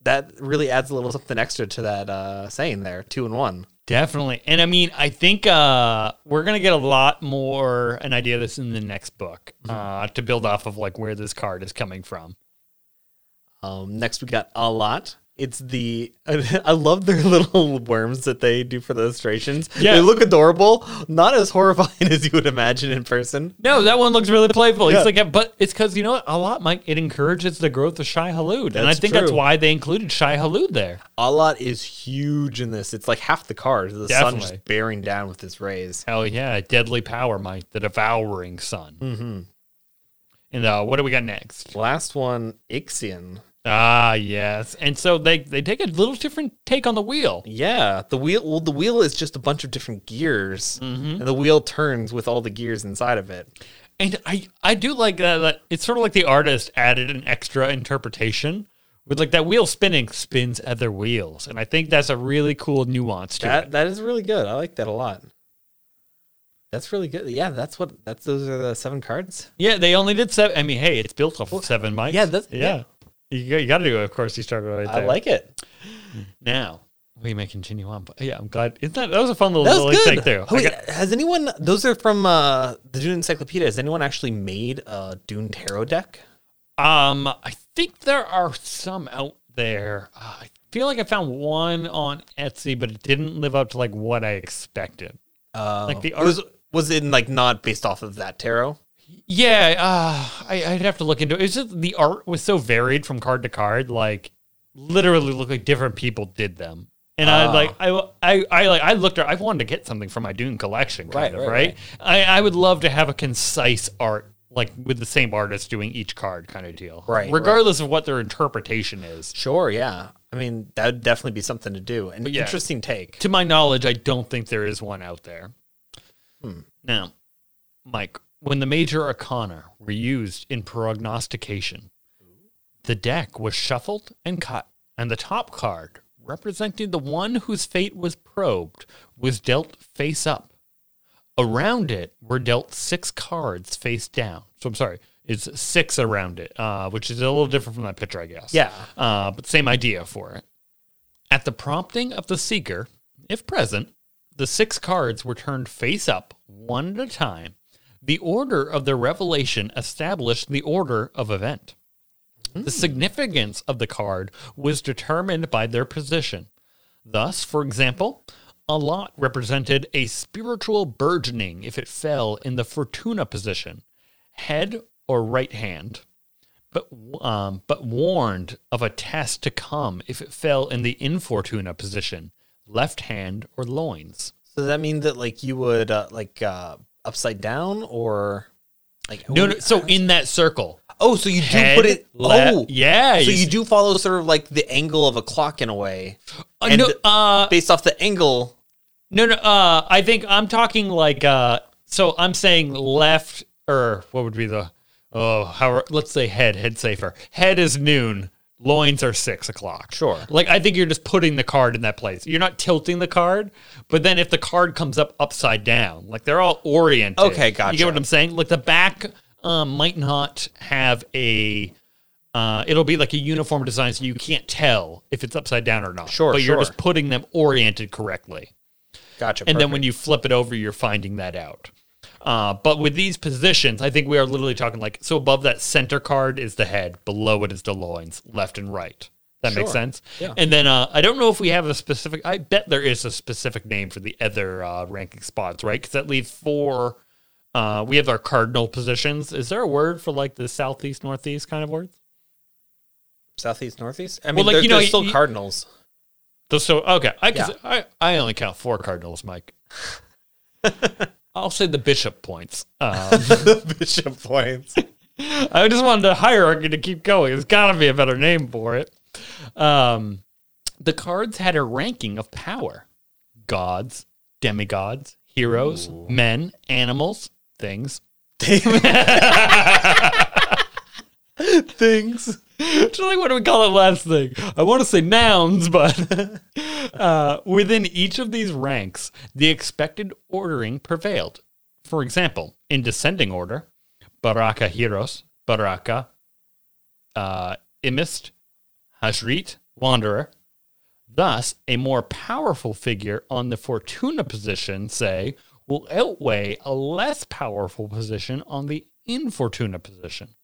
S1: that really adds a little something extra to that uh, saying there. Two and one.
S2: Definitely. And I mean, I think uh, we're going to get a lot more an idea of this in the next book
S1: Mm-hmm.
S2: uh, to build off of like where this card is coming from.
S1: Um, next we got a lot. It's the I love their little worms that they do for the illustrations.
S2: Yeah.
S1: They look adorable, not as horrifying as you would imagine in person.
S2: No, that one looks really playful.
S1: Yeah.
S2: He's like, yeah, but it's because, you know what? A lot, Mike, it encourages the growth of Shai Halud. And I
S1: That's
S2: think that's
S1: true.
S2: why they included Shai Halud there.
S1: A lot is huge in this. It's like half the card. The sun
S2: Definitely.
S1: just bearing down with its rays.
S2: Hell Oh, yeah. Deadly power, Mike, the devouring sun. Mm-hmm. And uh, what do we got next?
S1: Last one, Ixion.
S2: Ah, yes. And so they, they take a little different take on the wheel.
S1: Yeah, the wheel. Well, the wheel is just a bunch of different gears,
S2: Mm-hmm.
S1: and the wheel turns with all the gears inside of it.
S2: And I, I do like that, that. It's sort of like the artist added an extra interpretation with like that wheel spinning spins other wheels. And I think that's a really cool nuance to
S1: That
S2: it.
S1: that is really good. I like that a lot. That's really good. Yeah, that's what. That's those are the seven cards.
S2: Yeah, they only did seven. I mean, hey, it's built off of seven, Mike.
S1: yeah, that's-
S2: yeah. You, got- you got to do it. Of course, you started right
S1: I
S2: there.
S1: like it.
S2: Now, we may continue on. But yeah, I'm glad. Isn't that, that was a fun little,
S1: That
S2: little
S1: was good.
S2: take there.
S1: Oh,
S2: I
S1: wait,
S2: got-
S1: has anyone? Those are from uh, the Dune Encyclopedia. Has anyone actually made a Dune tarot deck?
S2: Um, I think there are some out there. Uh, I feel like I found one on Etsy, but it didn't live up to like what I expected.
S1: Uh,
S2: Like the
S1: it was was it like not based off of that tarot?
S2: Yeah, uh, I, I'd have to look into it. It's just the art was so varied from card to card, like literally looked like different people did them. And I
S1: Ah.
S2: like I I I like I looked. at- I wanted to get something from my Dune collection,
S1: Right,
S2: kind of right.
S1: right,
S2: I, I would love to have a concise art, like with the same artist doing each card, kind of deal,
S1: Right, right.
S2: Regardless of what their interpretation is.
S1: Sure, yeah. I mean, that would definitely be something to do. An
S2: yeah.
S1: interesting take.
S2: To my knowledge, I don't think there is one out there.
S1: Hmm.
S2: Now, Mike, when the major arcana were used in prognostication, the deck was shuffled and cut, and the top card, representing the one whose fate was probed, was dealt face up. Around it were dealt six cards face down. So I'm sorry, it's six around it, uh, which is a little different from that picture, I guess.
S1: Yeah.
S2: Uh, but same idea for it. At the prompting of the seeker, if present, the six cards were turned face up, one at a time. The order of their revelation established the order of event. The significance of the card was determined by their position. Thus, for example, a lot represented a spiritual burgeoning if it fell in the fortuna position, head or right hand but um, but warned of a test to come if it fell in the infortuna position, left hand or loins.
S1: So does that mean that like you would uh, like uh, upside down or like
S2: No, no. So in that circle,
S1: oh, so you do
S2: head,
S1: put it
S2: left,
S1: oh
S2: yeah.
S1: So you do follow sort of like the angle of a clock in a way,
S2: uh, no, uh,
S1: based off the angle.
S2: no, no. Uh, I think I'm talking like uh. So I'm saying left or what would be the oh how are- let's say head head safer. Head is noon. Loins are six o'clock.
S1: Sure.
S2: Like I think you're just putting the card in that place. You're not tilting the card, but then if the card comes up upside down, like they're all oriented.
S1: Okay,
S2: You
S1: gotcha.
S2: get what I'm saying? Like the back um, might not have a. Uh, it'll be like a uniform design, so you can't tell if it's upside down or not.
S1: Sure,
S2: but you're
S1: sure.
S2: just putting them oriented correctly,
S1: Gotcha.
S2: and then when you flip it over, you're finding that out. Uh, but with these positions, I think we are literally talking like so. Above that center card is the head, below it is the loins, left and right. That makes
S1: Sure.
S2: sense.
S1: Yeah.
S2: And then uh, I don't know if we have a specific. I bet there is a specific name for the other uh, ranking spots, right? Because that leaves four. Uh, we have our cardinal positions. Is there a word for like the southeast, northeast kind of words?
S1: southeast, northeast. I mean,
S2: like,
S1: there-
S2: you know,
S1: there's still
S2: you-
S1: cardinals.
S2: The- So okay, I,
S1: Yeah.
S2: I I only count four cardinals, Mike. I'll say the bishop points. Um,
S1: Bishop points.
S2: I just wanted the hierarchy to keep going. There's got to be a better name for it. Um, the cards had a ranking of power gods, demigods, heroes, men, animals, things. things. Which is like, what do we call it last thing? I want to say nouns, but uh, within each of these ranks, the expected ordering prevailed. For example, in descending order, Baraka Heroes, Baraka, uh, Imist, Hashrit, Wanderer. Thus, a more powerful figure on the Fortuna position, say, will outweigh a less powerful position on the Infortuna position.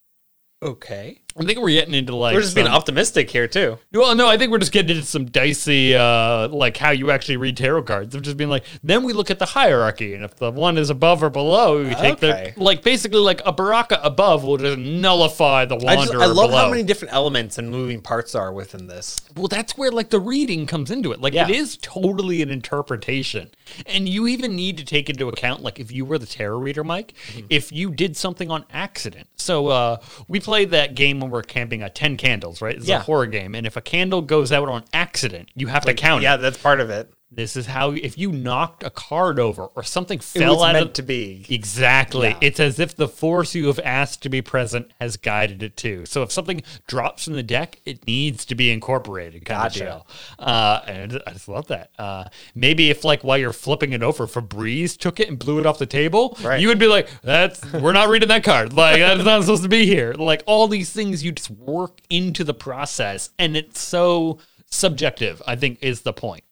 S1: Okay,
S2: I think we're getting into like
S1: we're just being
S2: some-
S1: optimistic here too.
S2: well, no, I think we're just getting into some dicey, uh, like how you actually read tarot cards. Of just being like, then we look at the hierarchy, and if the one is above or below, we take
S1: Okay.
S2: the like basically like a baraka above will just nullify the
S1: I, just,
S2: wanderer
S1: I love
S2: below.
S1: how many different elements and moving parts are within this.
S2: Well, that's where like the reading comes into it. Like
S1: Yeah.
S2: it is totally an interpretation. And you even need to take into account like if you were the tarot reader, Mike,
S1: Mm-hmm.
S2: if you did something on accident. So uh we played that game when we are camping at 10 candles, right? It's a
S1: Yeah.
S2: horror game. And if a candle goes out on accident, you have to count
S1: Yeah,
S2: it.
S1: that's part of it.
S2: This is how if you knocked a card over or something
S1: It
S2: fell
S1: was
S2: out
S1: meant
S2: of
S1: to be.
S2: Exactly. It's as if the force you have asked to be present has guided it to. So if something drops from the deck, it needs to be incorporated. Kind
S1: Gotcha.
S2: of deal. Uh, and I just love that. Uh, maybe if like while you're flipping it over, Febreze took it and blew it off the table,
S1: Right.
S2: you would be like, "That's we're not reading that card. Like that's not supposed to be here." Like all these things you just work into the process, and it's so subjective. I think is the point.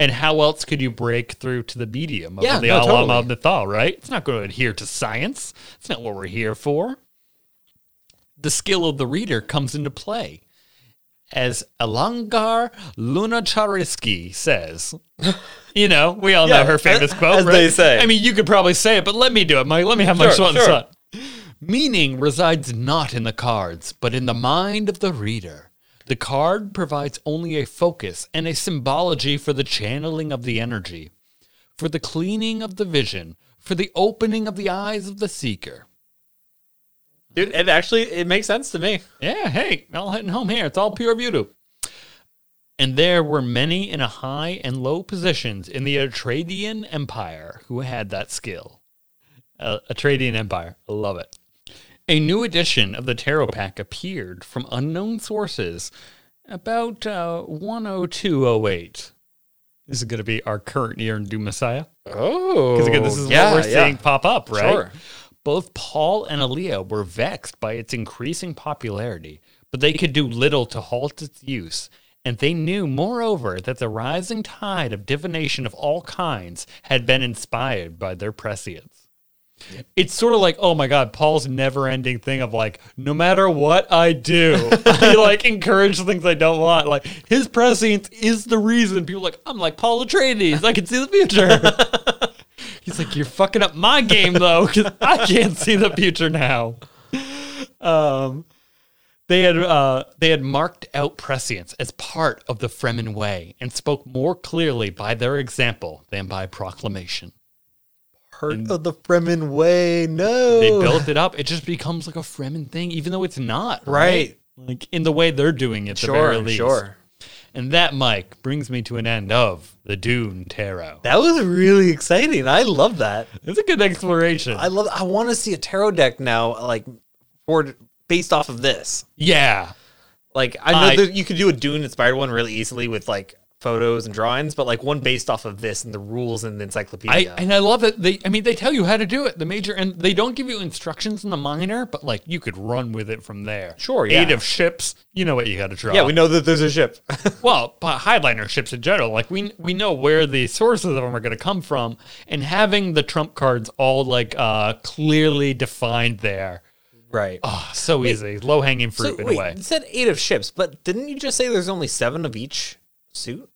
S2: And how else could you break through to the medium of
S1: Yeah,
S2: the
S1: no,
S2: Allama
S1: totally.
S2: Mythal, right? It's not going to adhere to science. It's not what we're here for. The skill of the reader comes into play. As Alangar Lunacharisky says, you know, we all
S1: Yeah,
S2: know her famous
S1: as-
S2: quote.
S1: as
S2: right?
S1: they say.
S2: I mean, you could probably say it, but let me do it, Mike. Let me have my
S1: Sure,
S2: shot
S1: sure.
S2: shot. Meaning resides not in the cards, but in the mind of the reader. The card provides only a focus and a symbology for the channeling of the energy, for the cleaning of the vision, for the opening of the eyes of the seeker.
S1: Dude, it actually it makes sense to me.
S2: Yeah, hey, all heading home here. It's all pure beauty. And there were many in a high and low positions in the Atradian Empire who had that skill. Uh, Atradian Empire. I love it. A new edition of the tarot pack appeared from unknown sources about uh, 10208. This is going to be our current year in Doom Messiah.
S1: Oh,
S2: Because again, this is what we're seeing pop up, right?
S1: Sure.
S2: Both Paul and Aaliyah were vexed by its increasing popularity, but they could do little to halt its use. And they knew, moreover, that the rising tide of divination of all kinds had been inspired by their prescience. It's sort of like, oh my God, Paul's never ending thing of like, no matter what I do, I like encourage things I don't want. Like, his prescience is the reason people are like, I'm like Paul Atreides, I can see the future. He's like, you're fucking up my game though, because I can't see the future now. Um, they had uh, they had marked out prescience as part of the Fremen way and spoke more clearly by their example than by proclamation.
S1: Part of the Fremen way. No,
S2: They built it up; it just becomes like a Fremen thing, even though it's not
S1: right.
S2: Like in the way they're doing it, at the very
S1: Sure,
S2: least.
S1: sure.
S2: And that, Mike, brings me to an end of the Dune Tarot.
S1: That was really exciting. I love that.
S2: It's a good exploration.
S1: I love. I want to see a tarot deck now, like for based off of this.
S2: yeah,
S1: Like I know
S2: I-
S1: that you could do a Dune inspired one really easily with like photos and drawings, but like one based off of this and the rules and the
S2: I
S1: encyclopedia.
S2: and I love that they. I mean, they tell you how to do it. The major and they don't give you instructions in the minor, but like you could run with it from there.
S1: Sure,
S2: Eight
S1: yeah.
S2: of ships. You know what you got to draw.
S1: yeah, we know that there's a ship.
S2: well, but highliner ships in general. Like we we know where the sources of them are going to come from, and having the trump cards all like uh clearly defined there.
S1: right.
S2: Oh, so easy, low hanging fruit
S1: So,
S2: in
S1: wait,
S2: a way.
S1: you said eight of ships, but didn't you just say there's only seven of each suit?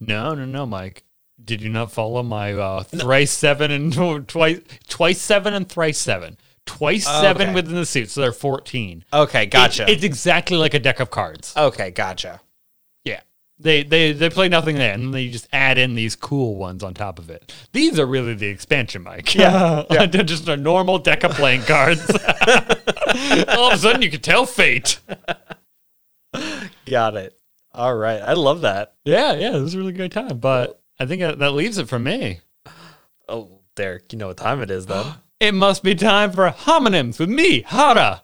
S2: No, no, no, Mike. Did you not follow my uh, thrice seven and twice twice seven and thrice seven? Twice
S1: Oh,
S2: seven
S1: okay.
S2: within the suit, so they're fourteen.
S1: Okay,
S2: It's, it's exactly like a deck of cards.
S1: okay, gotcha.
S2: Yeah. They, they they play nothing there, and then you just add in these cool ones on top of it. These are really the expansion, Mike. Yeah, they're just a normal deck of playing cards. All of a sudden, you can tell fate.
S1: Got it. All right. I love that.
S2: Yeah, yeah, this was a really good time, but I think that that leaves it for me.
S1: Oh, Derek, you know what time it is, though.
S2: It must be time for homonyms with me, Hara.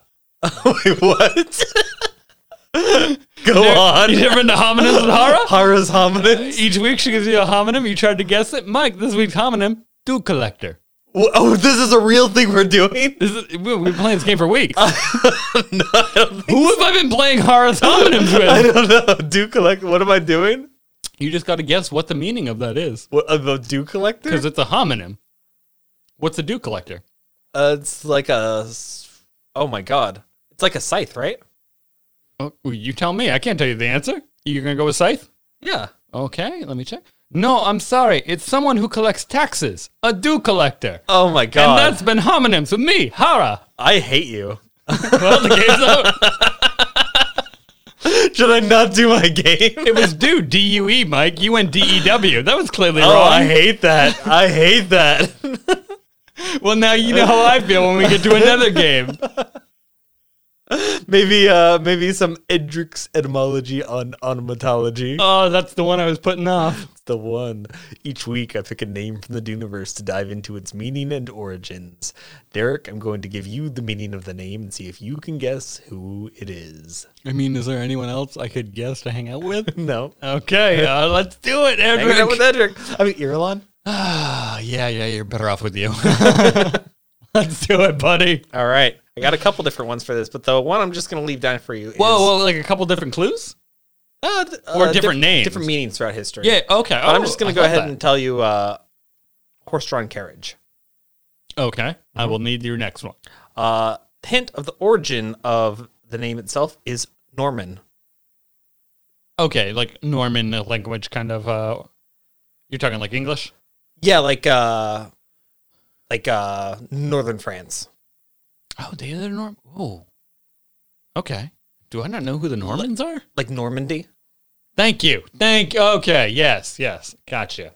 S1: Wait, what? Go
S2: There-
S1: on.
S2: You never been to homonyms with Hara?
S1: Horus hominid.
S2: Each week she gives you a homonym. You tried to guess it. Mike, this week's homonym, Dew Collector.
S1: Oh, this is a real thing we're doing?
S2: This is, we- we've been playing this game for weeks.
S1: no, I don't, think,
S2: Who have I been playing Hara's homonyms
S1: I
S2: with?
S1: don't know. Do collect. What am I doing?
S2: You just got to guess what the meaning of that is
S1: What, uh, the do collector?
S2: because it's a homonym. What's a Dew Collector?
S1: Uh, it's like a. s- Oh my god. It's like a scythe, right?
S2: Oh, you tell me. I can't tell you the answer. You're going to go with Scythe?
S1: Yeah.
S2: Okay, let me check. No, I'm sorry. It's someone who collects taxes, a Dew Collector.
S1: Oh my
S2: And
S1: god.
S2: that's been homonyms with me, Hara.
S1: I hate you.
S2: Well, the game's out.
S1: Should I not do my game?
S2: It was due D U E, Mike. You went D E W. That was clearly
S1: Oh,
S2: wrong.
S1: I hate that. I hate that.
S2: well, now you know how I feel when we get to another game.
S1: maybe uh maybe some Edric's etymology on onomatology.
S2: Oh, that's the one I was putting off.
S1: It's the one. Each week I pick a name from the Duneverse to dive into its meaning and origins. Derek, I'm going to give you the meaning of the name and see if you can guess who it is.
S2: I mean, is there anyone else I could guess to hang out with?
S1: No.
S2: Okay, uh, let's do it,
S1: Hanging out with
S2: Edric.
S1: Edric. I mean Irulan.
S2: Ah, yeah, yeah, you're better off with you. let's do it, buddy.
S1: All right. I got a couple different ones for this, but the one I'm just gonna leave down for you is
S2: Whoa, whoa, like a couple different clues?
S1: Uh, th-
S2: Or
S1: uh,
S2: different names.
S1: different meanings throughout history. Oh,
S2: Yeah. Okay. Oh,
S1: but I'm just gonna go ahead
S2: and.
S1: and tell you uh, horse-drawn carriage.
S2: Okay. I will need your next one.
S1: Uh, hint of the origin of the name itself is Norman.
S2: Okay, like Norman language kind of uh you're talking like English?
S1: Yeah, like uh, like uh, northern France.
S2: Oh, they are Norm Oh. Okay. Do I not know who the Normans are?
S1: like Normandy.
S2: Thank you. Thank okay, yes, yes. Gotcha.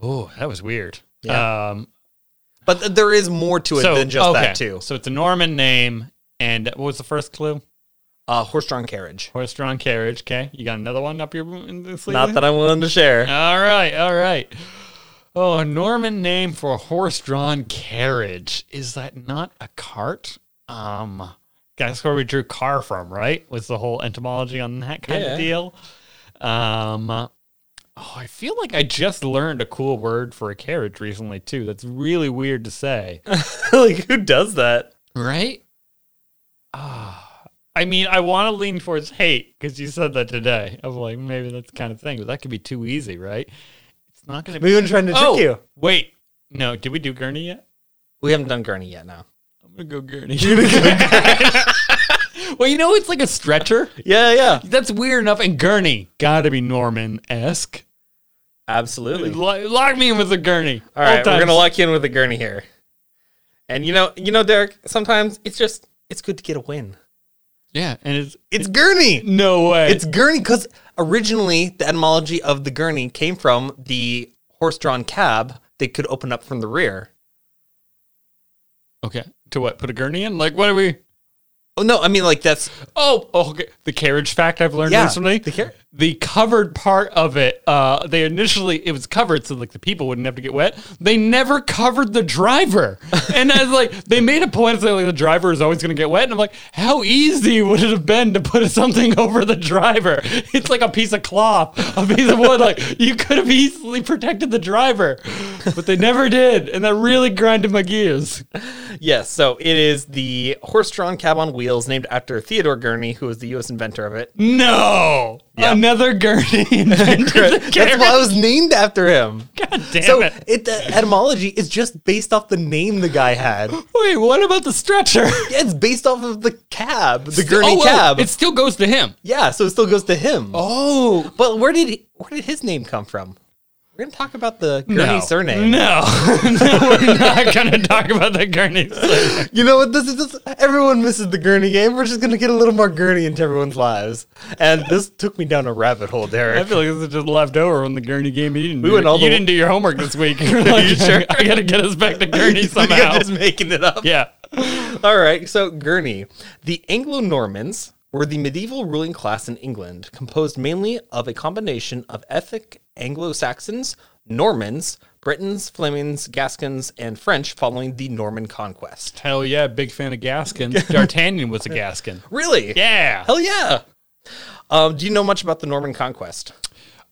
S2: Oh, that was weird.
S1: Yeah.
S2: Um
S1: But th- there is more to it
S2: so,
S1: than just
S2: okay.
S1: that too.
S2: So it's a Norman name and what was the first clue?
S1: Uh, horse-drawn carriage.
S2: Horse drawn carriage. Okay. You got another one up your in the sleeve?
S1: Not that I'm willing to share.
S2: All right, all right. Oh, a Norman name for a horse-drawn carriage. Is that not a cart? Um, that's where we drew car from, right? Was the whole entomology on that kind
S1: Yeah.
S2: of deal. Um, oh, I feel like I just learned a cool word for a carriage recently too. That's really weird to say,
S1: like who does that?
S2: right? Ah, I mean, I want to lean towards hate because you said that today. I'm like, maybe that's the kind of thing, but that could be too easy, right? It's not going to be.
S1: We've been trying to
S2: Oh,
S1: trick you.
S2: Wait, no. Did we do Gurney yet?
S1: We haven't done Gurney yet. Now.
S2: I'm gonna go Gurney. well, you know it's like a stretcher.
S1: Yeah, yeah,
S2: That's weird enough. And Gurney gotta be Norman esque.
S1: absolutely.
S2: Lock me in with a Gurney.
S1: All right, we're
S2: times.
S1: gonna lock you in with the Gurney here. And you know, you know, Derek. Sometimes it's just it's good to get a win.
S2: Yeah, and it's
S1: It's Gurney.
S2: no way.
S1: It's Gurney because originally the etymology of the Gurney came from the horse-drawn cab that could open up from the rear.
S2: okay. To what? Put a Gurney in? Like what are we?
S1: Oh no, I mean like that's
S2: Oh, oh, okay. The carriage fact I've learned
S1: Yeah,
S2: recently.
S1: the car-
S2: the covered part of it. Uh, they initially it was covered so like the people wouldn't have to get wet. They never covered the driver, and I was like, they made a point of saying like the driver is always going to get wet, and I'm like, how easy would it have been to put something over the driver? It's like a piece of cloth, a piece of wood. Like you could have easily protected the driver, but they never did, and that really grinded my gears.
S1: Yes, so it is the horse-drawn cab on wheels named after Theodore Gurney, who was the U.S. inventor of it.
S2: No,
S1: Yeah.
S2: another gurney. invented the
S1: That's why it was named after him.
S2: God damn
S1: so
S2: it.
S1: it. the etymology is just based off the name the guy had. Yeah,
S2: Wait, what about the stretcher?
S1: it's based off of the cab, the Gurney
S2: Oh, wait,
S1: cab.
S2: It still goes to him.
S1: yeah, so it still goes to him.
S2: Oh.
S1: But where did he, where did his name come from? We're gonna talk about the Gurney surname.
S2: No. no, we're not going to talk about the Gurney surname.
S1: You know what? This is just, everyone misses the Gurney game. We're just gonna get a little more Gurney into everyone's lives. And this took me down a rabbit hole, Derek.
S2: I feel like this is just left over on the Gurney game. You didn't, we
S1: went all
S2: you
S1: the-
S2: didn't do your homework this week. You're like,
S1: You sure?
S2: I got to get us back to Gurney
S1: You're
S2: somehow.
S1: just making it up.
S2: yeah.
S1: All right, so Gurney. The Anglo Normans were the medieval ruling class in England, composed mainly of a combination of ethnic Anglo Saxons, Normans, Britons, Flemings, Gascons, and French following the Norman conquest.
S2: Hell yeah. Big fan of Gaskin. D'Artagnan was a Gaskin.
S1: Really?
S2: Yeah.
S1: Hell yeah. Um, do you know much about the Norman conquest?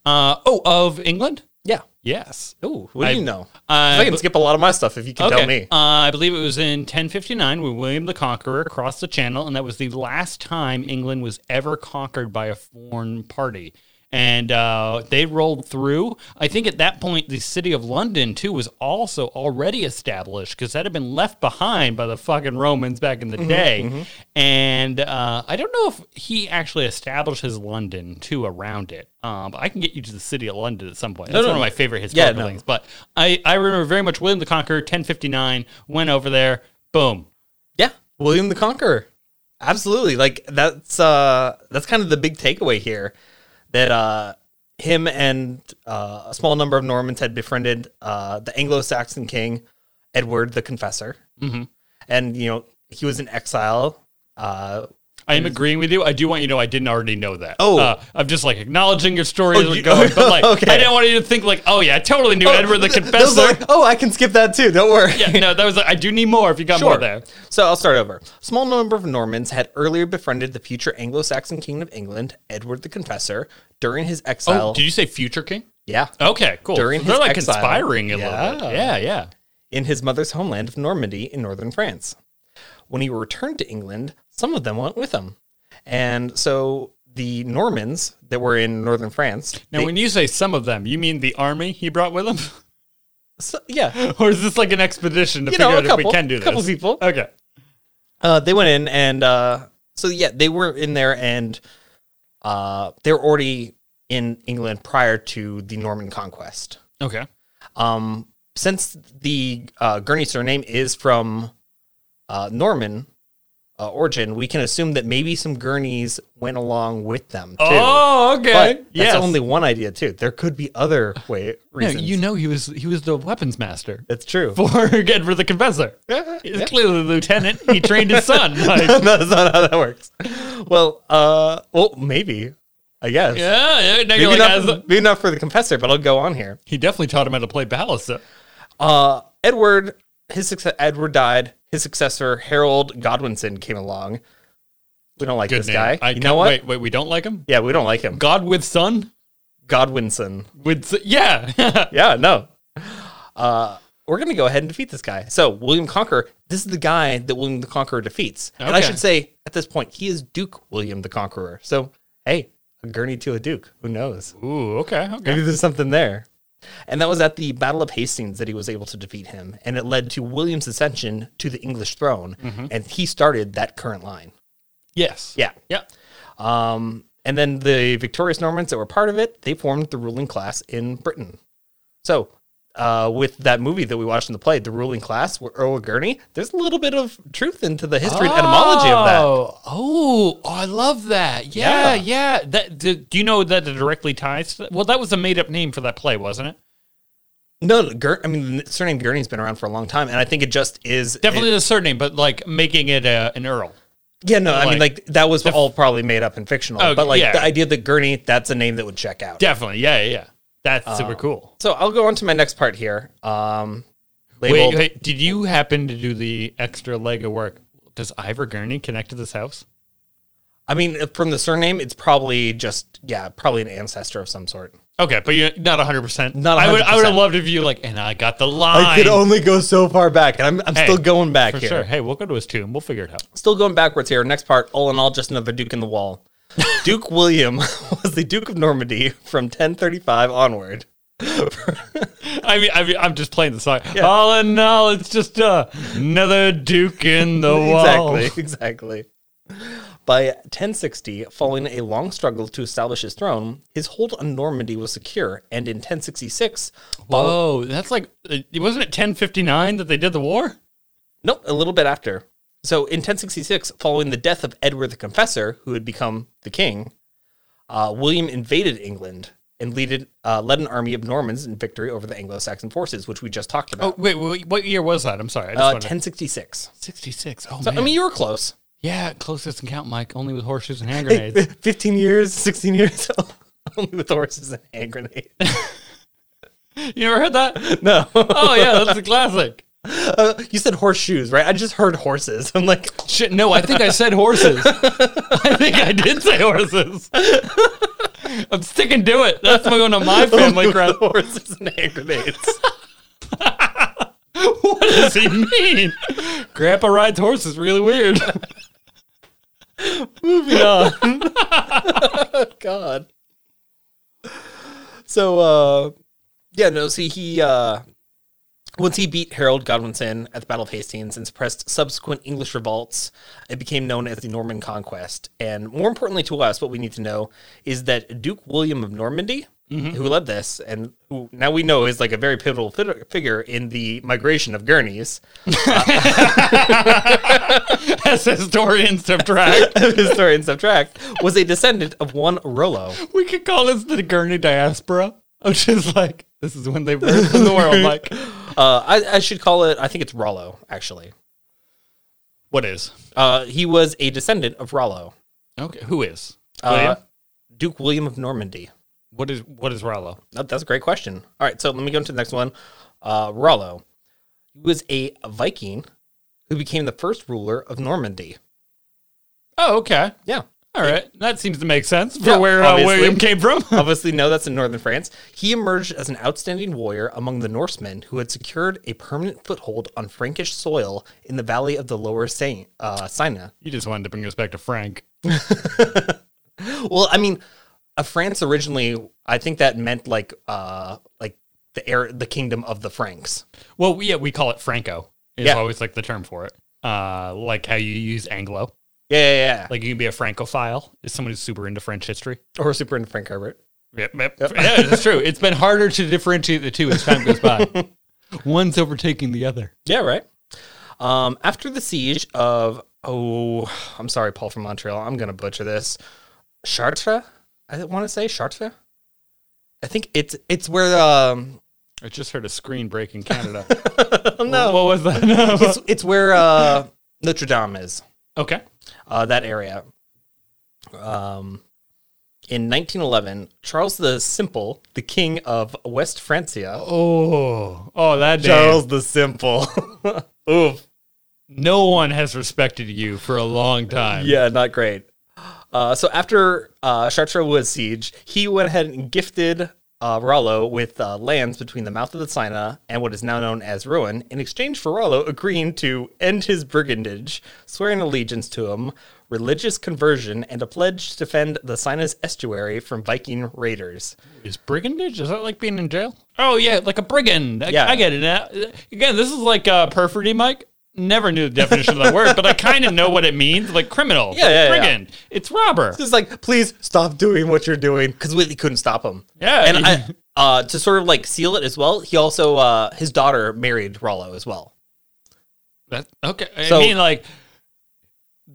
S2: Uh, oh, of England?
S1: Yeah.
S2: Yes.
S1: Ooh, what do
S2: I-
S1: you know?
S2: I
S1: I can skip a lot of my stuff if you can tell me.
S2: Uh, I believe it was in 1059 when William the Conqueror crossed the Channel, and that was the last time England was ever conquered by a foreign party. And uh, they rolled through. I think at that point, the city of London, too, was also already established because that had been left behind by the fucking Romans back in the
S1: Mm-hmm,
S2: day. And uh, I don't know if he actually establishes London, too, around it. Um, but I can get you to the city of London at some point. That's
S1: no.
S2: one of my favorite historical
S1: no.
S2: things. But I, I remember very much William the Conqueror, 1059, went over there, boom.
S1: Yeah, William the Conqueror. Absolutely. Like that's uh that's kind of the big takeaway here that uh him and uh, a small number of Normans had befriended uh the Anglo-Saxon king Edward the Confessor.
S2: hmm
S1: And you know, he was in exile. Uh
S2: I am agreeing with you. I do want you to know I didn't already know that.
S1: Oh.
S2: Uh, I'm just like acknowledging your story as
S1: Oh,
S2: we're
S1: you-
S2: going, but like
S1: okay.
S2: I didn't want you to think like, oh yeah, I totally knew Edward the
S1: Th- those
S2: Confessor.
S1: are- oh, I can skip that too. Don't worry.
S2: yeah, no, that was like, I do need more if you got more there.
S1: So I'll start over. Small number of Normans had earlier befriended the future Anglo-Saxon king of England, Edward the Confessor, during his exile.
S2: Oh, did you say future king?
S1: yeah.
S2: Okay, cool.
S1: During
S2: they're
S1: his
S2: like
S1: exile.
S2: conspiring a
S1: Yeah.
S2: little bit. Yeah, yeah.
S1: in his mother's homeland of Normandy in northern France. When he returned to England, some of them went with him. And so the Normans that were in northern France.
S2: Now,
S1: they-
S2: when you say some of them, you mean the army he brought with him,
S1: so- yeah,
S2: or is this like an expedition to
S1: you
S2: figure
S1: know, a
S2: out
S1: couple,
S2: if we can do this?
S1: couple people.
S2: Okay.
S1: Uh, they went in and uh, so yeah, they were in there and uh, they were already in England prior to the Norman conquest.
S2: Okay.
S1: Um, since the uh, Gurney surname is from uh, Norman uh, origin, we can assume that maybe some Gurneys went along with them too.
S2: Oh, okay.
S1: But that's
S2: Yes.
S1: only one idea too. There could be other way
S2: Yeah,
S1: reasons.
S2: you know he was he was the weapons master
S1: that's true.
S2: for Edward the Confessor. He's clearly the lieutenant. He trained his son. Like,
S1: that's not how that works. Well, uh, well, maybe. I guess.
S2: yeah, yeah. now you're
S1: Maybe,
S2: like,
S1: not,
S2: as-
S1: maybe not for the confessor, but I'll go on here.
S2: he definitely taught him how to play ballast.
S1: Uh, Edward, his succe- Edward died. His successor, Harold Godwinson, came along. We don't like
S2: Good
S1: this
S2: name.
S1: guy.
S2: I
S1: you know
S2: can't-
S1: what?
S2: Wait, wait. We don't like him.
S1: Yeah, we don't like him.
S2: God with son
S1: Godwinson.
S2: with s- yeah.
S1: Yeah, no. Uh, we're gonna go ahead and defeat this guy. So William Conqueror. This is the guy that William the Conqueror defeats. And I
S2: Okay.
S1: should say at this point he is Duke William the Conqueror. So hey, a gurney to a duke. Who knows?
S2: Ooh. Okay. Okay.
S1: Maybe there's something there. And that was at the Battle of Hastings that he was able to defeat him, and it led to William's ascension to the English throne, and he started that current line.
S2: Yes.
S1: Yeah.
S2: Yeah.
S1: Um, and then the victorious Normans that were part of it, they formed the ruling class in Britain. So, uh, with that movie that we watched in the play, The Ruling Class, where Earl Gurney, there's a little bit of truth into the history and etymology of that.
S2: Oh, oh, I love that. Yeah, yeah. That do, do you know that it directly ties to that? Well, that was a made up name for that play, wasn't it?
S1: No, no, Gur- I mean, the surname Gurney's been around for a long time, and I think it just is.
S2: Definitely the surname, but like making it uh, an earl.
S1: yeah, no, I mean,
S2: like-
S1: like, that was all probably made up and fictional,
S2: Oh,
S1: but like
S2: yeah.
S1: the idea that Gurney, that's a name that would check out.
S2: Definitely. Yeah, yeah. yeah. That's
S1: Uh,
S2: super cool.
S1: So, I'll go on to my next part here. Um,
S2: Wait,
S1: labeled-
S2: wait, did you happen to do the extra leg of work? Does Ivor Gurney connect to this house?
S1: I mean, from the surname, it's probably just yeah, probably an ancestor of some sort.
S2: Okay, but you're not 100%.
S1: Not
S2: I would I would have
S1: 100%.
S2: loved if you like and I got the line.
S1: only go so far back, and I'm, I'm
S2: Hey,
S1: still going back
S2: for
S1: here.
S2: sure. Hey, we'll go to his tomb. We'll figure it out.
S1: Still going backwards here. Next part, all in all, just another Duke in the Wall. Duke William was the Duke of Normandy from 1035 onward.
S2: I mean, I mean, I'm just playing the song. All in all, it's just uh, another Duke in the wall.
S1: Exactly, exactly. By 1060, following a long struggle to establish his throne, his hold on Normandy was secure, and in 1066,
S2: Whoa, that's like, uh, wasn't it 1059 that they did the war?
S1: Nope, a little bit after. So in 1066, following the death of Edward the Confessor, who had become the king, uh, William invaded England and leaded, uh, led an army of Normans in victory over the Anglo-Saxon forces, which we just talked
S2: Oh,
S1: about.
S2: wait, wait what year was that? I'm sorry. I just
S1: uh,
S2: wanted-
S1: 1066.
S2: 66. Oh,
S1: So,
S2: man.
S1: I mean, you were close.
S2: yeah, closest can count, Mike, only with horseshoes and hand grenades.
S1: 15 years, 16 years, only with horses and hand grenades.
S2: you ever heard that?
S1: No,
S2: Oh, yeah, that's a classic.
S1: uh, you said horseshoes, right? I just heard horses. I'm like,
S2: Shit, no, I think I said horses. I think I did say horses. I'm sticking to it. That's going on my
S1: oh,
S2: family crest.
S1: horses and hand grenades.
S2: What does he mean? Grandpa rides horses. Really weird. Moving on.
S1: God. So uh yeah, no, see he uh once he beat Harold Godwinson at the Battle of Hastings and suppressed subsequent English revolts, it became known as the Norman Conquest. And more importantly to us, what we need to know is that Duke William of Normandy, who led this, and who now we know is like a very pivotal fi- figure in the migration of Gurneys,
S2: As historians subtract,
S1: historians subtract, was a descendant of one Rollo.
S2: we could call this the Gurney diaspora, which is like this is when they birthed in the world. Like,
S1: Uh, I, I should call it, I think it's Rollo, actually.
S2: what is?
S1: Uh, he was a descendant of Rollo,
S2: Okay, who is?
S1: uh,
S2: William?
S1: Duke William of Normandy.
S2: what is what is Rollo?
S1: That- that's a great question. All right, so let me go into the next one. Uh, Rollo. He was a Viking who became the first ruler of Normandy.
S2: Oh, okay.
S1: Yeah.
S2: All right, that seems to make sense for
S1: Yeah,
S2: where uh,
S1: obviously.
S2: William came from.
S1: Obviously, no, that's in northern France. He emerged as an outstanding warrior among the Norsemen who had secured a permanent foothold on Frankish soil in the valley of the lower Seine. Uh, Seine.
S2: You just wanted to bring us back to Frank.
S1: Well, I mean, uh, France originally, I think that meant like uh like the air the kingdom of the Franks.
S2: Well, yeah, we call it Franco. Is
S1: Yeah.
S2: always like the term for it. Uh, like how you use Anglo.
S1: Yeah, yeah, yeah.
S2: Like you can be a Francophile. Is someone who's super into French history?
S1: or super into Frank Herbert.
S2: Yep, yep. yeah, that's true. It's been harder to differentiate the two as time goes by. One's overtaking the other.
S1: Yeah, right. Um, after the siege of oh, I'm sorry, Paul from Montreal. I'm gonna butcher this. Chartres, I want to say Chartres. I think it's it's where um
S2: I just heard a screen break in Canada.
S1: no
S2: What was that? No.
S1: it's it's where uh Notre Dame is.
S2: Okay.
S1: uh, that area. Um, in 1911, Charles the Simple, the king of West Francia,
S2: Oh, oh, that day.
S1: the Simple. Oof.
S2: No one has respected you for a long time.
S1: Yeah, not great. Uh, so after uh, Chartres was siege, he went ahead and gifted uh, Rollo with uh, lands between the mouth of the Seine and what is now known as Rouen, in exchange for Rollo agreeing to end his brigandage, swearing allegiance to him, religious conversion, and a pledge to defend the Seine's estuary from Viking raiders.
S2: Is brigandage? Is that like being in jail? Oh yeah, like a brigand. I,
S1: Yeah.
S2: I get it now. Again, this is like uh, perfidy, Mike. Never knew the definition of that word, but I kind of know what it means. Like criminal.
S1: Yeah, yeah, yeah.
S2: brigand. It's robber.
S1: just like, please stop doing what you're doing because Whitley couldn't stop him.
S2: Yeah,
S1: and
S2: he-
S1: I, uh, to sort of like seal it as well, he also uh, his daughter married Rollo as well.
S2: That okay.
S1: So-
S2: I mean, like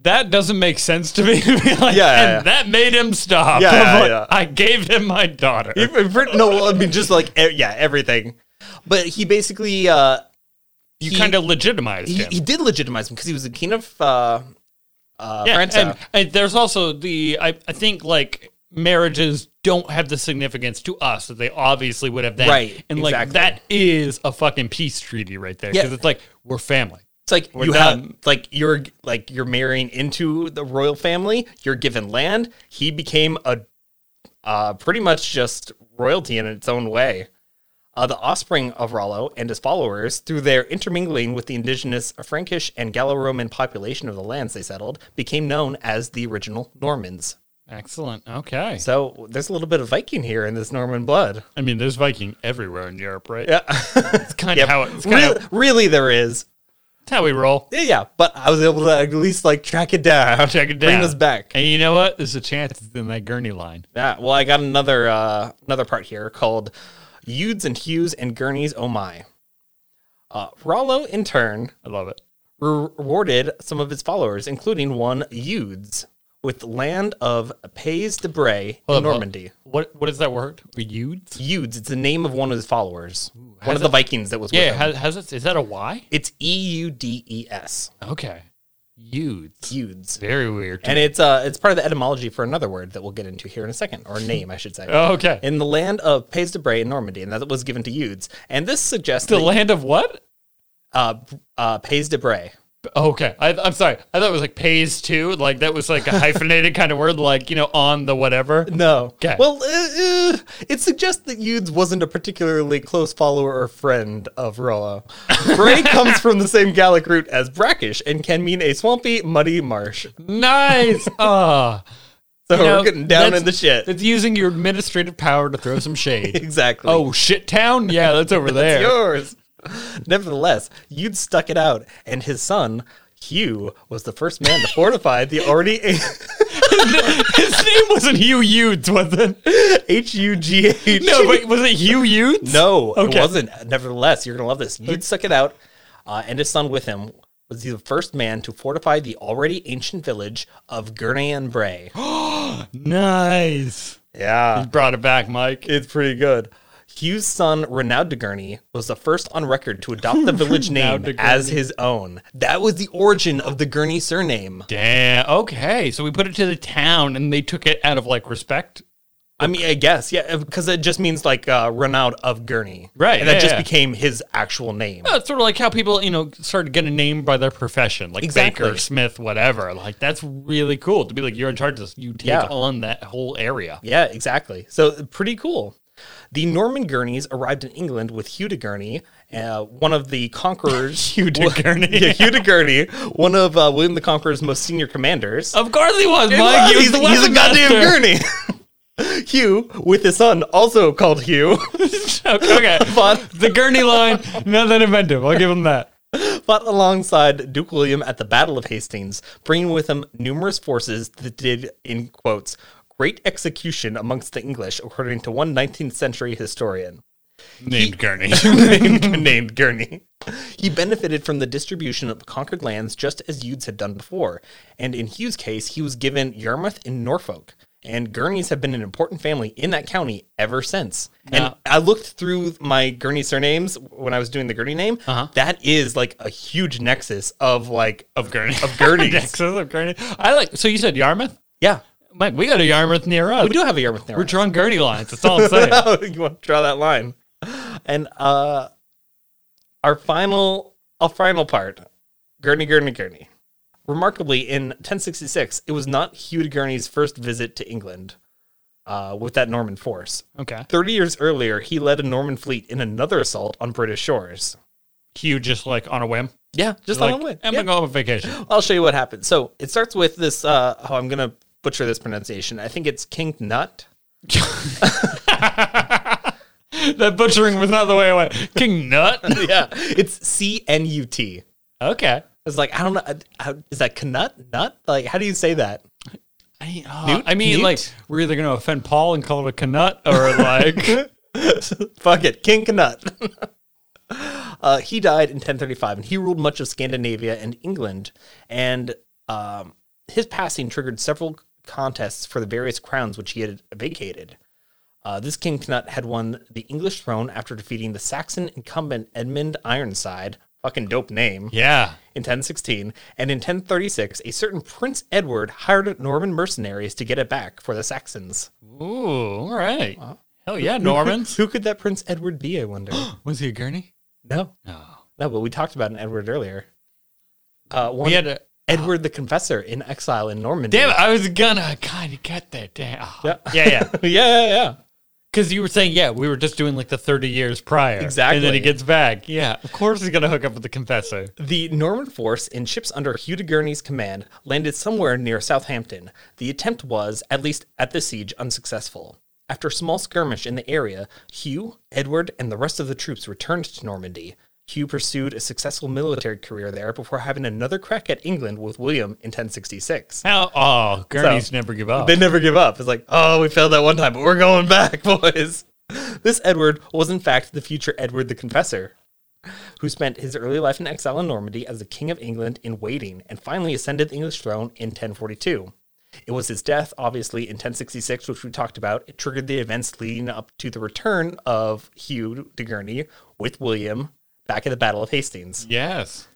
S2: that doesn't make sense to me. like,
S1: Yeah,
S2: and
S1: yeah.
S2: that made him stop.
S1: Yeah, yeah,
S2: I'm like,
S1: yeah.
S2: I gave him my daughter.
S1: no, well, I mean just like e- yeah, everything. But he basically uh,
S2: you
S1: he-
S2: kind of legitimized
S1: he,
S2: him.
S1: he did legitimize him because he was the king of uh, uh,
S2: yeah,
S1: France.
S2: and, and there's also the I, I think like marriages don't have the significance to us that they obviously would have then.
S1: Right,
S2: and like
S1: exactly.
S2: that is a fucking peace treaty right there because
S1: Yeah.
S2: it's like we're family.
S1: It's like
S2: We're
S1: you
S2: done.
S1: have like you're like you're marrying into the royal family. You're given land. He became a uh, pretty much just royalty in its own way. Uh, the offspring of Rollo and his followers, through their intermingling with the indigenous Frankish and Gallo-Roman population of the lands they settled, became known as the original Normans.
S2: Excellent. Okay.
S1: So there's a little bit of Viking here in this Norman blood.
S2: I mean, there's Viking everywhere in Europe, right?
S1: Yeah,
S2: It's kind
S1: Yep.
S2: of how it- it's kind
S1: Real-
S2: of
S1: really, there is.
S2: how we roll.
S1: Yeah, yeah, but I was able to at least like track it down,
S2: Check it
S1: bring
S2: down.
S1: this back.
S2: And you know what? There's a chance it's in that gurney line.
S1: Yeah, well, I got another uh, another part here called "Eudes and Hughes and Gurney's Oh My." Uh, Rollo, in turn,
S2: I love it.
S1: re- rewarded some of his followers, including one Eudes, with the land of Pays de Bray in
S2: Hold up, hold-
S1: Normandy.
S2: What what is that word? Eudes?
S1: Eudes, it's the name of one of his followers, one
S2: how's
S1: of the Vikings that was with
S2: Yeah,
S1: him.
S2: has, has it, is that a Y?
S1: it's E U D E S,
S2: Okay. Eudes.
S1: Eudes,
S2: Very weird.
S1: and it's uh it's part of the etymology for another word that we'll get into here in a second, or name, I should say.
S2: okay.
S1: in the land of Pays de Bray in Normandy, and that was given to Eudes. And this suggests
S2: the
S1: that,
S2: land of what?
S1: uh, uh, Pays de Bray.
S2: Okay. I, I'm sorry. I thought it was like pays to. Like that was like a hyphenated kind of word, like, you know, on the whatever.
S1: No.
S2: 'Kay.
S1: Well, uh, uh, it suggests that Eudes wasn't a particularly close follower or friend of Rollo. Bray comes from the same Gallic root as brackish and can mean a swampy, muddy marsh.
S2: Nice. Ah.
S1: So
S2: You know,
S1: we're getting down
S2: that's-
S1: in the shit.
S2: It's using your administrative power to throw some shade.
S1: Exactly.
S2: oh, shit town? Yeah, that's over there.
S1: yours. Nevertheless, Eudes stuck it out, and his son, Hugh, was the first man to fortify the already.
S2: His name wasn't Hugh Eudes, was it?
S1: H U G H.
S2: No, but was it Hugh Eudes?
S1: No,
S2: Okay.
S1: it wasn't. Nevertheless, you're gonna love this. You'd suck it out, uh, and his son with him was the first man to fortify the already ancient village of Gurney and Bray.
S2: Nice.
S1: yeah,
S2: Brought it back, Mike.
S1: it's pretty good. Hugh's son, Renaud de Gurney, was the first on record to adopt the village
S2: Renaud
S1: name
S2: de
S1: as his own. That was the origin of the Gurney surname.
S2: Damn. Okay. So we put it to the town and they took it out of like respect.
S1: I mean, I guess, yeah, because it just means like uh, Renaud of Gurney.
S2: Right,
S1: And that
S2: yeah,
S1: just
S2: yeah.
S1: became his actual name.
S2: Oh, it's sort of like how people, you know, started getting named by their profession, like
S1: Exactly.
S2: baker, smith, whatever. Like that's really cool to be like you're in charge of this. You take
S1: Yeah.
S2: on that whole area.
S1: Yeah, exactly. So pretty cool. The Norman Gurneys arrived in England with Hugh de Gurney, uh, one of the conquerors.
S2: Hugh de Gurney.
S1: yeah, Hugh de Gurney, one of uh, William the Conqueror's most senior commanders.
S2: Of course he was, Mike. Oh He was
S1: he's,
S2: the
S1: he's a
S2: weapon
S1: goddamn
S2: master.
S1: Gurney. Hugh, with his son, also called Hugh,
S2: okay.
S1: fought,
S2: The Gurney line, not that inventive. I'll give him that.
S1: fought alongside Duke William at the Battle of Hastings, bringing with him numerous forces that did, in quotes, great execution amongst the English, according to one 19th century historian.
S2: Named Gurney.
S1: named, named Gurney. He benefited from the distribution of conquered lands just as Eudes had done before, and in Hugh's case, he was given Yarmouth and Norfolk. And Gurneys have been an important family in that county ever since.
S2: Yeah.
S1: And I looked through my Gurney surnames when I was doing the Gurney name.
S2: Uh-huh.
S1: That is like a huge nexus of like of
S2: of Gurney.
S1: Of Gurneys.
S2: Nexus of Gurney. I like, so you said Yarmouth?
S1: yeah.
S2: Mike, we got a Yarmouth near us.
S1: We do have a Yarmouth now.
S2: We're drawing Gurney lines. That's all I'm saying.
S1: you want to draw that line? And uh, our final, our final part, Gurney, Gurney, Gurney. Remarkably, in 1066, it was not Hugh de Gurney's first visit to England uh, with that Norman force.
S2: Okay.
S1: Thirty years earlier, he led a Norman fleet in another assault on British shores.
S2: Hugh just like on a whim.
S1: Yeah, just
S2: like,
S1: on a whim.
S2: I'm
S1: Yeah.
S2: going to go on vacation.
S1: I'll show you what happened. So it starts with this. Uh, oh, I'm gonna butcher this pronunciation. I think it's King Nut.
S2: that butchering was not the way I went. King Nut?
S1: yeah, it's C N U T.
S2: Okay.
S1: It's like I don't know. uh, How, is that knut? Nut? Like how do you say that?
S2: I,
S1: Newt?
S2: uh, I mean,
S1: Newt?
S2: like, we're either going to offend Paul and call it a Knut or like.
S1: Fuck it, King Knut. uh, he died in 1035, and he ruled much of Scandinavia and England. And um, his passing triggered several contests for the various crowns which he had vacated. Uh, this King Knut had won the English throne after defeating the Saxon incumbent Edmund Ironside. Fucking dope name.
S2: yeah.
S1: in 1016, and in 1036, a certain Prince Edward hired Norman mercenaries to get it back for the Saxons.
S2: Ooh, all right. Hell yeah, Normans.
S1: Who could that Prince Edward be, I wonder?
S2: was he a Gurney?
S1: no,
S2: No.
S1: no, but we talked about an Edward earlier. Uh, one,
S2: We had a.
S1: Edward the Confessor in exile in Normandy.
S2: Damn it, I was gonna kind of get that. Damn. oh.
S1: Yeah.
S2: Yeah, yeah.
S1: yeah, yeah, yeah.
S2: Because you were saying, yeah, we were just doing like the 30 years prior. And then
S1: Exactly.
S2: he gets back. Yeah, of course he's gonna hook up with the confessor.
S1: The Norman force in ships under Hugh de Gurney's command landed somewhere near Southampton. The attempt was, at least at the siege, unsuccessful. After a small skirmish in the area, Hugh, Edward, and the rest of the troops returned to Normandy. Hugh pursued a successful military career there before having another crack at England with William in 1066.
S2: How? Oh, Gurney's never give up.
S1: They never give up. It's like, oh, we failed that one time, but we're going back, boys. This Edward was, in fact, the future Edward the Confessor, who spent his early life in exile in Normandy as the King of England in waiting and finally ascended the English throne in 1042. It was his death, obviously, in 1066, which we talked about. It triggered the events leading up to the return of Hugh de Gurney with William back at the Battle of Hastings.
S2: yes.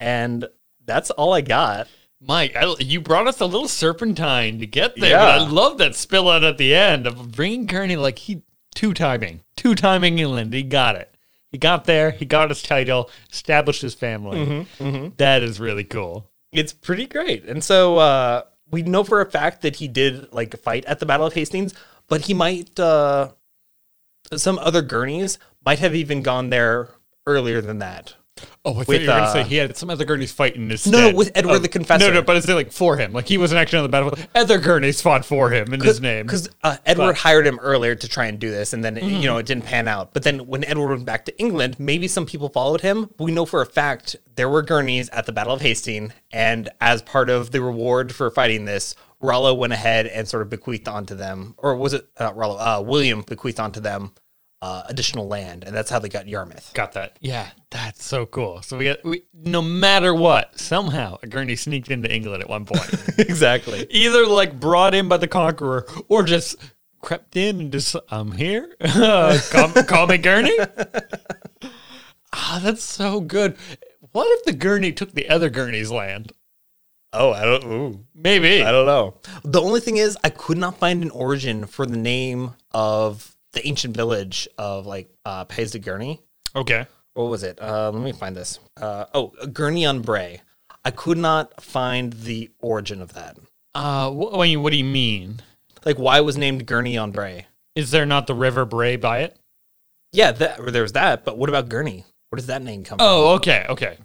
S1: And that's all I got.
S2: Mike, I, you brought us a little serpentine to get there.
S1: Yeah.
S2: But I love that spill out at the end of bringing Gurney like he two timing, two timing England. He got it. He got there. He got his title, established his family.
S1: Mm-hmm,
S2: That is really cool.
S1: it's pretty great. And so uh, we know for a fact that he did like fight at the Battle of Hastings, but he might uh, some other Gurneys might have even gone there earlier than that.
S2: Oh, I thought
S1: With,
S2: you were
S1: uh,
S2: going to say he had some other Gurney's fight in his
S1: No, no,
S2: stead.
S1: with Edward
S2: Oh,
S1: the Confessor.
S2: No, no, but it's like for him. Like he wasn't actually on the battlefield. Other Gurneys fought for him in his name. Mm-hmm.
S1: because uh, Edward hired him earlier to try and do this, and then you know it didn't pan out. But then when Edward went back to England, maybe some people followed him. We know for a fact there were gurneys at the Battle of Hastings, and as part of the reward for fighting this, Rollo went ahead and sort of bequeathed onto them, or was it uh, Rollo? Uh, William bequeathed onto them uh, additional land, and that's how they got Yarmouth.
S2: Got that. Yeah, that's so cool. So we got we, no matter what, somehow a Gurney sneaked into England at one point.
S1: exactly.
S2: Either like brought in by the conqueror or just crept in and just I'm here. call, call me Gurney. ah, that's so good. What if the Gurney took the other Gurney's land?
S1: Oh, I don't. Ooh.
S2: Maybe.
S1: I don't know. The only thing is, I could not find an origin for the name of the ancient village of like uh, Pays de Gurney.
S2: Okay.
S1: What was it? Uh, let me find this. Uh, oh, Gurney on Bray. I could not find the origin of that.
S2: Uh, wh- I mean, what do you mean?
S1: Like, why it was named Gurney on Bray?
S2: Is there not the River Bray by it?
S1: Yeah, that, there was that. But what about Gurney? Where does that name come from?
S2: Oh, okay, okay.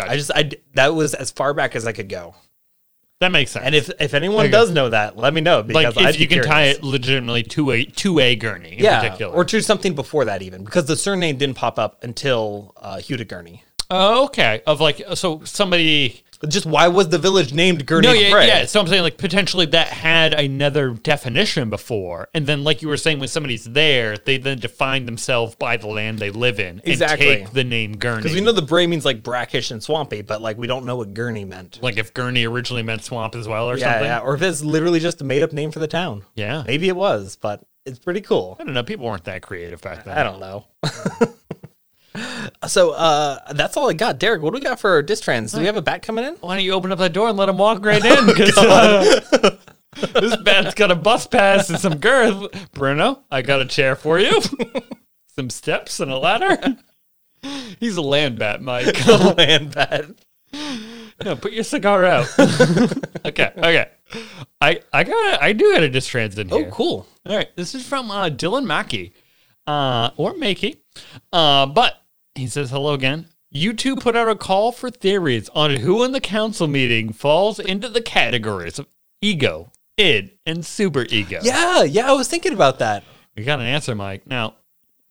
S1: I just I that was as far back as I could go.
S2: That makes sense.
S1: And if if anyone
S2: Okay.
S1: does know that, let me know
S2: like
S1: because
S2: if
S1: I'd be
S2: you can
S1: curious.
S2: tie it legitimately to a to a gurney in
S1: yeah,
S2: particular.
S1: or to something before that even because the surname didn't pop up until uh, Hugh de Gurney.
S2: oh, okay. Of like so somebody
S1: Just why was the village named Gurney?
S2: No,
S1: of
S2: yeah,
S1: Bray?
S2: yeah. So I'm saying like potentially that had another definition before. And then like you were saying when somebody's there, they then define themselves by the land they live in
S1: Exactly.
S2: and take the name gurney.
S1: Because we know the Bray means like brackish and swampy, but like we don't know what Gurney meant.
S2: like if gurney originally meant swamp as well or
S1: Yeah,
S2: something.
S1: yeah, or if it's literally just a made up name for the town.
S2: Yeah.
S1: Maybe it was, but it's pretty cool.
S2: I don't know, people weren't that creative back then.
S1: I don't know. so uh, that's all I got. Derek, what do we got for our diss trends? Do we have a bat coming in?
S2: Why don't you open up that door and let him walk right in? Because this bat's got a bus pass and some girth. Bruno, I got a chair for you, some steps and a ladder. He's a land bat, Mike.
S1: Land bat.
S2: No, put your cigar out. okay, okay. I I got I do got a distrans in
S1: Oh,
S2: here.
S1: cool.
S2: All right, this is from uh, Dylan Mackey, uh, or Mackey, uh, but he says hello again. You two put out a call for theories on who in the council meeting falls into the categories of ego, id, and super ego.
S1: Yeah, yeah, I was thinking about that.
S2: we got an answer, Mike. Now,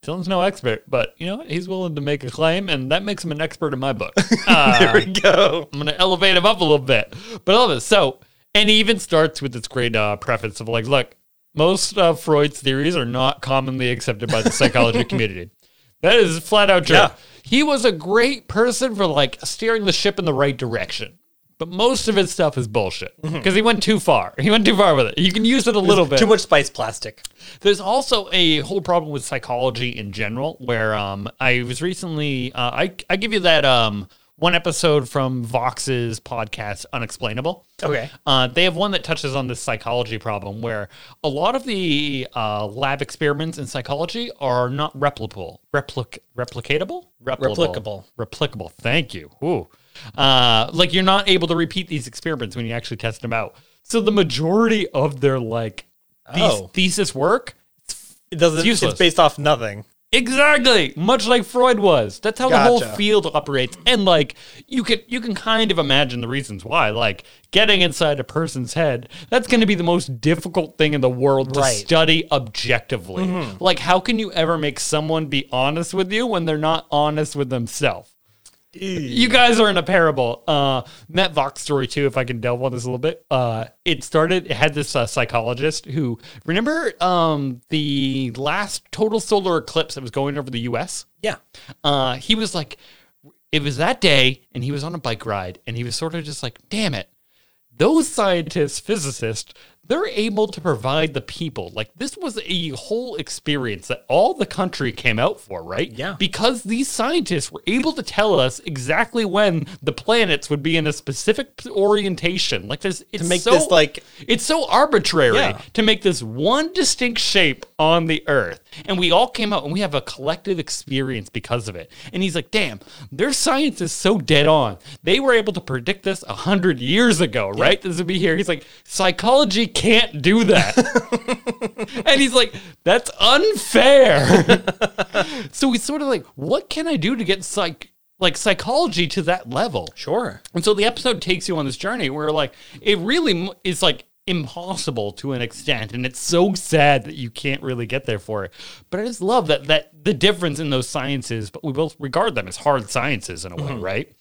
S2: Dylan's no expert, but you know what? He's willing to make a claim, and that makes him an expert in my book. Uh,
S1: There we go.
S2: I'm gonna elevate him up a little bit, but I love it. So, and he even starts with this great uh, preface of like, look, most uh, Freud's theories are not commonly accepted by the psychology community. That is flat out true.
S1: Yeah.
S2: He was a great person for like steering the ship in the right direction. But most of his stuff is bullshit because he went too far. He went too far with it. You can use it a little bit.
S1: Mm-hmm. Too much spice plastic.
S2: There's also a whole problem with psychology in general, where um, I was recently, uh, I I give you that um one episode from Vox's podcast, Unexplainable.
S1: Okay.
S2: Uh, they have one that touches on this psychology problem where a lot of the uh, lab experiments in psychology are not replicable, replic- replicatable,
S1: Replicable.
S2: replicable. Thank you. Ooh. Uh, like you're not able to repeat these experiments when you actually test them out. So the majority of their like these
S1: Oh.
S2: thesis work
S1: It doesn't.
S2: It's
S1: It's,
S2: useless.
S1: based off nothing.
S2: Exactly, much like Freud was. That's how the whole
S1: Gotcha.
S2: field operates, and like you can you can kind of imagine the reasons why. Like getting inside a person's head, that's going to be the most difficult thing in the world to
S1: Right. Mm-hmm.
S2: study objectively. Like, how can you ever make someone be honest with you when they're not honest with themselves? you guys are in a parable. Uh, Matt Vox story too. If I can delve on this a little bit, uh, it started. It had this uh, psychologist who remember um, the last total solar eclipse that was going over the U.S.
S1: Yeah.
S2: Uh, he was like, it was that day, and he was on a bike ride, and he was sort of just like, damn it, those scientists, physicists, they're able to provide the people. Like, this was a whole experience that all the country came out for, right?
S1: Yeah.
S2: Because these scientists were able to tell us exactly when the planets would be in a specific p- orientation. Like, this, it's
S1: Make
S2: so,
S1: this like
S2: it's so arbitrary
S1: Yeah.
S2: to make this one distinct shape on the earth. And we all came out and we have a collective experience because of it. And he's like, damn, their science is so dead on. They were able to predict this a hundred years ago, right? This would be here. He's like, psychology can't do that. and he's like, that's unfair. so he's sort of like, what can I do to get psych like psychology to that level?
S1: sure.
S2: And so the episode takes you on this journey where, like, it really m- is like impossible to an extent, and it's so sad that you can't really get there for it. But I just love that that the difference in those sciences, but we both regard them as hard sciences in a way,
S1: Mm-hmm.
S2: right?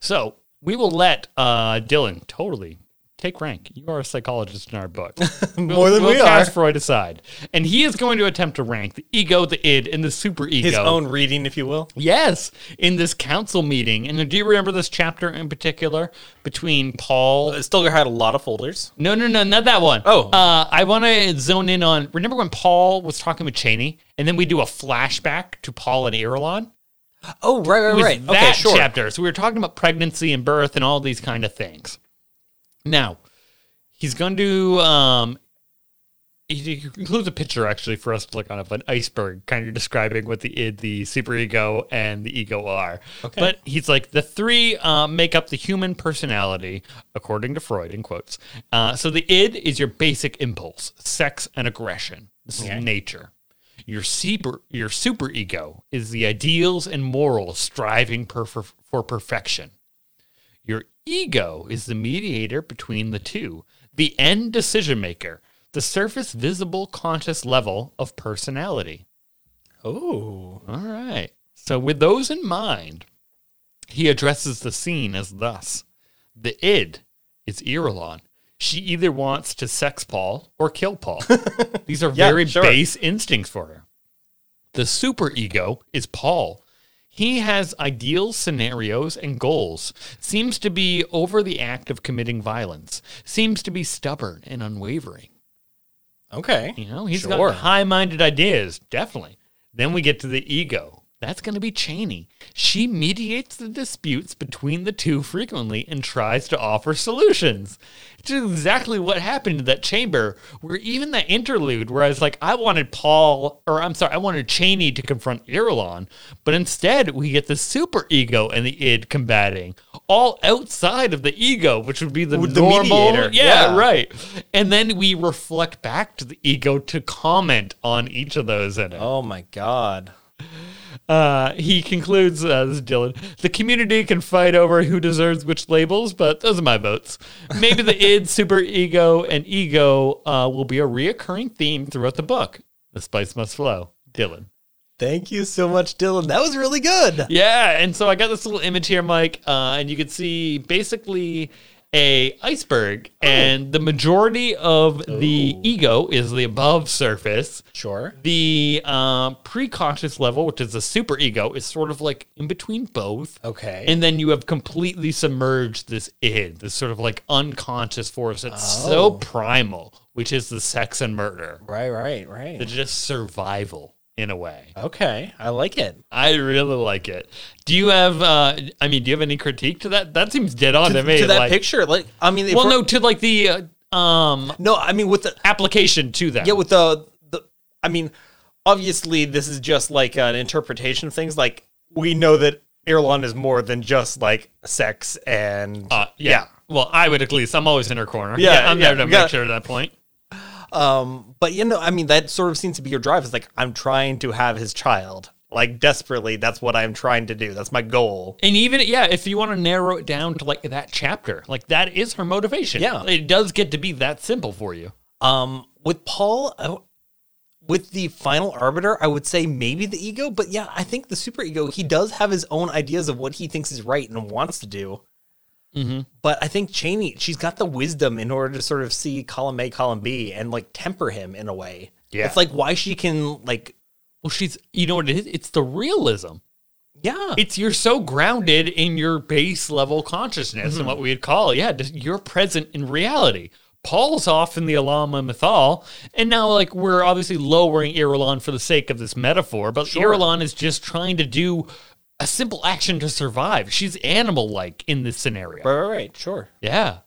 S2: So we will let uh, Dylan totally take rank. You are a psychologist in our book.
S1: More
S2: We'll-
S1: than
S2: we'll
S1: we
S2: cast
S1: are.
S2: Freud aside, and he is going to attempt to rank the ego, the id, and the super ego.
S1: His own reading, if you will.
S2: Yes, in this council meeting. And do you remember this chapter in particular between Paul?
S1: It still had a lot of folders.
S2: No, no, no, not that one.
S1: Oh.
S2: Uh, I want to zone in on. Remember when Paul was talking with Cheney? And then we do a flashback to Paul and Irulan?
S1: Oh, right, right,
S2: was
S1: right.
S2: that
S1: Okay, sure.
S2: chapter. So we were talking about pregnancy and birth and all these kind of things. Now, he's going to um, he includes a picture actually for us to look on of an iceberg, kind of describing what the id, the superego, and the ego are.
S1: Okay.
S2: But he's like the three uh, make up the human personality, according to Freud. In quotes, uh, so the id is your basic impulse, sex and aggression. This
S1: Okay.
S2: is nature. Your super your superego is the ideals and morals striving per, for, for perfection. Your ego is the mediator between the two, the end decision maker, the surface visible conscious level of personality.
S1: Oh.
S2: All right. So, with those in mind, he addresses the scene as thus The id is Irulan. She either wants to sex Paul or kill Paul. These are
S1: Yeah,
S2: very
S1: sure.
S2: base instincts for her. The superego is Paul. He has ideal scenarios and goals, seems to be over the act of committing violence, seems to be stubborn and unwavering.
S1: Okay.
S2: You know, he's
S1: Sure.
S2: got high minded ideas, definitely. Then we get to the ego. That's going to be Cheney. She mediates the disputes between the two frequently and tries to offer solutions. Which is exactly what happened in that chamber, where even that interlude where I was like, I wanted Paul, or I'm sorry, I wanted Cheney to confront Irulan, but instead we get the super ego and the id combating, all outside of the ego, which would be the
S1: With the
S2: normal.
S1: mediator,
S2: yeah,
S1: yeah.
S2: right. Right. And then we reflect back to the ego to comment on each of those in it.
S1: Oh my god.
S2: Uh, he concludes, uh, this is Dylan, the community can fight over who deserves which labels, but those are my votes. Maybe the id, super ego, and ego uh, will be a reoccurring theme throughout the book. The spice must flow. Dylan.
S1: Thank you so much, Dylan. That was really good.
S2: Yeah, and so I got this little image here, Mike, uh, and you can see basically a iceberg, and the majority of the ego is the above surface,
S1: Sure.
S2: The um, pre-conscious level, which is the superego, is sort of like in between both.
S1: Okay.
S2: And then you have completely submerged this id, this sort of like unconscious force that's
S1: Oh.
S2: so primal, which is the sex and murder.
S1: right, right,
S2: It's
S1: right.
S2: just survival in a way.
S1: Okay. I like it.
S2: I really like it. Do you have? uh I mean, do you have any critique to that? That seems dead on to, me.
S1: to that
S2: like-
S1: picture, like I mean, if
S2: Well,
S1: we're-
S2: no, to like the uh, um
S1: no, I mean with the
S2: application to that.
S1: yeah with the the I mean, obviously this is just like an interpretation of things. Like we know that Irulan is more than just like sex and
S2: Uh, yeah. Well, I would at least. I'm always in her corner.
S1: Yeah,
S2: Yeah, I'm
S1: yeah,
S2: there to
S1: we
S2: make
S1: gotta-
S2: sure at that point.
S1: Um, but you know, I mean, that sort of seems to be your drive. It's like I'm trying to have his child, like desperately. That's what I'm trying to do. That's my goal.
S2: And even yeah, if you want to narrow it down to like that chapter, like that is her motivation.
S1: Yeah.
S2: it does get to be that simple for you.
S1: Um, with Paul, I, with the final arbiter, I would say maybe the ego, but yeah, I think the super ego. He does have his own ideas of what he thinks is right and wants to do.
S2: Mm-hmm.
S1: But I think Cheney, she's got the wisdom in order to sort of see column A, column B, and like temper him in a way.
S2: Yeah.
S1: it's like why she can like
S2: Well, she's you know what it is. It's the realism.
S1: yeah.
S2: It's you're so grounded in your base level consciousness
S1: Mm-hmm.
S2: and what we'd call yeah, just you're present in reality. Paul's off in the Alama Mythal, and now like we're obviously lowering Irulan for the sake of this metaphor, but Irulan is just trying to do a simple action to survive. She's animal like in this scenario.
S1: right, right, right, sure.
S2: Yeah.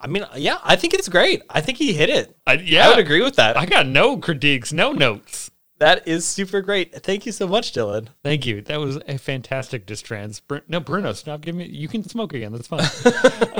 S1: I mean, yeah, I think it's great. I think he hit it.
S2: I, yeah.
S1: I would agree with that.
S2: I got no critiques, no notes.
S1: that is super great. Thank you so much, Dylan.
S2: Thank you. That was a fantastic distrans. Br- no, Bruno, stop giving me. You can smoke again. That's fine.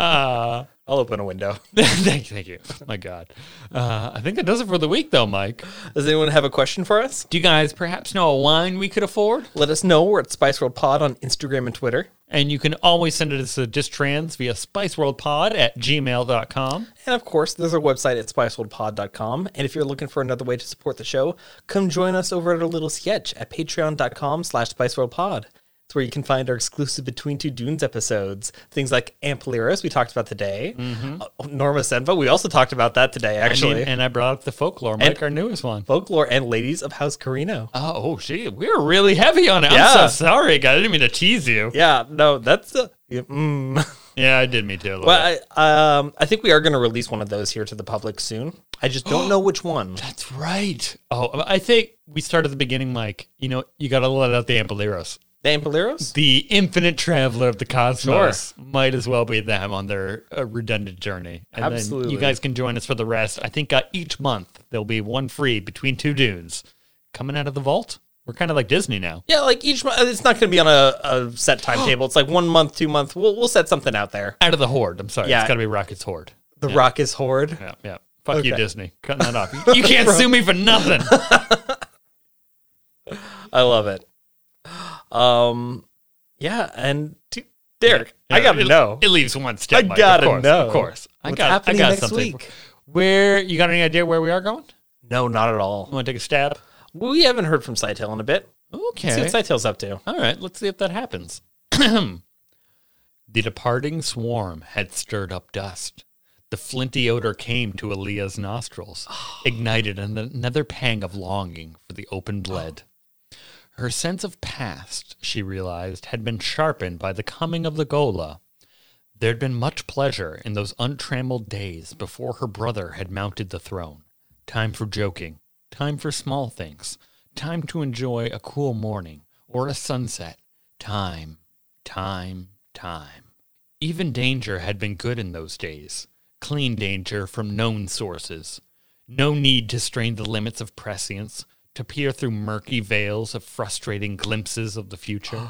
S1: I'll open a window.
S2: thank, thank you. My God. Uh, I think that does it for the week, though, Mike.
S1: Does anyone have a question for us?
S2: Do you guys perhaps know a wine we could afford?
S1: Let us know. We're at Spice World Pod on Instagram and Twitter.
S2: And you can always send it to distrans via spiceworldpod at gmail.com.
S1: And of course, there's our website at spiceworldpod.com. And if you're looking for another way to support the show, come join us over at our little sketch at patreon.com slash spiceworldpod. It's where you can find our exclusive Between Two Dunes episodes. Things like Amp Lyris, we talked about today. Uh, Norma Senva, we also talked about that today,
S2: Actually,
S1: actually.
S2: and Mm-hmm. I brought up the folklore, Mike, our newest one.
S1: Folklore and Ladies of House Carino.
S2: Oh, oh, gee, we're really heavy on it.
S1: Yeah.
S2: I'm so sorry, guys. I didn't mean to tease you.
S1: Yeah, no, that's uh, yeah, mm.
S2: Yeah, I did mean to. a little bit.
S1: well. I, um, I think we are going to release one of those here to the public soon. I just don't know which one.
S2: That's right. Oh, I think we start at the beginning, Mike. You know, you got to let out the Ampeleros.
S1: The Ampeleros?
S2: The infinite traveler of the cosmos might as well be them on their uh, redundant journey. And
S1: Absolutely.
S2: Then you guys can join us for the rest. I think uh, each month there'll be one free between two dunes coming out of the vault. We're kind of like Disney now.
S1: Yeah, like each month, it's not going to be on a, a set timetable. It's like one month, two month. We'll, we'll set something out there.
S2: Out of the horde. I'm sorry.
S1: Yeah.
S2: It's got to be Rocket's horde.
S1: The Rock is Horde.
S2: Yeah. Yeah. Fuck you,
S1: Okay.
S2: Disney. Cutting that off. You can't sue me for nothing.
S1: I love it. Um, yeah, and t- Derek, I gotta
S2: it,
S1: know.
S2: It leaves one step.
S1: I
S2: Mike,
S1: gotta
S2: of course,
S1: know.
S2: Of course. I
S1: What's
S2: got,
S1: happening
S2: I got
S1: next
S2: something.
S1: week?
S2: Where, you got any idea where we are going?
S1: no, not at all.
S2: Want to take a stab?
S1: We haven't heard from Sightail in a bit.
S2: Okay.
S1: See what Sightail's up to.
S2: All right, let's see if that happens. the departing swarm had stirred up dust. The flinty odor came to Aaliyah's nostrils, ignited an- another pang of longing for the opened lead. Her sense of past, she realized, had been sharpened by the coming of the Gola. There had been much pleasure in those untrammeled days before her brother had mounted the throne. Time for joking, time for small things, time to enjoy a cool morning or a sunset. Time, time, time. Even danger had been good in those days clean danger from known sources. No need to strain the limits of prescience, to peer through murky veils of frustrating glimpses of the future.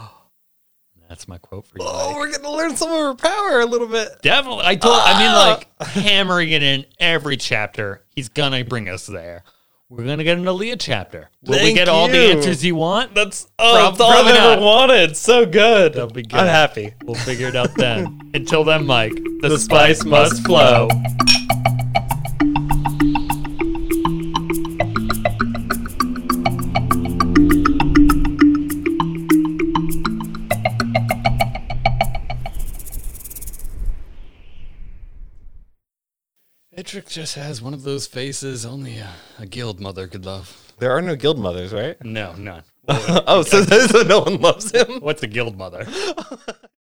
S2: That's my quote for you. Mike.
S1: Oh, we're gonna learn some of her power a little bit.
S2: Definitely. I told. I mean,
S1: Ah.
S2: like hammering it in every chapter. He's gonna bring us there. We're gonna get an Aaliyah chapter. Will we
S1: Thank
S2: get all the
S1: you.
S2: answers you want?
S1: That's oh,
S2: Prob-
S1: that's all I've
S2: probably
S1: ever
S2: not.
S1: wanted. So good. That'll
S2: be good.
S1: I'm happy.
S2: We'll figure it out then. Until then, Mike. The,
S1: The
S2: spice must flow. Patrick just has one of those faces only a, a guild mother could love.
S1: There are no guild mothers, right?
S2: No, none.
S1: oh, so, so no one loves him.
S2: What's a guild mother?